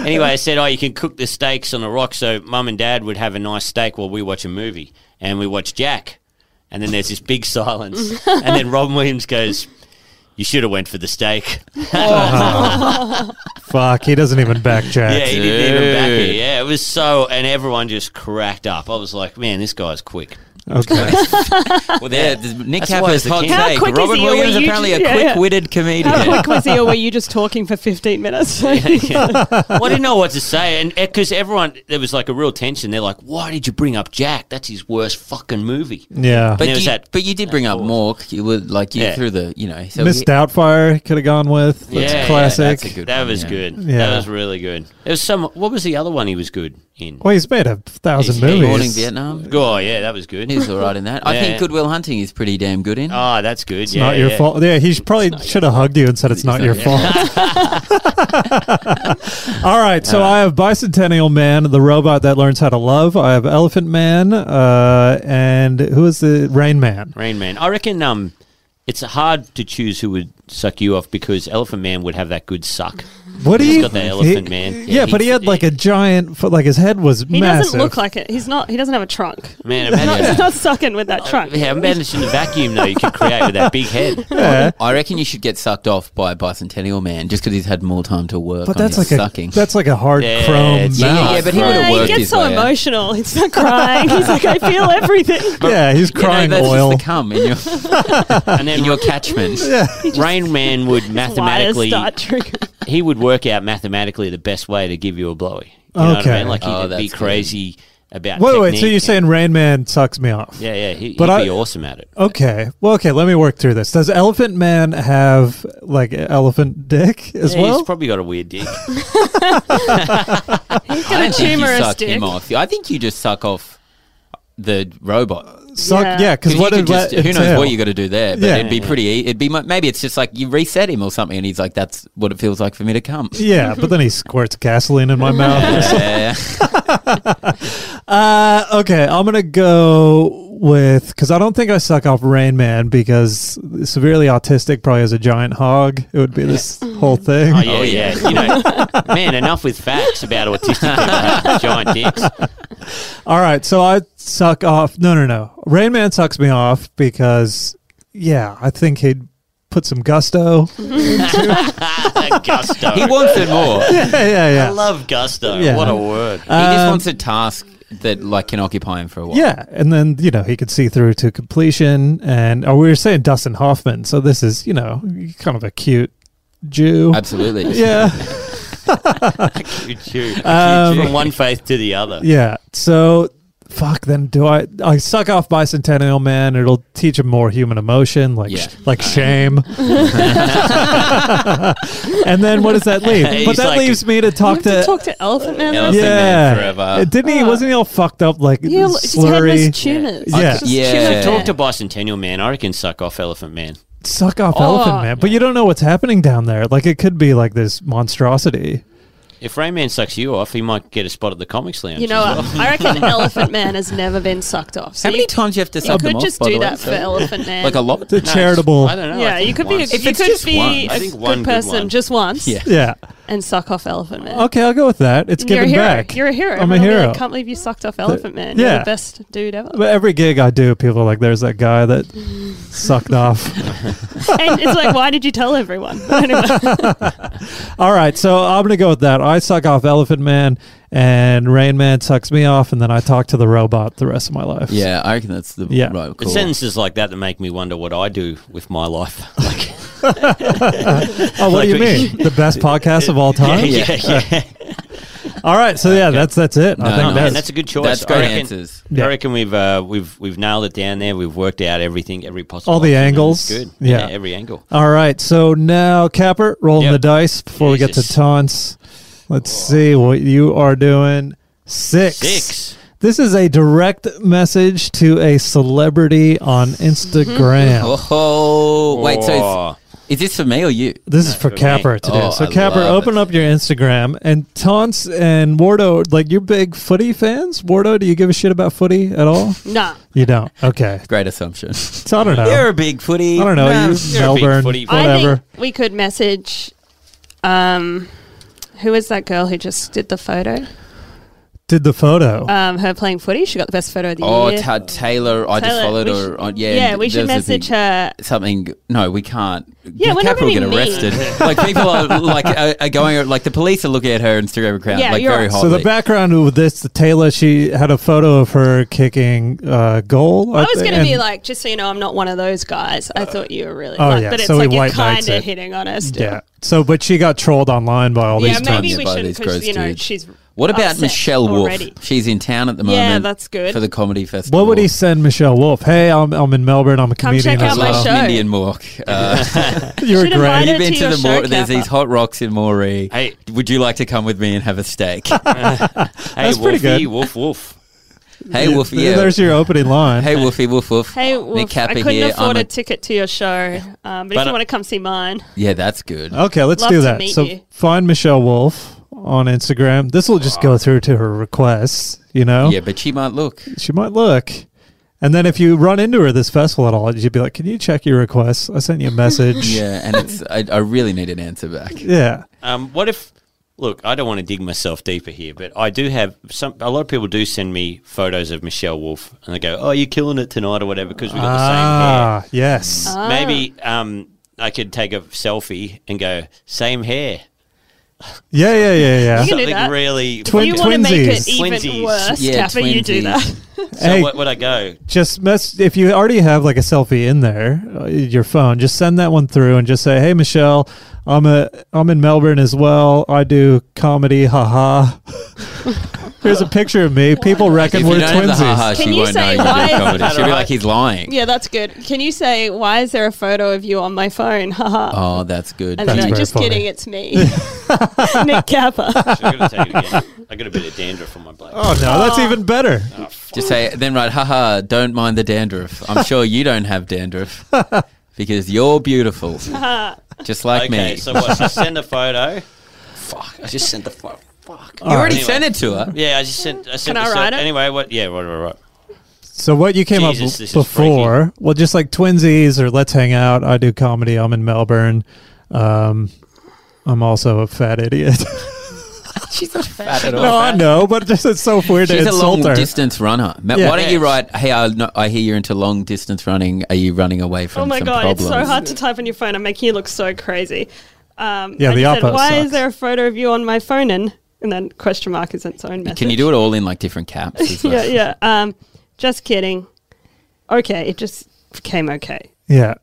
Speaker 3: anyway, I said, "Oh, you can cook the steaks on a rock." So mum and dad would have a nice steak while we watch a movie, and we watch Jack. And then there's this big silence, and then Rob Williams goes, "You should have went for the steak."
Speaker 2: Fuck, he doesn't even back
Speaker 3: yeah,
Speaker 2: Jack.
Speaker 3: he didn't even back it.
Speaker 4: Dude.
Speaker 3: Yeah, it was so, and everyone just cracked up. I was like, "Man, this guy's quick."
Speaker 2: Okay.
Speaker 4: Well, there, there's Nick
Speaker 3: That's why
Speaker 4: Capper's
Speaker 3: it's a
Speaker 4: hot
Speaker 3: king.
Speaker 5: How
Speaker 4: take.
Speaker 5: quick is
Speaker 4: Robin
Speaker 5: he? Were
Speaker 4: Williams
Speaker 5: you
Speaker 4: apparently
Speaker 5: just-
Speaker 4: a
Speaker 5: yeah, yeah.
Speaker 4: quick-witted comedian.
Speaker 5: How quick was he, or were you just talking for 15 minutes?
Speaker 3: well, I didn't know what to say, and because everyone there was like a real tension. They're like, "Why did you bring up Jack? That's his worst fucking movie."
Speaker 2: Yeah.
Speaker 4: But
Speaker 3: there was
Speaker 4: you,
Speaker 3: that-
Speaker 4: but you did bring up Mork. You were like you
Speaker 3: Yeah.
Speaker 4: threw the you know so
Speaker 2: Miss
Speaker 4: he-
Speaker 2: Doubtfire could have gone with. That's
Speaker 3: Yeah, yeah,
Speaker 2: classic.
Speaker 4: that's a good-
Speaker 3: that
Speaker 4: one,
Speaker 3: was
Speaker 4: yeah.
Speaker 3: good.
Speaker 2: Yeah.
Speaker 3: That was really good. There was some. What was the other one he was good in?
Speaker 2: well, he's made a thousand
Speaker 3: He's-
Speaker 2: movies.
Speaker 4: Morning Vietnam.
Speaker 3: Oh yeah, that was good.
Speaker 4: He was all right in that. I
Speaker 3: Yeah.
Speaker 4: think Goodwill Hunting is pretty damn good in.
Speaker 3: Oh, that's good.
Speaker 2: It's not your fault. Yeah, he sh- probably should have hugged you and said it's, not, your fault. All right, so I have Bicentennial Man, the robot that learns how to love. I have Elephant Man, uh, and who is the Rain Man?
Speaker 3: Rain Man. I reckon. Um, it's hard to choose who would suck you off because Elephant Man would have that good suck.
Speaker 2: What do
Speaker 3: He's
Speaker 2: you?
Speaker 3: got the
Speaker 2: he-
Speaker 3: Elephant Man.
Speaker 2: Yeah,
Speaker 3: Yeah,
Speaker 2: but he
Speaker 3: he's-
Speaker 2: had like a giant, foot, like his head was
Speaker 5: He
Speaker 2: massive.
Speaker 5: doesn't look like it. He's not. He doesn't have a trunk.
Speaker 3: Man,
Speaker 5: He's
Speaker 3: imagine.
Speaker 5: not sucking with that trunk.
Speaker 3: Oh, Yeah, imagine the vacuum though you could create with that big head.
Speaker 2: Yeah.
Speaker 4: I reckon you should get sucked off by Bicentennial Man just because he's had more time to work.
Speaker 2: But
Speaker 4: on
Speaker 2: that's like
Speaker 4: his
Speaker 2: a
Speaker 4: sucking.
Speaker 2: that's like a hard
Speaker 3: Yeah,
Speaker 2: chrome
Speaker 3: it's-
Speaker 4: yeah, yeah,
Speaker 2: mouth.
Speaker 4: yeah, but he
Speaker 5: Yeah,
Speaker 4: would have worked
Speaker 5: he gets
Speaker 4: his
Speaker 5: so
Speaker 4: way. out.
Speaker 5: emotional. He's not crying. He's like, I feel everything.
Speaker 2: Yeah, he's
Speaker 4: You know,
Speaker 2: crying
Speaker 4: that's
Speaker 2: oil.
Speaker 4: Just the cum in your
Speaker 3: And then
Speaker 4: in your catchment.
Speaker 3: Rain Man would
Speaker 5: Wires
Speaker 3: mathematically
Speaker 5: start triggering.
Speaker 3: he would work out mathematically the best way to give you a blowy. You know what
Speaker 2: Okay.
Speaker 3: I mean? Like he'd
Speaker 4: Oh,
Speaker 3: be
Speaker 4: that's good.
Speaker 3: crazy about.
Speaker 2: Wait, wait. So
Speaker 3: technique
Speaker 2: you're
Speaker 3: and-
Speaker 2: saying Rain Man sucks me off?
Speaker 3: Yeah, yeah. He,
Speaker 2: But
Speaker 3: he'd
Speaker 2: I-
Speaker 3: be awesome at it.
Speaker 2: Okay. Well, okay. Let me work through this. Does Elephant Man have like elephant dick as
Speaker 3: Yeah,
Speaker 2: well?
Speaker 3: He's probably got a weird dick.
Speaker 5: He's
Speaker 4: I
Speaker 5: got a
Speaker 4: don't think you
Speaker 5: tumorous
Speaker 4: suck
Speaker 5: dick.
Speaker 4: him off. I think you just suck off the robot.
Speaker 2: Suck-
Speaker 5: Yeah.
Speaker 2: yeah. Because
Speaker 4: Because
Speaker 2: what
Speaker 4: you could
Speaker 2: did
Speaker 4: just,
Speaker 2: that
Speaker 4: who knows
Speaker 2: entail?
Speaker 4: what you got to do there, but
Speaker 2: Yeah.
Speaker 4: it'd be pretty. e- It'd be mu- maybe it's just like you reset him or something, and he's like, "That's what it feels like for me to come."
Speaker 2: Yeah, but then he squirts gasoline in my mouth.
Speaker 4: Yeah.
Speaker 2: Uh, okay, I'm gonna go with because I don't think I suck off Rain Man because severely autistic probably is a giant hog. It would be this whole thing.
Speaker 3: Oh, yeah, yeah. You know, man, enough with facts about autistic people having giant dicks.
Speaker 2: All right, so I suck off. No, no, no. Rain Man sucks me off because yeah, I think he'd put some gusto.
Speaker 3: gusto.
Speaker 4: he wants it more. He
Speaker 2: yeah, yeah,
Speaker 3: I
Speaker 2: yeah.
Speaker 3: love gusto.
Speaker 2: Yeah.
Speaker 3: What a word.
Speaker 4: just
Speaker 2: Um,
Speaker 4: wants a task that like can occupy him for a while.
Speaker 2: Yeah, and then you know he could see through to completion, and oh, we were saying Dustin Hoffman, so this is you know kind of a cute Jew.
Speaker 4: absolutely.
Speaker 2: Yeah,
Speaker 3: You chew.
Speaker 2: Um,
Speaker 3: From one faith to the other.
Speaker 2: yeah. So fuck. Then do I? I suck off Bicentennial Man. It'll teach him more human emotion, like
Speaker 4: Yeah.
Speaker 2: like shame. and then what does that leave? But
Speaker 3: He's
Speaker 2: that
Speaker 3: like-
Speaker 2: leans leaves me to
Speaker 5: You
Speaker 2: talk
Speaker 5: have to
Speaker 2: to.
Speaker 5: talk to Elephant Man.
Speaker 4: Elephant
Speaker 5: though?
Speaker 2: yeah,
Speaker 4: Man forever.
Speaker 2: It didn't he?
Speaker 5: Oh.
Speaker 2: Wasn't he all fucked up? Like
Speaker 5: Yeah, look, his head
Speaker 2: slurry.
Speaker 5: was tumors.
Speaker 2: Yeah.
Speaker 5: It's just
Speaker 4: Yeah.
Speaker 5: tumor
Speaker 4: Yeah.
Speaker 5: hair.
Speaker 3: Talk to Bicentennial Man. I reckon suck off Elephant Man.
Speaker 2: suck off
Speaker 5: Oh.
Speaker 2: elephant man but you don't know what's happening down there like it could be like this monstrosity
Speaker 3: If Rain Man sucks you off, he might get a spot at the Comics Lounge.
Speaker 5: You know, what? I reckon Elephant Man has never been sucked off. So
Speaker 4: How many
Speaker 5: you,
Speaker 4: times you have to
Speaker 5: you
Speaker 4: suck him
Speaker 5: could
Speaker 4: off?
Speaker 5: just
Speaker 4: by
Speaker 5: do
Speaker 4: the way?
Speaker 5: that for Elephant Man.
Speaker 4: like a lot.
Speaker 2: the
Speaker 3: No,
Speaker 2: charitable
Speaker 3: I don't know. I
Speaker 5: yeah,
Speaker 3: think
Speaker 5: you could be.
Speaker 3: once.
Speaker 5: A,
Speaker 4: If
Speaker 5: you
Speaker 4: it's
Speaker 5: could
Speaker 4: just
Speaker 5: be
Speaker 4: once.
Speaker 5: a
Speaker 3: I think one
Speaker 5: good
Speaker 3: good
Speaker 5: person
Speaker 3: one.
Speaker 5: just once.
Speaker 4: Yeah.
Speaker 2: yeah
Speaker 5: and suck off Elephant Man.
Speaker 2: Okay, I'll go with that. It's
Speaker 5: You're a
Speaker 2: given
Speaker 5: hero.
Speaker 2: back.
Speaker 5: You're a hero.
Speaker 2: I'm
Speaker 5: Everyone
Speaker 2: a
Speaker 5: will be
Speaker 2: hero.
Speaker 5: Like, Can't believe you sucked off Elephant Man. You're
Speaker 2: yeah.
Speaker 5: the best dude ever.
Speaker 2: But every gig I do, people are like, "There's that guy that sucked off."
Speaker 5: and it's like, why did you tell everyone? But anyway,
Speaker 2: All right, so I'm gonna go with that. I suck off Elephant Man, and Rain Man sucks me off, and then I talk to the robot the rest of my life.
Speaker 4: Yeah, I reckon that's the
Speaker 2: Yeah.
Speaker 3: But
Speaker 4: right call.
Speaker 3: sentences like that that make me wonder what I do with my life. Like,
Speaker 2: Oh, what do you
Speaker 3: Like we-
Speaker 2: mean? The best podcast of all time.
Speaker 3: yeah, yeah, yeah.
Speaker 2: All right, so yeah, that's that's it. I
Speaker 4: No,
Speaker 2: think
Speaker 4: no,
Speaker 2: that's,
Speaker 3: Man, that's a good choice.
Speaker 4: That's
Speaker 3: I
Speaker 4: great
Speaker 3: reckon-
Speaker 4: answers.
Speaker 2: Yeah.
Speaker 3: I reckon we've uh, we've we've nailed it down there. We've worked out everything, every possible
Speaker 2: All the
Speaker 3: option.
Speaker 2: angles.
Speaker 3: It's Good,
Speaker 2: Yeah.
Speaker 3: yeah. every angle.
Speaker 2: all right. So now Capper rolling
Speaker 3: Yep.
Speaker 2: the dice before we get to
Speaker 3: Jesus.
Speaker 2: taunts. Let's see what you are doing. Six.
Speaker 3: Six.
Speaker 2: This is a direct message to a celebrity on
Speaker 3: Mm-hmm.
Speaker 2: Instagram.
Speaker 4: Oh, wait. So
Speaker 3: Oh.
Speaker 4: is, is this for me or you?
Speaker 2: This is for
Speaker 3: for me.
Speaker 2: Capper to do.
Speaker 4: Oh,
Speaker 2: so
Speaker 4: I
Speaker 2: Capper,
Speaker 4: love
Speaker 2: open
Speaker 4: it.
Speaker 2: up your Instagram and taunts and Wardo. Like you're big footy fans. Wardo, do you give a shit about footy at all?
Speaker 5: nah.
Speaker 2: You don't. Okay.
Speaker 4: Great assumption.
Speaker 2: So I don't know.
Speaker 4: You're a big footy.
Speaker 2: I don't know. you
Speaker 4: No.
Speaker 3: You're a big
Speaker 2: Melbourne,
Speaker 3: footy fan.
Speaker 5: I
Speaker 2: whatever.
Speaker 5: think we could message. Um, who is that girl who just did the photo?
Speaker 2: Did the photo.
Speaker 5: Um, her playing footy. She got the best photo of the
Speaker 4: Oh,
Speaker 5: year.
Speaker 4: Ta- Taylor, I just
Speaker 5: Taylor,
Speaker 4: followed
Speaker 5: we
Speaker 4: her
Speaker 5: should-
Speaker 4: on. Yeah,
Speaker 5: yeah, we should
Speaker 4: there's the
Speaker 5: message
Speaker 4: thing.
Speaker 5: her.
Speaker 4: Something. No, we can't.
Speaker 5: Yeah, we're not
Speaker 4: Capra will get
Speaker 5: gonna be mean.
Speaker 4: arrested. like people are like are, are going. Like the police are looking at her Instagram account.
Speaker 5: Yeah,
Speaker 4: like
Speaker 5: you're
Speaker 4: very
Speaker 5: right.
Speaker 2: so
Speaker 4: hotly.
Speaker 2: the background with this, the Taylor, she had a photo of her kicking uh, goal.
Speaker 5: I was going to be
Speaker 2: and-
Speaker 5: like, just so you know, I'm not one of those guys.
Speaker 4: Uh,
Speaker 5: I thought you were really.
Speaker 2: oh,
Speaker 5: like,
Speaker 2: yeah,
Speaker 5: But it's
Speaker 2: so we
Speaker 5: like you're
Speaker 2: white knights
Speaker 5: kind of
Speaker 2: it.
Speaker 5: hitting on us.
Speaker 2: yeah. So, but she got trolled online by all
Speaker 5: Yeah,
Speaker 2: these
Speaker 5: maybe
Speaker 2: times.
Speaker 5: we
Speaker 4: by
Speaker 5: shouldn't
Speaker 4: these
Speaker 5: because
Speaker 4: gross
Speaker 5: you know
Speaker 4: dudes.
Speaker 5: she's.
Speaker 4: What about
Speaker 5: upset
Speaker 4: Michelle
Speaker 5: already.
Speaker 4: Wolf? She's in town at the moment.
Speaker 5: Yeah, that's good.
Speaker 4: for the comedy festival.
Speaker 2: What would he send Michelle Wolf? Hey, I'm, I'm in Melbourne. I'm a
Speaker 5: Come
Speaker 2: comedian.
Speaker 5: check out
Speaker 2: as
Speaker 5: my
Speaker 2: well.
Speaker 4: Love
Speaker 5: show.
Speaker 4: Indian Mork. Uh,
Speaker 2: You're
Speaker 5: Should invite her.
Speaker 2: great.
Speaker 4: Have you
Speaker 5: to
Speaker 4: been to
Speaker 5: your
Speaker 4: the
Speaker 5: show,
Speaker 4: Mor- There's
Speaker 5: Kappa.
Speaker 4: these hot rocks in Moree.
Speaker 3: Hey.
Speaker 4: would you like to come with me and have a steak?
Speaker 3: Hey,
Speaker 2: That's pretty
Speaker 3: Wolfie,
Speaker 2: good.
Speaker 3: Wolf, wolf.
Speaker 4: hey, Wolfie.
Speaker 2: There-
Speaker 4: Yeah.
Speaker 2: There's your opening line.
Speaker 4: hey, Wolfie. Woof woof.
Speaker 5: Hey, Wolf, I
Speaker 4: Kappa
Speaker 5: couldn't
Speaker 4: here.
Speaker 5: afford
Speaker 4: I'm
Speaker 5: a,
Speaker 4: a-
Speaker 5: ticket to your show, um, but, if
Speaker 3: But
Speaker 5: you
Speaker 3: I-
Speaker 5: want to come see mine,
Speaker 4: yeah, that's good.
Speaker 2: Okay, let's
Speaker 5: Love
Speaker 2: do
Speaker 5: to
Speaker 2: that.
Speaker 5: meet
Speaker 2: So
Speaker 5: you.
Speaker 2: find Michelle Wolf on Instagram. This will just go through to her requests. You know,
Speaker 4: Yeah, but she might look.
Speaker 2: she might look. And then if you run into her this festival at all, you'd be like, "Can you check your requests? I sent you a message."
Speaker 4: Yeah, and it's I, I really need an answer back.
Speaker 2: Yeah.
Speaker 3: Um, what if? Look, I don't want to dig myself deeper here, but I do have some. A lot of people do send me photos of Michelle Wolf, and they go, "Oh, you're killing it tonight," or whatever, because we got
Speaker 2: Ah, yes.
Speaker 3: the
Speaker 5: Oh.
Speaker 3: same hair. Maybe um, I could take a selfie and go, "Same hair."
Speaker 2: yeah, yeah, yeah,
Speaker 5: You
Speaker 2: yeah.
Speaker 5: can do that.
Speaker 3: really.
Speaker 2: Twin-
Speaker 5: you want to make it
Speaker 2: twinsies.
Speaker 5: even
Speaker 3: Twinsies.
Speaker 5: worse,
Speaker 4: Yeah,
Speaker 5: Kappa, you do
Speaker 4: twinsies.
Speaker 5: that.
Speaker 3: so
Speaker 2: Hey.
Speaker 3: what would I go?
Speaker 2: Just mess if you already have like a selfie in there, uh, your phone. Just send that one through and just say, "Hey, Michelle, I'm a I'm in Melbourne as well. I do comedy. Haha." Here's a picture of me. People reckon
Speaker 4: If
Speaker 2: we're
Speaker 4: you don't have the
Speaker 2: twinsies.
Speaker 4: haha, she
Speaker 5: Can you
Speaker 4: won't know
Speaker 5: say
Speaker 4: you do
Speaker 5: why-
Speaker 4: comedy. She'll be
Speaker 3: Right.
Speaker 4: like, he's lying.
Speaker 5: Yeah, that's good. Can you say, why is there a photo of you on my phone? Haha.
Speaker 4: Oh, that's good.
Speaker 5: and then
Speaker 2: that's
Speaker 5: like,
Speaker 2: very
Speaker 5: just
Speaker 2: funny.
Speaker 5: kidding, it's me. Nick Kappa.
Speaker 3: Actually, I'm gonna take it again. I got a bit of dandruff on my blade.
Speaker 2: Oh no, that's even better.
Speaker 4: Just say then right, haha, don't mind the dandruff. I'm sure you don't have dandruff because you're beautiful. Just like
Speaker 3: okay,
Speaker 4: me.
Speaker 3: so what? So send a photo. Fuck! I just sent the photo. Fuck!
Speaker 4: you already
Speaker 3: Anyway.
Speaker 4: sent it to her.
Speaker 3: Yeah, I just sent. I sent
Speaker 5: Can I
Speaker 3: the
Speaker 5: write
Speaker 3: self-
Speaker 5: it?
Speaker 3: Anyway, what? Yeah, right, right, right.
Speaker 2: So what you came
Speaker 3: Jesus,
Speaker 2: up
Speaker 3: this is
Speaker 2: before? Well, just like twinsies or let's hang out. I do comedy. I'm in Melbourne. Um, I'm also a fat idiot.
Speaker 4: She's not fat at all.
Speaker 2: no, I know, but just it's so weird
Speaker 4: She's
Speaker 2: to
Speaker 4: a long
Speaker 2: insult her.
Speaker 4: distance runner. Ma-
Speaker 2: Yeah.
Speaker 4: Why don't
Speaker 3: Yeah.
Speaker 4: you write? Hey, I, no, I hear you're into long distance running. Are you running away from?
Speaker 5: Oh my
Speaker 4: some
Speaker 5: god,
Speaker 4: problems?
Speaker 5: it's so hard to type on your phone. I'm making you look so crazy. Um,
Speaker 2: Yeah,
Speaker 5: I
Speaker 2: the
Speaker 5: just said,
Speaker 2: oppo
Speaker 5: Why
Speaker 2: sucks.
Speaker 5: is there a photo of you on my phone? And and then question mark is its own message.
Speaker 4: Can you do it all in like different caps? as well?
Speaker 5: yeah, yeah. Um, just kidding. Okay, it just came okay.
Speaker 2: Yeah,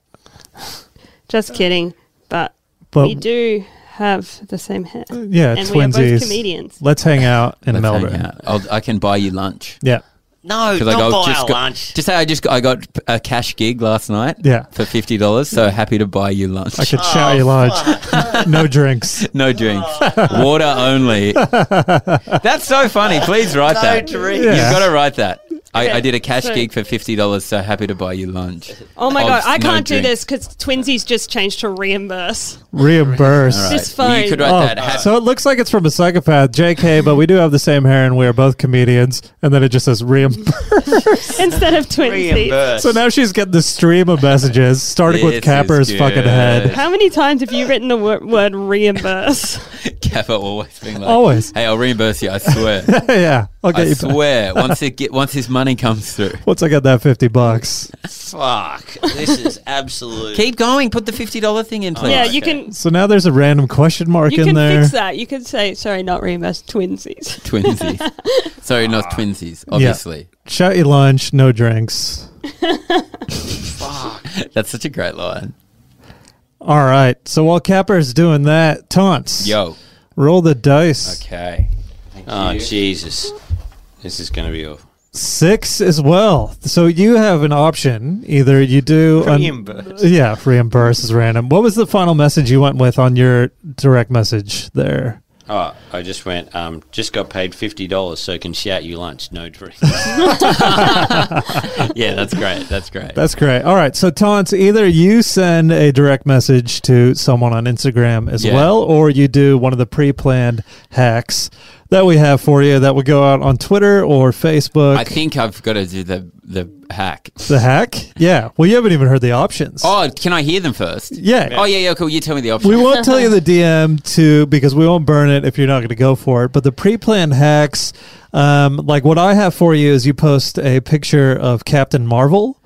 Speaker 5: Just kidding. But
Speaker 2: but
Speaker 5: we do have the same hair.
Speaker 2: yeah,
Speaker 5: and we are
Speaker 2: twinsies.
Speaker 5: both comedians.
Speaker 2: Let's hang out in
Speaker 4: Let's hang
Speaker 2: Melbourne.
Speaker 4: out. I'll, I can buy you lunch.
Speaker 2: Yeah,
Speaker 3: No,
Speaker 4: 'Cause, like,
Speaker 3: don't
Speaker 4: I've
Speaker 3: buy
Speaker 4: just
Speaker 3: our
Speaker 4: got-
Speaker 3: lunch.
Speaker 4: Just say I just got, I got a cash gig last night.
Speaker 2: Yeah.
Speaker 4: for fifty dollars. So happy to buy you lunch.
Speaker 2: I could shout you lunch. no drinks.
Speaker 4: No drinks. Water only. That's so funny. Please write that.
Speaker 3: drinks.
Speaker 2: Yeah.
Speaker 4: You've got to write that. I, I did a cash
Speaker 5: so-
Speaker 4: gig for fifty dollars. So happy to buy you lunch.
Speaker 5: Oh my
Speaker 4: Of
Speaker 5: god, I
Speaker 4: no
Speaker 5: can't do
Speaker 4: drink.
Speaker 5: this because Twinsies just changed to reimburse.
Speaker 2: Reimburse.
Speaker 4: All
Speaker 5: This
Speaker 4: well, You
Speaker 5: phone.
Speaker 4: could write
Speaker 2: Oh,
Speaker 4: that. Ha-
Speaker 2: so it looks like it's from a psychopath, J.K. But we do have the same hair, and we are both comedians. And then it just says reimburse.
Speaker 5: Instead of Twinsies.
Speaker 3: Reimburse.
Speaker 2: So now she's getting the stream of messages, starting
Speaker 4: This
Speaker 2: with
Speaker 4: is
Speaker 2: Capper's
Speaker 4: good.
Speaker 2: fucking head.
Speaker 5: How many times have you written the wor- word reimburse?
Speaker 4: Kappa always being like,
Speaker 2: Always.
Speaker 4: Hey, I'll reimburse you. I swear.
Speaker 2: yeah, I'll get
Speaker 4: I
Speaker 2: you. Back.
Speaker 4: swear. Once it get, once his money comes through,
Speaker 2: Once I get that fifty bucks,
Speaker 3: Fuck. This is absolute.
Speaker 4: keep going. Put the fifty dollar thing in, please.
Speaker 5: yeah,
Speaker 3: okay.
Speaker 5: you can
Speaker 2: so now there's a random question mark
Speaker 5: you
Speaker 2: in
Speaker 5: can
Speaker 2: there.
Speaker 5: fix that. You could say sorry, not reimbursed twinsies.
Speaker 4: Twinsies. Ah. Sorry, not twinsies. Obviously,
Speaker 2: Shut your lunch, no drinks.
Speaker 4: that's such a great line.
Speaker 2: All right. So while Capper's doing that, taunts.
Speaker 4: Yo.
Speaker 2: Roll the dice.
Speaker 4: Okay.
Speaker 3: Oh, Jesus. This is going to be awful.
Speaker 2: Six as well. So you have an option. Either you do an-
Speaker 3: Reimburse.
Speaker 2: yeah, reimburse is random. What was the final message you went with on your direct message there?
Speaker 3: Oh, I just went, um, just got paid $50, so can shout you lunch, no drink.
Speaker 4: Yeah, that's great. That's great.
Speaker 2: That's great. All right. So taunts, either you send a direct message to someone on Instagram as
Speaker 4: Yeah.
Speaker 2: well, or you do one of the pre-planned hacks that we have for you that would go out on Twitter or Facebook.
Speaker 4: I think I've got to do the the hack.
Speaker 2: the hack? Yeah. Well, you haven't even heard the options.
Speaker 4: Oh, can I hear them first?
Speaker 2: yeah.
Speaker 4: Oh yeah, yeah. Cool. You tell me the option.
Speaker 2: We won't tell you the DM to because we won't burn it if you're not going to go for it. But the pre-planned hacks, um, like what I have for you is you post a picture of Captain Marvel,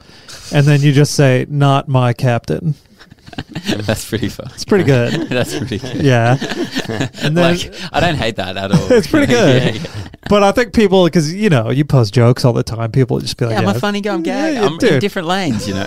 Speaker 2: and then you just say "Not my captain."
Speaker 4: that's pretty fast.
Speaker 2: It's pretty good,
Speaker 4: That's pretty. Good.
Speaker 2: yeah. And then
Speaker 4: Like, I don't hate that at all.
Speaker 2: it's pretty good.
Speaker 4: yeah, yeah.
Speaker 2: But I think people, because you know, you post jokes all the time, people just be like,
Speaker 4: Yeah, I'm a funny guy. I'm gay.
Speaker 2: Yeah,
Speaker 4: I'm in
Speaker 2: dude.
Speaker 4: different lanes, you know.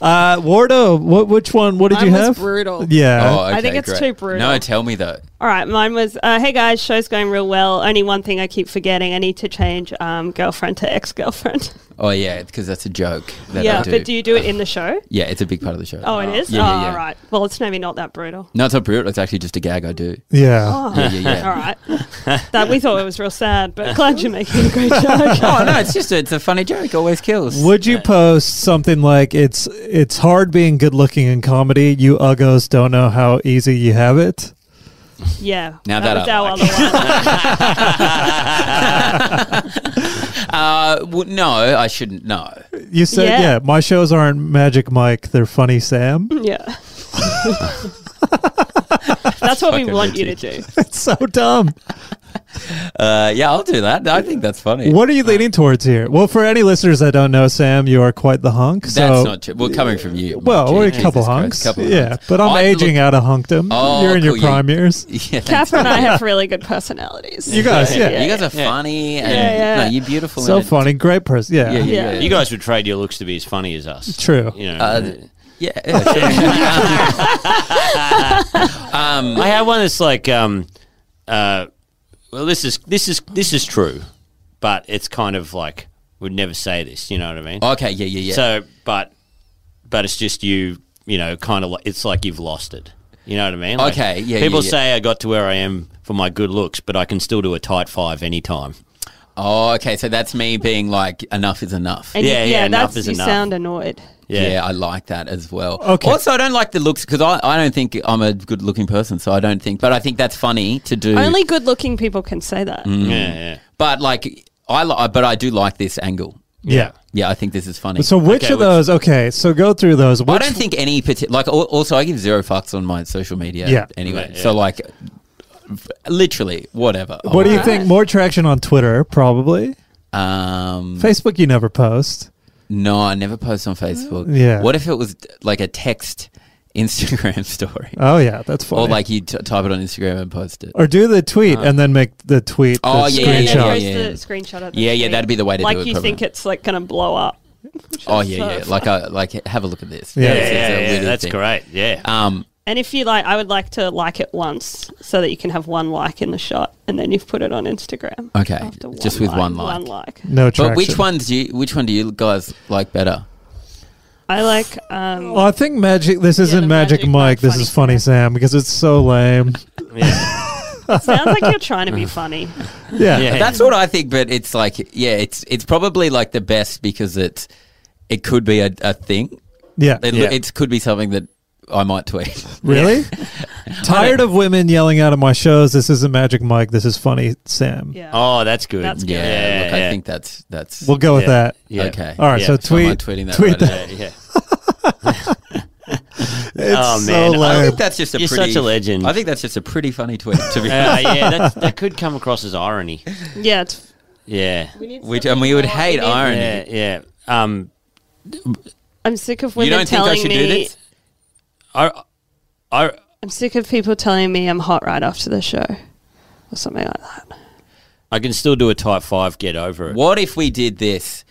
Speaker 2: uh, Wardo, what? Which one? What did
Speaker 5: Mine
Speaker 2: you
Speaker 5: was
Speaker 2: have?
Speaker 5: brutal.
Speaker 4: Oh,
Speaker 2: Yeah.
Speaker 5: I think it's too brutal.
Speaker 4: No, tell me though.
Speaker 5: All right, mine was uh, hey guys, show's going real well. Only one thing I keep forgetting: I need to change um, girlfriend to ex-girlfriend.
Speaker 4: Oh yeah, because that's a joke. That
Speaker 5: yeah,
Speaker 4: I do.
Speaker 5: but do you do it in the show?
Speaker 4: yeah, it's a big part of the show.
Speaker 5: Oh, it is.
Speaker 4: Yeah,
Speaker 5: oh,
Speaker 4: yeah, yeah.
Speaker 5: all right. Well, it's maybe not that brutal.
Speaker 4: No, it's not brutal. It's actually just a gag I do.
Speaker 2: yeah.
Speaker 5: Oh,
Speaker 4: Yeah, yeah, yeah.
Speaker 5: all right. That we thought it was real sad, but glad you're making a great joke.
Speaker 4: oh no, it's just a, it's a funny joke. Always kills.
Speaker 2: Would you post something like it's it's hard being good looking in comedy? You uggos don't know how easy you have it.
Speaker 5: Yeah.
Speaker 4: Now that
Speaker 5: was
Speaker 4: I
Speaker 5: our other one.
Speaker 4: Uh, w- no, I shouldn't. No.
Speaker 2: You said yeah.
Speaker 5: Yeah.
Speaker 2: my shows aren't Magic Mike, they're Funny Sam.
Speaker 5: Yeah. That's what we
Speaker 4: fucking
Speaker 5: want you to do.
Speaker 2: It's so dumb.
Speaker 4: Uh, yeah, I'll do that. I think that's funny.
Speaker 2: What are you leaning towards here? Well, for any listeners that don't know, Sam, you are quite the hunk.
Speaker 4: That's
Speaker 2: so-
Speaker 4: not true. Well, coming from you.
Speaker 2: Well, we're a
Speaker 4: Jesus
Speaker 2: couple
Speaker 4: Christ,
Speaker 2: hunks.
Speaker 4: couple
Speaker 2: yeah,
Speaker 4: hunks. Oh,
Speaker 2: but I'm
Speaker 4: I
Speaker 2: aging out of hunkdom.
Speaker 4: Oh,
Speaker 2: You're in your
Speaker 4: cool, yeah.
Speaker 2: prime years.
Speaker 4: Look, yeah, thanks.
Speaker 5: Catherine and I have really good personalities.
Speaker 2: You guys, yeah.
Speaker 4: you guys are
Speaker 3: Yeah.
Speaker 4: funny and
Speaker 5: Yeah, yeah.
Speaker 4: No, you're beautiful.
Speaker 2: So
Speaker 4: and-
Speaker 2: funny. Great person. Yeah.
Speaker 4: Yeah, yeah,
Speaker 5: Yeah.
Speaker 4: yeah.
Speaker 3: you guys would trade your looks to be as funny as us.
Speaker 2: True.
Speaker 3: You know,
Speaker 4: Uh, yeah. yeah, sure. um,
Speaker 3: I have one that's like, um, uh, well, this is this is this is true, but it's kind of like would never say this. You know what I mean?
Speaker 4: okay. Yeah. Yeah. Yeah.
Speaker 3: So, but but it's just you. You know, kind of. Like, it's like you've lost it. You know what I mean? Like,
Speaker 4: Okay, yeah, yeah,
Speaker 3: People
Speaker 4: yeah.
Speaker 3: say I got to where I am for my good looks, but I can still do a tight five anytime.
Speaker 4: oh, okay. So that's me being like, enough is enough.
Speaker 5: And you-
Speaker 3: Yeah, yeah,
Speaker 5: yeah,
Speaker 3: enough
Speaker 5: that's
Speaker 3: is
Speaker 5: you
Speaker 3: enough.
Speaker 5: sound annoyed.
Speaker 4: Yeah.
Speaker 3: Yeah.
Speaker 4: I like that as well.
Speaker 2: Okay.
Speaker 4: Also, I don't like the looks because I, I don't think I'm a good looking person, so I don't think. But I think that's funny to do.
Speaker 5: Only good looking people can say that.
Speaker 4: Mm.
Speaker 3: Yeah, yeah.
Speaker 4: but like I, li- but I do like this angle.
Speaker 2: Yeah.
Speaker 4: Yeah, I think this is funny.
Speaker 2: So which
Speaker 3: Okay,
Speaker 2: of
Speaker 3: which-
Speaker 2: those? Okay, so go through those.
Speaker 4: I
Speaker 2: Which
Speaker 4: don't think any parti like. al- Also, I give zero fucks on my social media.
Speaker 2: Yeah.
Speaker 4: Anyway,
Speaker 3: Yeah, yeah.
Speaker 4: so like, f- literally whatever.
Speaker 2: What do you think? More traction on Twitter, probably.
Speaker 4: Um,
Speaker 2: Facebook, you never post.
Speaker 4: no, I never post on Facebook.
Speaker 2: Yeah.
Speaker 4: What if it was like a text Instagram story,
Speaker 2: Oh yeah, that's funny.
Speaker 4: or like you t- type it on Instagram and post it?
Speaker 2: or do the tweet and then make the tweet.
Speaker 4: Oh,
Speaker 2: the
Speaker 4: yeah,
Speaker 5: Yeah, yeah,
Speaker 2: screenshot.
Speaker 5: post
Speaker 4: yeah, yeah.
Speaker 5: the screenshot of the
Speaker 4: Yeah, yeah,
Speaker 5: tweet.
Speaker 4: that'd be the way to do
Speaker 5: like
Speaker 4: it,
Speaker 5: you
Speaker 4: probably.
Speaker 5: think it's like going to blow up.
Speaker 4: Oh yeah,
Speaker 5: So
Speaker 4: yeah. Like I like have a look at this.
Speaker 2: Yeah.
Speaker 3: Yeah,
Speaker 4: This is
Speaker 3: yeah,
Speaker 4: a
Speaker 3: yeah,
Speaker 4: weird
Speaker 3: that's
Speaker 4: thing.
Speaker 3: great. Yeah.
Speaker 4: Um,
Speaker 5: And if you like, I would like to like it once so that you can have one like in the shot and then you've put it on Instagram.
Speaker 4: Okay,
Speaker 5: after
Speaker 4: just with one like.
Speaker 5: One like.
Speaker 2: No traction.
Speaker 4: but which ones do you? Which one do you guys like better?
Speaker 5: I like. Um,
Speaker 2: Well, Oh, I think magic. This isn't
Speaker 5: the
Speaker 2: magic,
Speaker 5: Magic
Speaker 2: Mike.
Speaker 5: Mike
Speaker 2: This
Speaker 5: funny
Speaker 2: is funny Sam because it's so lame.
Speaker 5: sounds like you're trying to be funny.
Speaker 2: Yeah.
Speaker 3: Yeah.
Speaker 4: That's what I think, but it's like, yeah, it's it's probably like the best because it's it could be a, a thing.
Speaker 2: Yeah.
Speaker 4: It,
Speaker 3: Yeah.
Speaker 4: it could be something that I might tweet.
Speaker 2: Really? Tired of women yelling out of my shows. This isn't magic, Mike. This is funny Sam.
Speaker 5: Yeah.
Speaker 3: Oh, that's good.
Speaker 5: That's good.
Speaker 4: Yeah,
Speaker 3: Yeah,
Speaker 4: look,
Speaker 3: yeah.
Speaker 4: I think that's that's
Speaker 2: We'll go with
Speaker 3: Yeah.
Speaker 2: that.
Speaker 3: Yeah.
Speaker 4: okay.
Speaker 2: All right.
Speaker 3: Yeah.
Speaker 2: So
Speaker 4: So am I
Speaker 2: tweet.
Speaker 4: tweeting that
Speaker 2: tweet
Speaker 4: right now?
Speaker 2: that.
Speaker 3: Yeah.
Speaker 2: It's
Speaker 3: Oh,
Speaker 2: so
Speaker 3: man. I
Speaker 4: I
Speaker 2: lame.
Speaker 4: think that's just a
Speaker 3: You're
Speaker 4: pretty,
Speaker 3: such a legend.
Speaker 4: I think that's just a pretty funny tweet to be
Speaker 3: Uh,
Speaker 4: honest.
Speaker 3: yeah, that's, that could come across as irony.
Speaker 5: Yeah, it's,
Speaker 3: Yeah,
Speaker 5: we need
Speaker 4: Which
Speaker 5: something
Speaker 4: and we would
Speaker 5: more.
Speaker 4: hate
Speaker 5: need-
Speaker 4: irony.
Speaker 3: yeah, yeah. Um,
Speaker 5: I'm sick of
Speaker 4: You
Speaker 5: women
Speaker 4: don't think I
Speaker 5: telling
Speaker 4: should
Speaker 5: me.
Speaker 4: do this?
Speaker 3: I, I,
Speaker 5: I'm sick of people telling me I'm hot right after the show, or something like that.
Speaker 3: I can still do a type five. Get over it.
Speaker 4: What if we did this?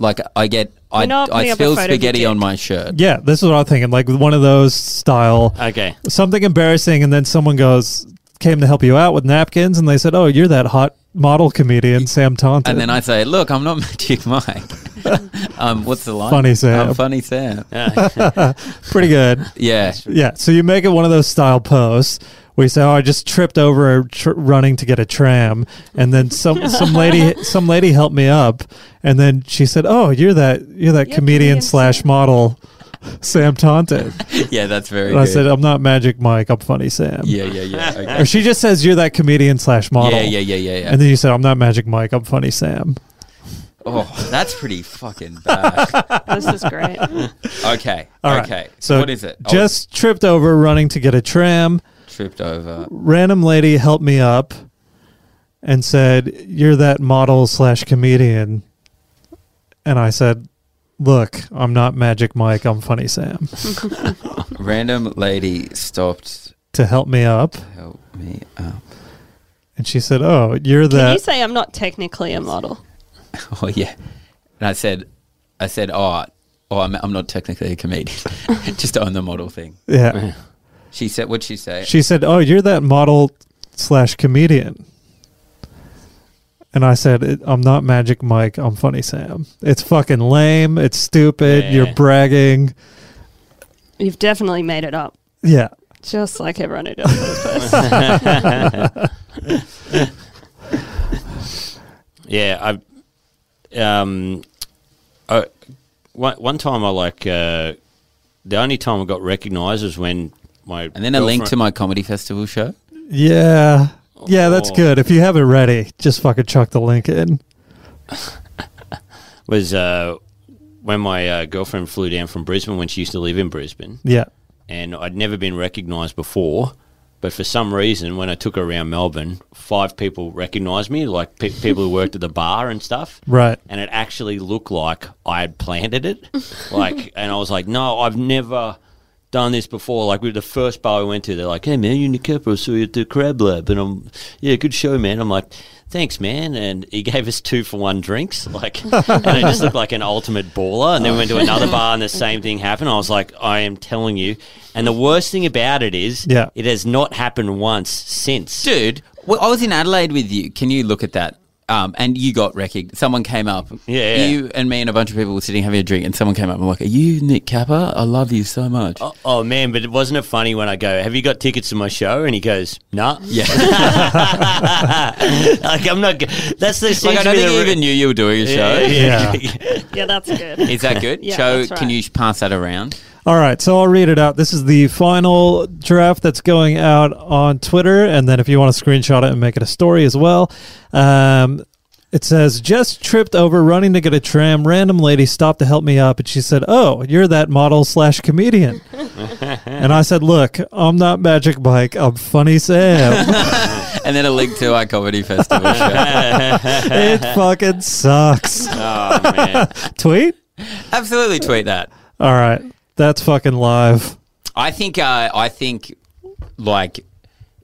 Speaker 4: Like I get, I,
Speaker 5: We're not putting
Speaker 4: I
Speaker 5: up a
Speaker 4: spill
Speaker 5: photo of your
Speaker 4: spaghetti on
Speaker 5: dick.
Speaker 4: my shirt.
Speaker 2: yeah, this is what I'm thinking. Like one of those style,
Speaker 3: Okay.
Speaker 2: something embarrassing, and then someone goes, came to help you out with napkins, and they said, "Oh, you're that hot model comedian, Sam Taunton."
Speaker 4: And then I say, look, I'm not Magic Mike. um, what's the line?
Speaker 2: Funny Sam.
Speaker 4: I'm funny Sam.
Speaker 3: Uh,
Speaker 2: pretty good.
Speaker 4: Yeah.
Speaker 2: Yeah, so you make it one of those style posts where you say, "Oh, I just tripped over tr- running to get a tram," and then some some lady some lady helped me up, and then she said, "Oh, you're that you're that
Speaker 5: You're
Speaker 2: comedian
Speaker 5: comedian
Speaker 2: slash
Speaker 5: Sam."
Speaker 2: model, Sam Taunton."
Speaker 4: Yeah, that's very
Speaker 2: And
Speaker 4: good.
Speaker 2: I said, um, "I'm not Magic Mike. I'm Funny Sam."
Speaker 4: yeah, yeah, yeah.
Speaker 2: Or
Speaker 4: Okay.
Speaker 2: she just says, "You're that comedian slash model."
Speaker 4: Yeah, yeah, yeah, yeah, yeah.
Speaker 2: And then you said, "I'm not Magic Mike. I'm Funny Sam."
Speaker 4: oh, that's pretty fucking bad.
Speaker 5: This is great.
Speaker 4: Okay.
Speaker 2: All right.
Speaker 4: okay.
Speaker 2: So
Speaker 4: what is it? Oh, I was
Speaker 2: Just tripped over running to get a tram.
Speaker 4: tripped over.
Speaker 2: random lady helped me up and said, You're that model slash comedian. And I said, Look, I'm not Magic Mike, I'm Funny Sam.
Speaker 4: Random lady stopped.
Speaker 2: to help me up.
Speaker 4: Help me up.
Speaker 2: And she said, Oh, you're
Speaker 5: Can you
Speaker 2: that.
Speaker 5: say I'm not technically a model?
Speaker 4: Oh yeah. And I said, I said, oh, oh, I'm, I'm not technically a comedian. Just on the model thing.
Speaker 2: yeah.
Speaker 4: She said, what'd she say?
Speaker 2: She said, Oh, you're that model slash comedian. And I said, "It- I'm not Magic Mike, I'm Funny Sam. It's fucking lame. It's stupid.
Speaker 3: Yeah.
Speaker 2: You're bragging.
Speaker 5: You've definitely made it up,
Speaker 2: Yeah.
Speaker 5: just like everyone who does those posts.
Speaker 3: Yeah, I um, I, one, one time I like uh, the only time I got recognised was when my
Speaker 4: and then a link to my comedy festival show.
Speaker 2: Yeah. Yeah, that's
Speaker 3: Oh.
Speaker 2: good. If you have it ready, just fucking chuck the link in.
Speaker 3: was uh, when my uh, girlfriend flew down from Brisbane when she used to live in Brisbane,
Speaker 2: Yeah.
Speaker 3: and I'd never been recognised before. But for some reason, when I took her around Melbourne, five people recognised me, like pe- people who worked at the bar and stuff.
Speaker 2: Right.
Speaker 3: and it actually looked like I had planted it. like, and I was like, no, I've never done this before. Like, we were the first bar we went to, they're like, hey, man, you're in the Kappa, so you at the Crab Lab. And I'm, yeah, good show, man. I'm like, thanks, man. And he gave us two for one drinks. Like, and I just looked like an ultimate baller. And then we went to another bar and the same thing happened. I was like, I am telling you. And the worst thing about it is,
Speaker 2: Yeah.
Speaker 3: it has not happened once since.
Speaker 4: Dude, well, I was in Adelaide with you. Can you look at that? Um, and you got recognized. Someone came up.
Speaker 3: Yeah, yeah.
Speaker 4: You and me and a bunch of people were sitting having a drink, and someone came up and like, Are you Nick Kappa? I love you so much.
Speaker 3: Oh, oh, man, but it wasn't it funny when I go, Have you got tickets to my show? And he goes, Nah.
Speaker 4: Yeah.
Speaker 3: like I'm not. g- That's the
Speaker 4: like, I don't think you even knew you were doing a show.
Speaker 2: Yeah.
Speaker 5: yeah, that's good.
Speaker 4: Is that good?
Speaker 5: Yeah,
Speaker 4: so,
Speaker 5: that's
Speaker 4: can
Speaker 5: right.
Speaker 4: you pass that around?
Speaker 2: All right, so I'll read it out. This is the final draft that's going out on Twitter, and then if you want to screenshot it and make it a story as well. Um, it says, just tripped over running to get a tram. Random lady stopped to help me up, and she said, Oh, you're that model slash comedian. and I said, Look, I'm not Magic Mike. I'm Funny Sam.
Speaker 4: And then a link to our comedy festival show.
Speaker 2: it fucking sucks.
Speaker 3: Oh man,
Speaker 2: Tweet?
Speaker 4: Absolutely tweet that.
Speaker 2: All right, that's fucking live.
Speaker 4: I think, uh, I think, like,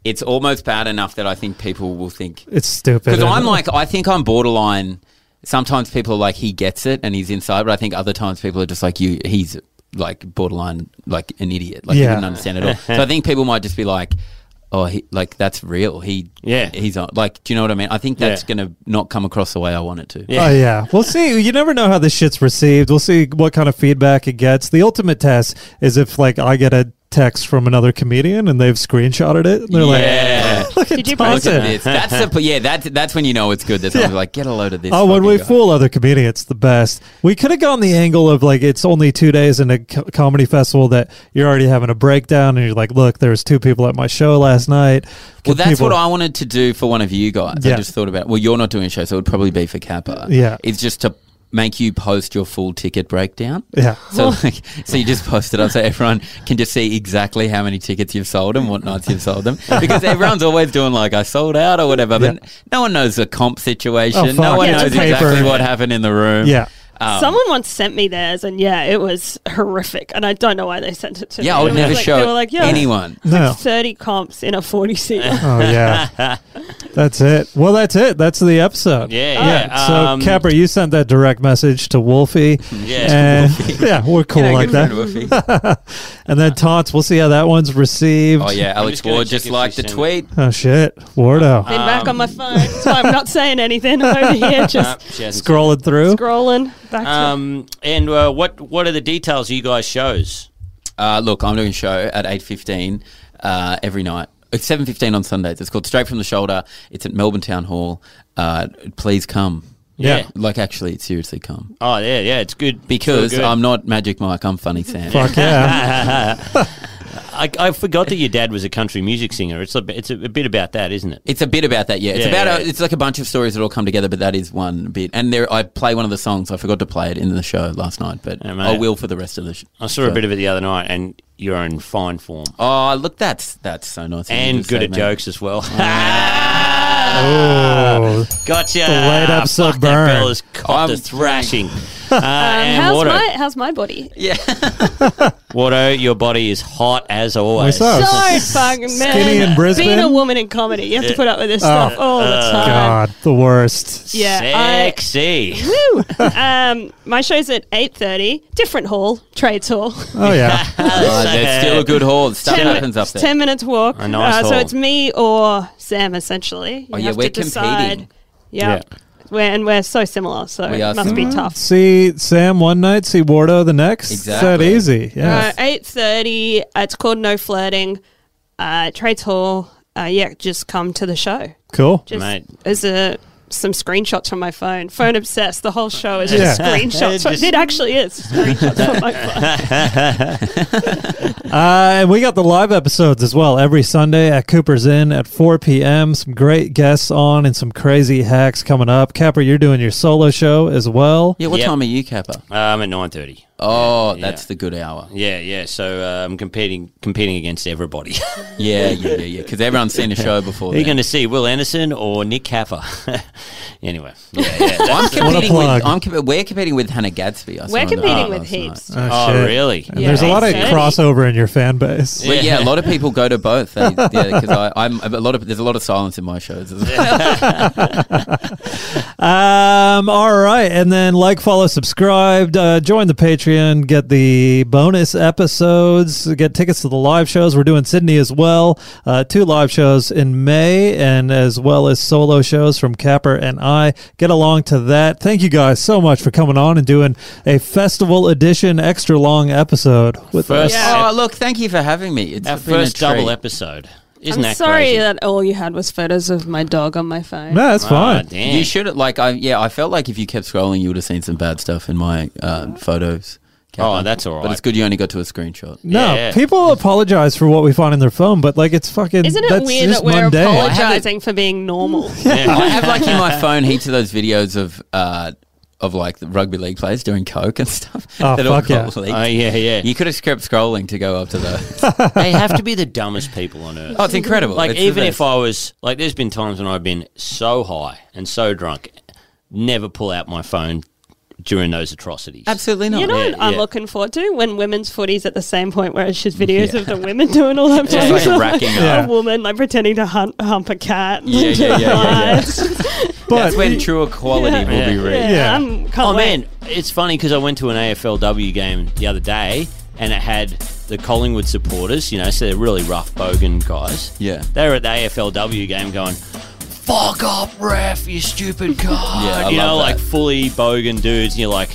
Speaker 4: it's almost bad enough that I think people will think
Speaker 2: It's stupid.
Speaker 4: Because
Speaker 2: isn't
Speaker 4: I'm
Speaker 2: it?
Speaker 4: like, I think I'm borderline. Sometimes people are like, he gets it and he's inside, but I think other times people are just like, you, he's like borderline, like an idiot. Like, he
Speaker 2: Yeah.
Speaker 4: didn't understand it all. so I think people might just be like, oh, he, like, that's real. He,
Speaker 3: Yeah.
Speaker 4: he's on. Like, do you know what I mean? I think that's
Speaker 3: Yeah.
Speaker 4: going to not come across the way I want it to.
Speaker 3: Yeah.
Speaker 2: Oh yeah, we'll see. You never know how this shit's received. We'll see what kind of feedback it gets. The ultimate test is if like I get a text from another comedian and they've screenshotted it. And they're
Speaker 4: Yeah.
Speaker 2: like, "Look at
Speaker 5: Did you
Speaker 4: Look
Speaker 5: post
Speaker 2: Thompson."
Speaker 4: at this. That's the, yeah, that's, that's when you know it's good. That's when
Speaker 2: Yeah.
Speaker 4: you're like, get a load of this.
Speaker 2: Oh, when
Speaker 4: fucking
Speaker 2: we
Speaker 4: guy.
Speaker 2: fool other comedians, it's the best. We could have gone the angle of like it's only two days in a co- comedy festival that you're already having a breakdown, and you're like, "Look, there was two people at my show last night."
Speaker 4: Well,
Speaker 2: Could
Speaker 4: that's
Speaker 2: people-
Speaker 4: what I wanted to do for one of you guys. I
Speaker 2: Yeah.
Speaker 4: just thought about. Well, you're not doing a show, so it would probably be for Kappa.
Speaker 2: Yeah.
Speaker 4: it's just to make you post your full ticket breakdown.
Speaker 2: Yeah.
Speaker 4: So, like, so you just post it up so everyone can just see exactly how many tickets you've sold and what nights you've sold them. Because everyone's always doing like I sold out or whatever, but no one knows the comp situation.
Speaker 2: Oh,
Speaker 4: no
Speaker 2: fuck.
Speaker 4: one
Speaker 5: Yeah,
Speaker 4: knows
Speaker 5: it's a paper.
Speaker 4: exactly what happened in the room.
Speaker 2: Yeah.
Speaker 4: Um,
Speaker 5: Someone once sent me theirs, and yeah, it was horrific. And I don't know why they sent it to me.
Speaker 4: yeah, I would
Speaker 5: It was
Speaker 4: never
Speaker 5: like,
Speaker 4: show
Speaker 5: They
Speaker 4: it
Speaker 5: were like, yeah,
Speaker 4: anyone.
Speaker 2: No.
Speaker 5: 30 comps in a 40 seat.
Speaker 2: Oh yeah. that's it. Well, that's it. That's the episode.
Speaker 3: Yeah, yeah.
Speaker 2: So
Speaker 3: Um,
Speaker 2: Capper, you sent that direct message to Wolfie.
Speaker 3: Yeah.
Speaker 2: And yeah, we're cool
Speaker 4: You know,
Speaker 2: like that.
Speaker 4: good friend Woofy.
Speaker 2: And then Tots, we'll see how that one's received.
Speaker 4: Oh yeah, Alex
Speaker 3: gonna
Speaker 4: Ward
Speaker 3: check
Speaker 4: just
Speaker 3: if
Speaker 4: liked
Speaker 3: you
Speaker 4: the
Speaker 3: sent-
Speaker 4: tweet.
Speaker 2: Oh shit.
Speaker 3: Uh,
Speaker 2: Wardo.
Speaker 5: Been back on my
Speaker 4: Um,
Speaker 5: phone, so I'm not saying anything. I'm over here
Speaker 3: Uh,
Speaker 5: just
Speaker 3: she hasn't
Speaker 2: Scrolling through.
Speaker 5: scrolling back
Speaker 3: Um, and uh, what what are the details of you guys' shows?
Speaker 4: Uh, look, I'm doing a show at 8.15 uh, every night. It's 7.15 on Sundays. It's called Straight From The Shoulder. It's at Melbourne Town Hall. Uh, please come.
Speaker 2: Yeah.
Speaker 4: Like, actually, seriously come.
Speaker 3: Oh yeah, yeah, it's good It's
Speaker 4: Because
Speaker 3: real good.
Speaker 4: I'm not Magic Mike. I'm Funny Sam.
Speaker 2: Fuck yeah.
Speaker 3: I, I forgot that your dad was a country music singer. It's a bit- it's a, a bit about that, isn't it?
Speaker 4: It's a bit about that, yeah. It's
Speaker 3: Yeah,
Speaker 4: about
Speaker 3: yeah.
Speaker 4: A, it's like a bunch of stories that all come together, but that is one bit. And there, I play one of the songs. I forgot to play it in the show last night, but
Speaker 3: Yeah, mate.
Speaker 4: I will for the rest of the sh-
Speaker 3: I saw
Speaker 4: show.
Speaker 3: a bit of it the other night, and you're in fine form
Speaker 4: Oh, look, that's that's so nice. of you
Speaker 3: and
Speaker 4: to
Speaker 3: good
Speaker 4: say,
Speaker 3: at
Speaker 4: mate.
Speaker 3: jokes as well.
Speaker 2: Oh.
Speaker 3: gotcha. The
Speaker 2: late episode
Speaker 3: Fuck,
Speaker 2: burn.
Speaker 3: That Bella's caught
Speaker 4: I'm-
Speaker 3: the thrashing. Uh,
Speaker 5: to. Um,
Speaker 3: and
Speaker 5: how's,
Speaker 3: Watto,
Speaker 5: my, how's my body?
Speaker 3: Watto, your body is hot as always.
Speaker 2: saw.
Speaker 5: So
Speaker 2: Oh,
Speaker 5: fucking man.
Speaker 2: skinny in Brisbane? Oh, uh,
Speaker 5: Being a woman in comedy, you have to put up with this stuff all the time.
Speaker 2: God, the worst.
Speaker 5: Yeah, I-
Speaker 3: Sexy.
Speaker 5: Woo! um, my show's at eight thirty. Different hall, trades hall.
Speaker 2: Oh yeah.
Speaker 4: Uh, there's still a good haul. Stuff
Speaker 5: Ten
Speaker 4: happens up
Speaker 5: minutes-
Speaker 4: there.
Speaker 5: Ten minutes walk.
Speaker 3: A nice
Speaker 5: uh, so
Speaker 3: hall.
Speaker 5: it's me or Sam essentially. You
Speaker 4: Oh, yeah,
Speaker 5: have
Speaker 4: we're
Speaker 5: to decide.
Speaker 4: competing.
Speaker 5: Yeah. We're, and we're so similar, so
Speaker 4: We are
Speaker 5: it must be
Speaker 4: similar.
Speaker 5: tough.
Speaker 2: see Sam one night, see Wardo the next. It's that
Speaker 4: Exactly.
Speaker 2: easy. Yeah.
Speaker 5: Uh, eight thirty. Uh, it's called No Flirting. Uh, trades hall. Uh, yeah, just come to the show.
Speaker 2: cool.
Speaker 5: Just
Speaker 3: Mate.
Speaker 5: as a some screenshots from my phone. Phone obsessed. The whole show is just
Speaker 2: Yeah.
Speaker 5: screenshots.
Speaker 3: Just-
Speaker 5: it actually is screenshots from my phone.
Speaker 2: Uh, and we got the live episodes as well every Sunday at Cooper's Inn at 4 p.m. Some great guests on and some crazy hacks coming up. Capper, you're doing your solo show as well.
Speaker 4: Yeah, what
Speaker 3: Yep.
Speaker 4: time are you, Kappa?
Speaker 3: Um, at nine thirty.
Speaker 4: Oh,
Speaker 3: yeah.
Speaker 4: that's the good hour.
Speaker 3: Yeah, yeah. So uh, I'm competing competing against everybody.
Speaker 4: Yeah, yeah, yeah, yeah. Because everyone's seen a show before.
Speaker 3: Who are you
Speaker 4: then.
Speaker 3: going to see, Will Anderson or Nick Capper? anyway, yeah, yeah. that's-
Speaker 4: I'm competing
Speaker 2: plug.
Speaker 4: with. I'm comp- we're competing with Hannah Gadsby. I saw
Speaker 5: We're
Speaker 4: on the
Speaker 5: competing
Speaker 4: bar
Speaker 5: with
Speaker 4: last
Speaker 5: heaps.
Speaker 4: night.
Speaker 2: Oh,
Speaker 3: oh,
Speaker 2: shit.
Speaker 3: really?
Speaker 2: And there's a
Speaker 5: Yeah.
Speaker 2: lot of
Speaker 5: Hey,
Speaker 2: crossover in your fan base.
Speaker 4: But yeah, a lot of people go to both. They, yeah, because I'm a lot of there's a lot of silence in my shows. as well.
Speaker 2: Um, all right. And then like, follow, subscribe, uh, join the Patreon, get the bonus episodes, get tickets to the live shows. We're doing Sydney as well. Uh, two live shows in May and as well as solo shows from Capper and I. Get along to that. Thank you guys so much for coming on and doing a festival edition extra long episode with
Speaker 3: First-
Speaker 2: us.
Speaker 4: Oh, look, thank you for having me. It's
Speaker 3: Our
Speaker 4: been a
Speaker 3: first double
Speaker 4: treat.
Speaker 3: episode. Isn't
Speaker 5: I'm
Speaker 3: that
Speaker 5: sorry
Speaker 3: crazy?
Speaker 5: that all you had was photos of my dog on my phone.
Speaker 2: No, that's
Speaker 3: Ah,
Speaker 2: fine.
Speaker 3: damn.
Speaker 4: You should like I yeah I felt like if you kept scrolling you would have seen some bad stuff in my uh, photos.
Speaker 3: Oh, that's all
Speaker 4: But
Speaker 3: right.
Speaker 4: it's good you only got to a screenshot.
Speaker 2: No,
Speaker 3: Yeah.
Speaker 2: people apologize for what we find in their phone, but like it's fucking.
Speaker 5: Isn't it
Speaker 2: that's
Speaker 5: weird
Speaker 2: just
Speaker 5: that we're
Speaker 2: mundane.
Speaker 5: apologizing for being normal?
Speaker 4: I have like in my phone heaps of those videos of uh, of like the rugby league players doing coke and stuff.
Speaker 2: Oh,
Speaker 4: that all
Speaker 2: fuck yeah.
Speaker 4: got
Speaker 3: Oh,
Speaker 4: leaked.
Speaker 3: yeah, yeah.
Speaker 4: You could have kept scrolling to go up to those.
Speaker 3: they have to be the dumbest people on earth.
Speaker 4: oh, it's incredible.
Speaker 3: like
Speaker 4: It's the
Speaker 3: even
Speaker 4: best.
Speaker 3: if I was like, there's been times when I've been so high and so drunk, never pull out my phone during those atrocities.
Speaker 4: absolutely not.
Speaker 5: You know what
Speaker 3: Yeah,
Speaker 5: I'm
Speaker 3: yeah.
Speaker 5: looking forward to when women's footy's at the same point where it's just videos of the women doing all that.
Speaker 4: Just,
Speaker 5: thing.
Speaker 4: like, racking
Speaker 2: up.
Speaker 5: A woman like pretending to hunt, hump a cat.
Speaker 4: Yeah, yeah, yeah, yeah, yeah.
Speaker 5: It's just-
Speaker 2: But
Speaker 4: That's when true equality will
Speaker 3: Yeah.
Speaker 4: be real.
Speaker 5: yeah,
Speaker 2: Yeah.
Speaker 5: I'm, can't
Speaker 3: Oh
Speaker 5: wait.
Speaker 3: man, it's funny because I went to an AFLW game the other day and it had the Collingwood supporters, you know, so they're really rough bogan guys.
Speaker 4: Yeah.
Speaker 3: They were at the AFLW game going, fuck up, ref, you stupid card.
Speaker 4: Yeah, I
Speaker 3: you know,
Speaker 4: love that.
Speaker 3: like fully bogan dudes. And you're like,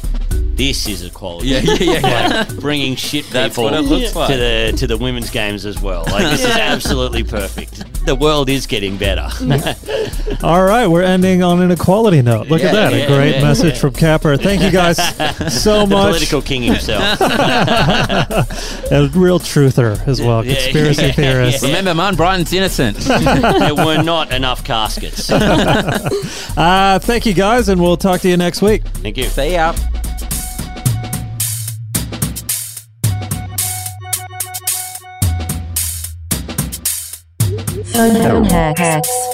Speaker 3: this is equality.
Speaker 4: Yeah, yeah, yeah, yeah.
Speaker 3: Like, bringing shit
Speaker 4: That's
Speaker 3: people
Speaker 4: what it looks
Speaker 3: to
Speaker 4: like.
Speaker 3: the to the women's games as well. Like this is absolutely perfect. the world is getting better.
Speaker 2: All right, we're ending on an equality note. Look at
Speaker 4: Yeah,
Speaker 2: that.
Speaker 4: yeah,
Speaker 2: a great
Speaker 4: yeah,
Speaker 2: message
Speaker 4: yeah.
Speaker 2: from Capper. Thank you guys so
Speaker 3: the
Speaker 2: much.
Speaker 3: political king himself.
Speaker 2: A real truther as well,
Speaker 3: Yeah, yeah,
Speaker 2: conspiracy
Speaker 3: yeah,
Speaker 2: theorist.
Speaker 3: yeah.
Speaker 4: Remember, man, Brian's innocent.
Speaker 3: there were not enough caskets.
Speaker 2: Uh, thank you guys, and we'll talk to you next week.
Speaker 3: Thank you.
Speaker 4: See ya.
Speaker 1: Phone hacks.